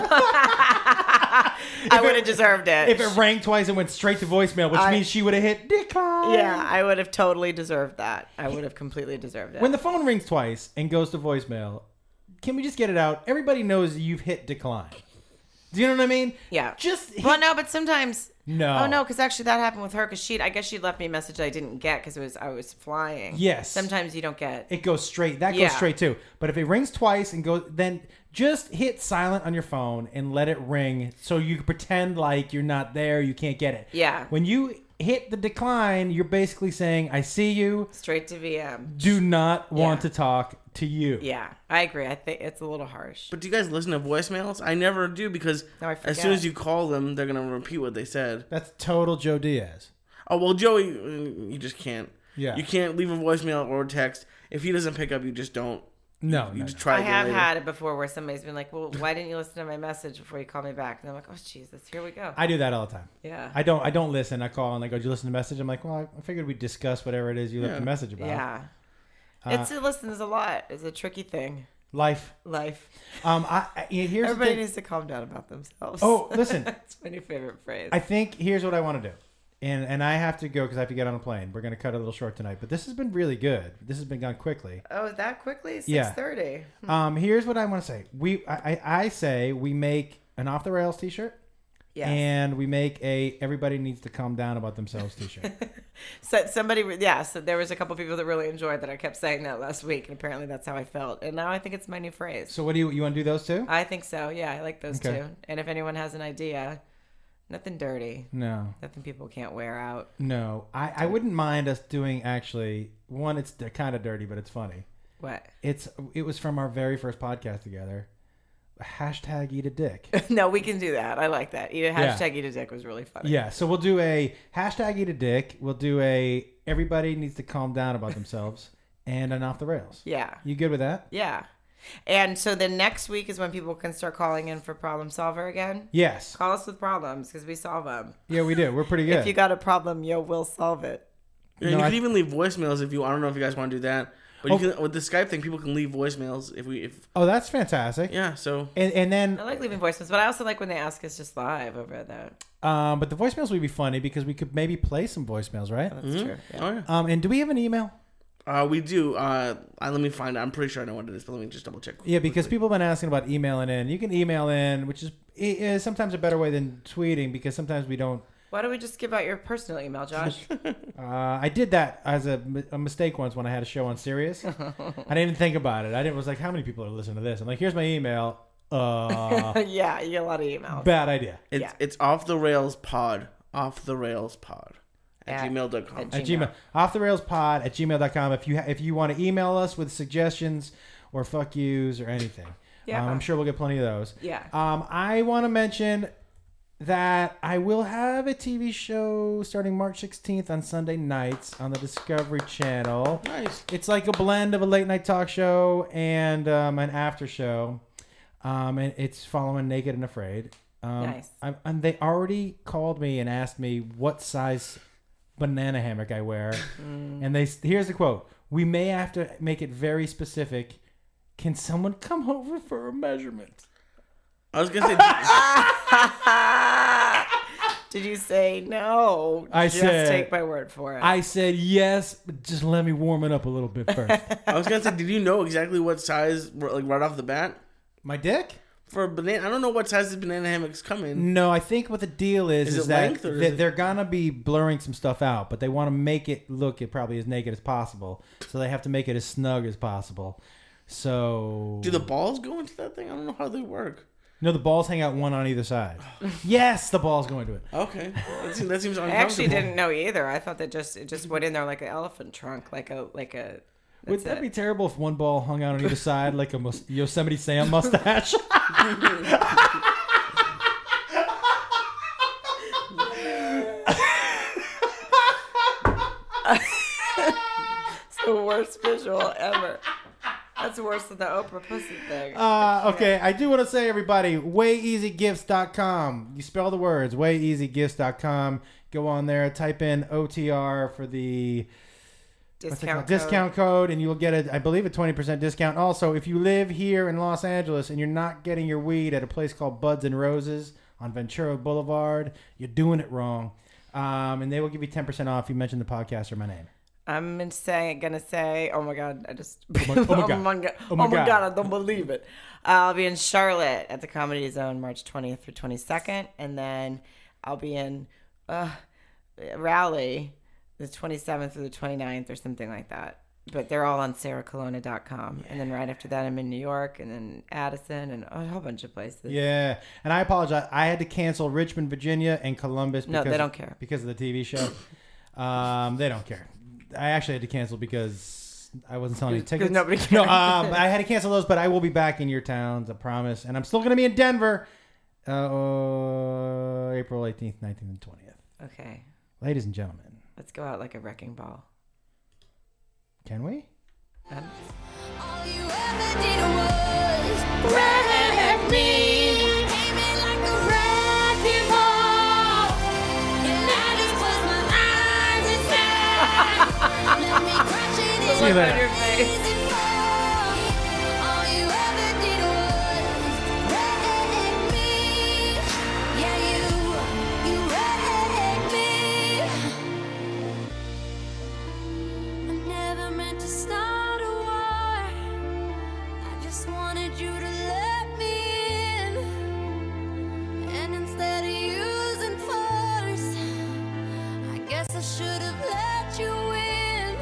[SPEAKER 2] I would have deserved it.
[SPEAKER 1] If it rang twice and went straight to voicemail, which
[SPEAKER 2] Uh, I-
[SPEAKER 1] means she would have hit decline.
[SPEAKER 2] yeah, I would have totally deserved that. I would have completely deserved it.
[SPEAKER 1] When the phone rings twice and goes to voicemail, can we just get it out? Everybody knows you've hit decline. Do you know what I mean?
[SPEAKER 2] yeah,
[SPEAKER 1] Just hit,
[SPEAKER 2] well, no, but sometimes.
[SPEAKER 1] no.
[SPEAKER 2] Oh no, because actually that happened with her. Because she, I guess she left me a message I didn't get because it was I was flying.
[SPEAKER 1] Yes.
[SPEAKER 2] Sometimes you don't get.
[SPEAKER 1] It goes straight. That
[SPEAKER 2] Yeah.
[SPEAKER 1] goes straight too. But if it rings twice and goes, then just hit silent on your phone and let it ring, so you can pretend like you're not there. You can't get it.
[SPEAKER 2] Yeah.
[SPEAKER 1] When you hit the decline, you're basically saying, "I see you.
[SPEAKER 2] Straight to VM.
[SPEAKER 1] Do not want
[SPEAKER 2] Yeah.
[SPEAKER 1] to talk to you."
[SPEAKER 2] Yeah, I agree. I think it's a little harsh.
[SPEAKER 3] But do you guys listen to voicemails? I never do because
[SPEAKER 2] No, I
[SPEAKER 3] as
[SPEAKER 2] forget.
[SPEAKER 3] soon as you call them, they're gonna repeat what they said.
[SPEAKER 1] That's total Joe Diaz.
[SPEAKER 3] Oh well, Joey, you just can't.
[SPEAKER 1] Yeah.
[SPEAKER 3] You can't leave a voicemail or a text. If he doesn't pick up, you just don't.
[SPEAKER 1] No,
[SPEAKER 3] You
[SPEAKER 1] no,
[SPEAKER 3] just
[SPEAKER 1] no.
[SPEAKER 3] try.
[SPEAKER 2] I
[SPEAKER 3] again
[SPEAKER 2] have
[SPEAKER 3] later.
[SPEAKER 2] had it before where somebody's been like, "Well, why didn't you listen to my message before you called me back?" And I'm like, "Oh Jesus, here we go."
[SPEAKER 1] I do that all the time.
[SPEAKER 2] yeah,
[SPEAKER 1] I don't. I don't listen. I call and I go. Did you listen to the message? I'm like, well, I- I figured we'd discuss whatever it is you left
[SPEAKER 3] Yeah.
[SPEAKER 1] a message about.
[SPEAKER 2] yeah.
[SPEAKER 1] Uh,
[SPEAKER 2] it's listen. There's a lot. It's a tricky thing.
[SPEAKER 1] Life.
[SPEAKER 2] Life.
[SPEAKER 1] Um. I, I yeah, here's
[SPEAKER 2] Everybody
[SPEAKER 1] the thing.
[SPEAKER 2] needs to calm down about themselves.
[SPEAKER 1] Oh, listen.
[SPEAKER 2] that's my new favorite phrase.
[SPEAKER 1] I think here's what I want to do, and and I have to go because I have to get on a plane. We're gonna cut it a little short tonight, but this has been really good. This has been gone quickly.
[SPEAKER 2] oh, that quickly?
[SPEAKER 1] Yeah.
[SPEAKER 2] Six thirty.
[SPEAKER 1] Um. Here's what I want to say. We. I. I, I say we make an off the rails T-shirt.
[SPEAKER 2] Yes.
[SPEAKER 1] And we make a everybody needs to calm down about themselves T-shirt.
[SPEAKER 2] So somebody, yeah. So there was a couple people that really enjoyed that. I kept saying that last week, and apparently that's how I felt. And now I think it's my new phrase.
[SPEAKER 1] so what do you you want to do those two?
[SPEAKER 2] I think so. Yeah, I like those
[SPEAKER 1] Okay.
[SPEAKER 2] two. And if anyone has an idea, nothing dirty,
[SPEAKER 1] No.
[SPEAKER 2] nothing people can't wear out.
[SPEAKER 1] No, I, I wouldn't mind us doing actually one. It's kind of dirty, but it's funny.
[SPEAKER 2] What?
[SPEAKER 1] It's it was from our very first podcast together. hashtag eat a dick.
[SPEAKER 2] No, we can do that. I like that. Eat a
[SPEAKER 1] Yeah.
[SPEAKER 2] hashtag eat a dick was really funny.
[SPEAKER 1] Yeah, so we'll do a hashtag eat a dick. We'll do a everybody needs to calm down about themselves and an off the rails.
[SPEAKER 2] Yeah.
[SPEAKER 1] You good with that?
[SPEAKER 2] Yeah. And so the next week is when people can start calling in for problem solver again.
[SPEAKER 1] Yes.
[SPEAKER 2] Call us with problems because we solve them.
[SPEAKER 1] Yeah, we do. We're pretty good.
[SPEAKER 2] If you got a problem, yo, we'll solve it.
[SPEAKER 3] Yeah,
[SPEAKER 1] No,
[SPEAKER 3] you
[SPEAKER 1] I-
[SPEAKER 3] can even leave voicemails if you. I don't know if you guys want to do that, but
[SPEAKER 1] Oh.
[SPEAKER 3] you can with the Skype thing, people can leave voicemails if we. If
[SPEAKER 1] oh, that's fantastic.
[SPEAKER 3] yeah, so
[SPEAKER 1] And, and then,
[SPEAKER 2] I like leaving voicemails, but I also like when they ask us just live over that.
[SPEAKER 1] um, but the voicemails would be funny because we could maybe play some voicemails, right?
[SPEAKER 2] That's true. Yeah.
[SPEAKER 3] oh
[SPEAKER 1] Um, and do we have an email?
[SPEAKER 3] yeah, uh, we do. Uh, I, let me find. I'm pretty sure I know what it is, but let me just double check.
[SPEAKER 1] Yeah, because people have been asking about emailing in. You can email in, which is, i- is sometimes a better way than tweeting because sometimes we don't.
[SPEAKER 2] Why don't we just give out your personal email, Josh?
[SPEAKER 1] Uh, I did that as a, mi- a mistake once when I had a show on Sirius. I didn't think about it. I didn't was like, how many people are listening to this? I'm like, here's my email. Uh,
[SPEAKER 2] yeah, you get a lot of emails.
[SPEAKER 1] bad idea.
[SPEAKER 3] It's
[SPEAKER 2] Yeah.
[SPEAKER 3] it's off the rails pod. Off the rails pod at,
[SPEAKER 2] At-
[SPEAKER 3] gmail.com.
[SPEAKER 2] at
[SPEAKER 1] At
[SPEAKER 2] Gmail.
[SPEAKER 1] Gmail. Off the rails pod at gmail.com. If you ha- if you want to email us with suggestions or fuck yous or anything,
[SPEAKER 2] Yeah.
[SPEAKER 1] um, I'm sure we'll get plenty of those.
[SPEAKER 2] Yeah.
[SPEAKER 1] Um, I want to mention that I will have a TV show starting March 16th on Sunday nights on the Discovery Channel.
[SPEAKER 3] nice.
[SPEAKER 1] It's like a blend of a late night talk show and um, an after show. Um, and it's following Naked and Afraid. Um,
[SPEAKER 2] Nice.
[SPEAKER 1] I, and they already called me and asked me what size banana hammock I wear. and they here's the quote: "We may have to make it very specific. Can someone come over for a measurement?"
[SPEAKER 3] I was gonna say
[SPEAKER 2] Did you say no?
[SPEAKER 1] I
[SPEAKER 2] just
[SPEAKER 1] said-
[SPEAKER 2] take my word for it.
[SPEAKER 1] I said yes. But just let me warm it up a little bit first.
[SPEAKER 3] I was gonna say, did you know exactly what size like right off the bat?
[SPEAKER 1] My dick.
[SPEAKER 3] For a banana I don't know what size the banana hammocks come in.
[SPEAKER 1] No, I think what the deal is
[SPEAKER 3] Is
[SPEAKER 1] is,
[SPEAKER 3] it
[SPEAKER 1] that
[SPEAKER 3] length or is
[SPEAKER 1] they-
[SPEAKER 3] it-
[SPEAKER 1] they're gonna be blurring some stuff out, but they want to make it look it probably as naked as possible, so they have to make it as snug as possible. So
[SPEAKER 3] Do the balls go into that thing? I don't know how they work.
[SPEAKER 1] no, the balls hang out one on either side. yes, the balls go into it.
[SPEAKER 3] Okay. That seems, that seems
[SPEAKER 2] I
[SPEAKER 3] uncomfortable.
[SPEAKER 2] actually didn't know either. I thought that just it just went in there like an elephant trunk, like a like a.
[SPEAKER 1] Would
[SPEAKER 2] That's
[SPEAKER 1] that
[SPEAKER 2] it.
[SPEAKER 1] be terrible if one ball hung out on either side like a mus- Yosemite Sam mustache?
[SPEAKER 2] It's the worst visual ever. That's worse than the Oprah pussy thing.
[SPEAKER 1] Uh, okay, I do want to say, everybody, wayeasygifts.com. You spell the words, wayeasygifts.com. Go on there, type in OTR for the what's it
[SPEAKER 2] discount
[SPEAKER 1] called?
[SPEAKER 2] code.
[SPEAKER 1] discount code, and you will get, a, I believe, a 20% discount. Also, if you live here in Los Angeles and you're not getting your weed at a place called Buds and Roses on Ventura Boulevard, you're doing it wrong. Um, and they will give you 10% off if you mention the podcast or my name.
[SPEAKER 2] I'm in- say, gonna say, oh my god, I just,
[SPEAKER 1] my- oh my God.
[SPEAKER 2] god,
[SPEAKER 1] Oh my
[SPEAKER 2] oh my
[SPEAKER 1] God.
[SPEAKER 2] god, I don't believe it. I'll be in Charlotte at the Comedy Zone March 20th through 22nd, and then I'll be in uh, Raleigh the 27th through the 29th or something like that. But they're all on sarahcolonna.com, and then right after that, I'm in New York, and then Addison, and a whole bunch of places.
[SPEAKER 1] Yeah, and I apologize. I had to cancel Richmond, Virginia, and Columbus.
[SPEAKER 2] No,
[SPEAKER 1] Because
[SPEAKER 2] they don't care.
[SPEAKER 1] because of the TV show. um, they don't care. I actually had to cancel because I wasn't selling any tickets.
[SPEAKER 2] nobody cared.
[SPEAKER 1] No, um, I had to cancel those, but I will be back in your towns, I promise. And I'm still going to be in Denver, uh, uh, April 18th, 19th, and 20th.
[SPEAKER 2] Okay,
[SPEAKER 1] Ladies and gentlemen,
[SPEAKER 2] let's go out like a wrecking ball.
[SPEAKER 1] can we?
[SPEAKER 2] Um,
[SPEAKER 7] All you ever did was wreck me. Came in like a wrecking ball. And I just closed my eyes and said, Let me crash it in
[SPEAKER 1] See you later.
[SPEAKER 7] easy fall. All you ever did was wreck me. Yeah, you, you wrecked me. I never meant to start a war. I just wanted you to let me in. And instead of using force, I guess I should have let you in.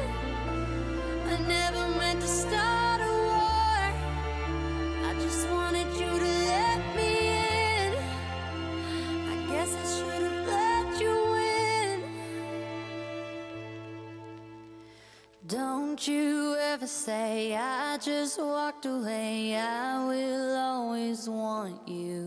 [SPEAKER 7] I never meant to start a war. I just wanted you to let me in. I guess I should have let you in. Don't you ever say I just walked away. I will always always want you.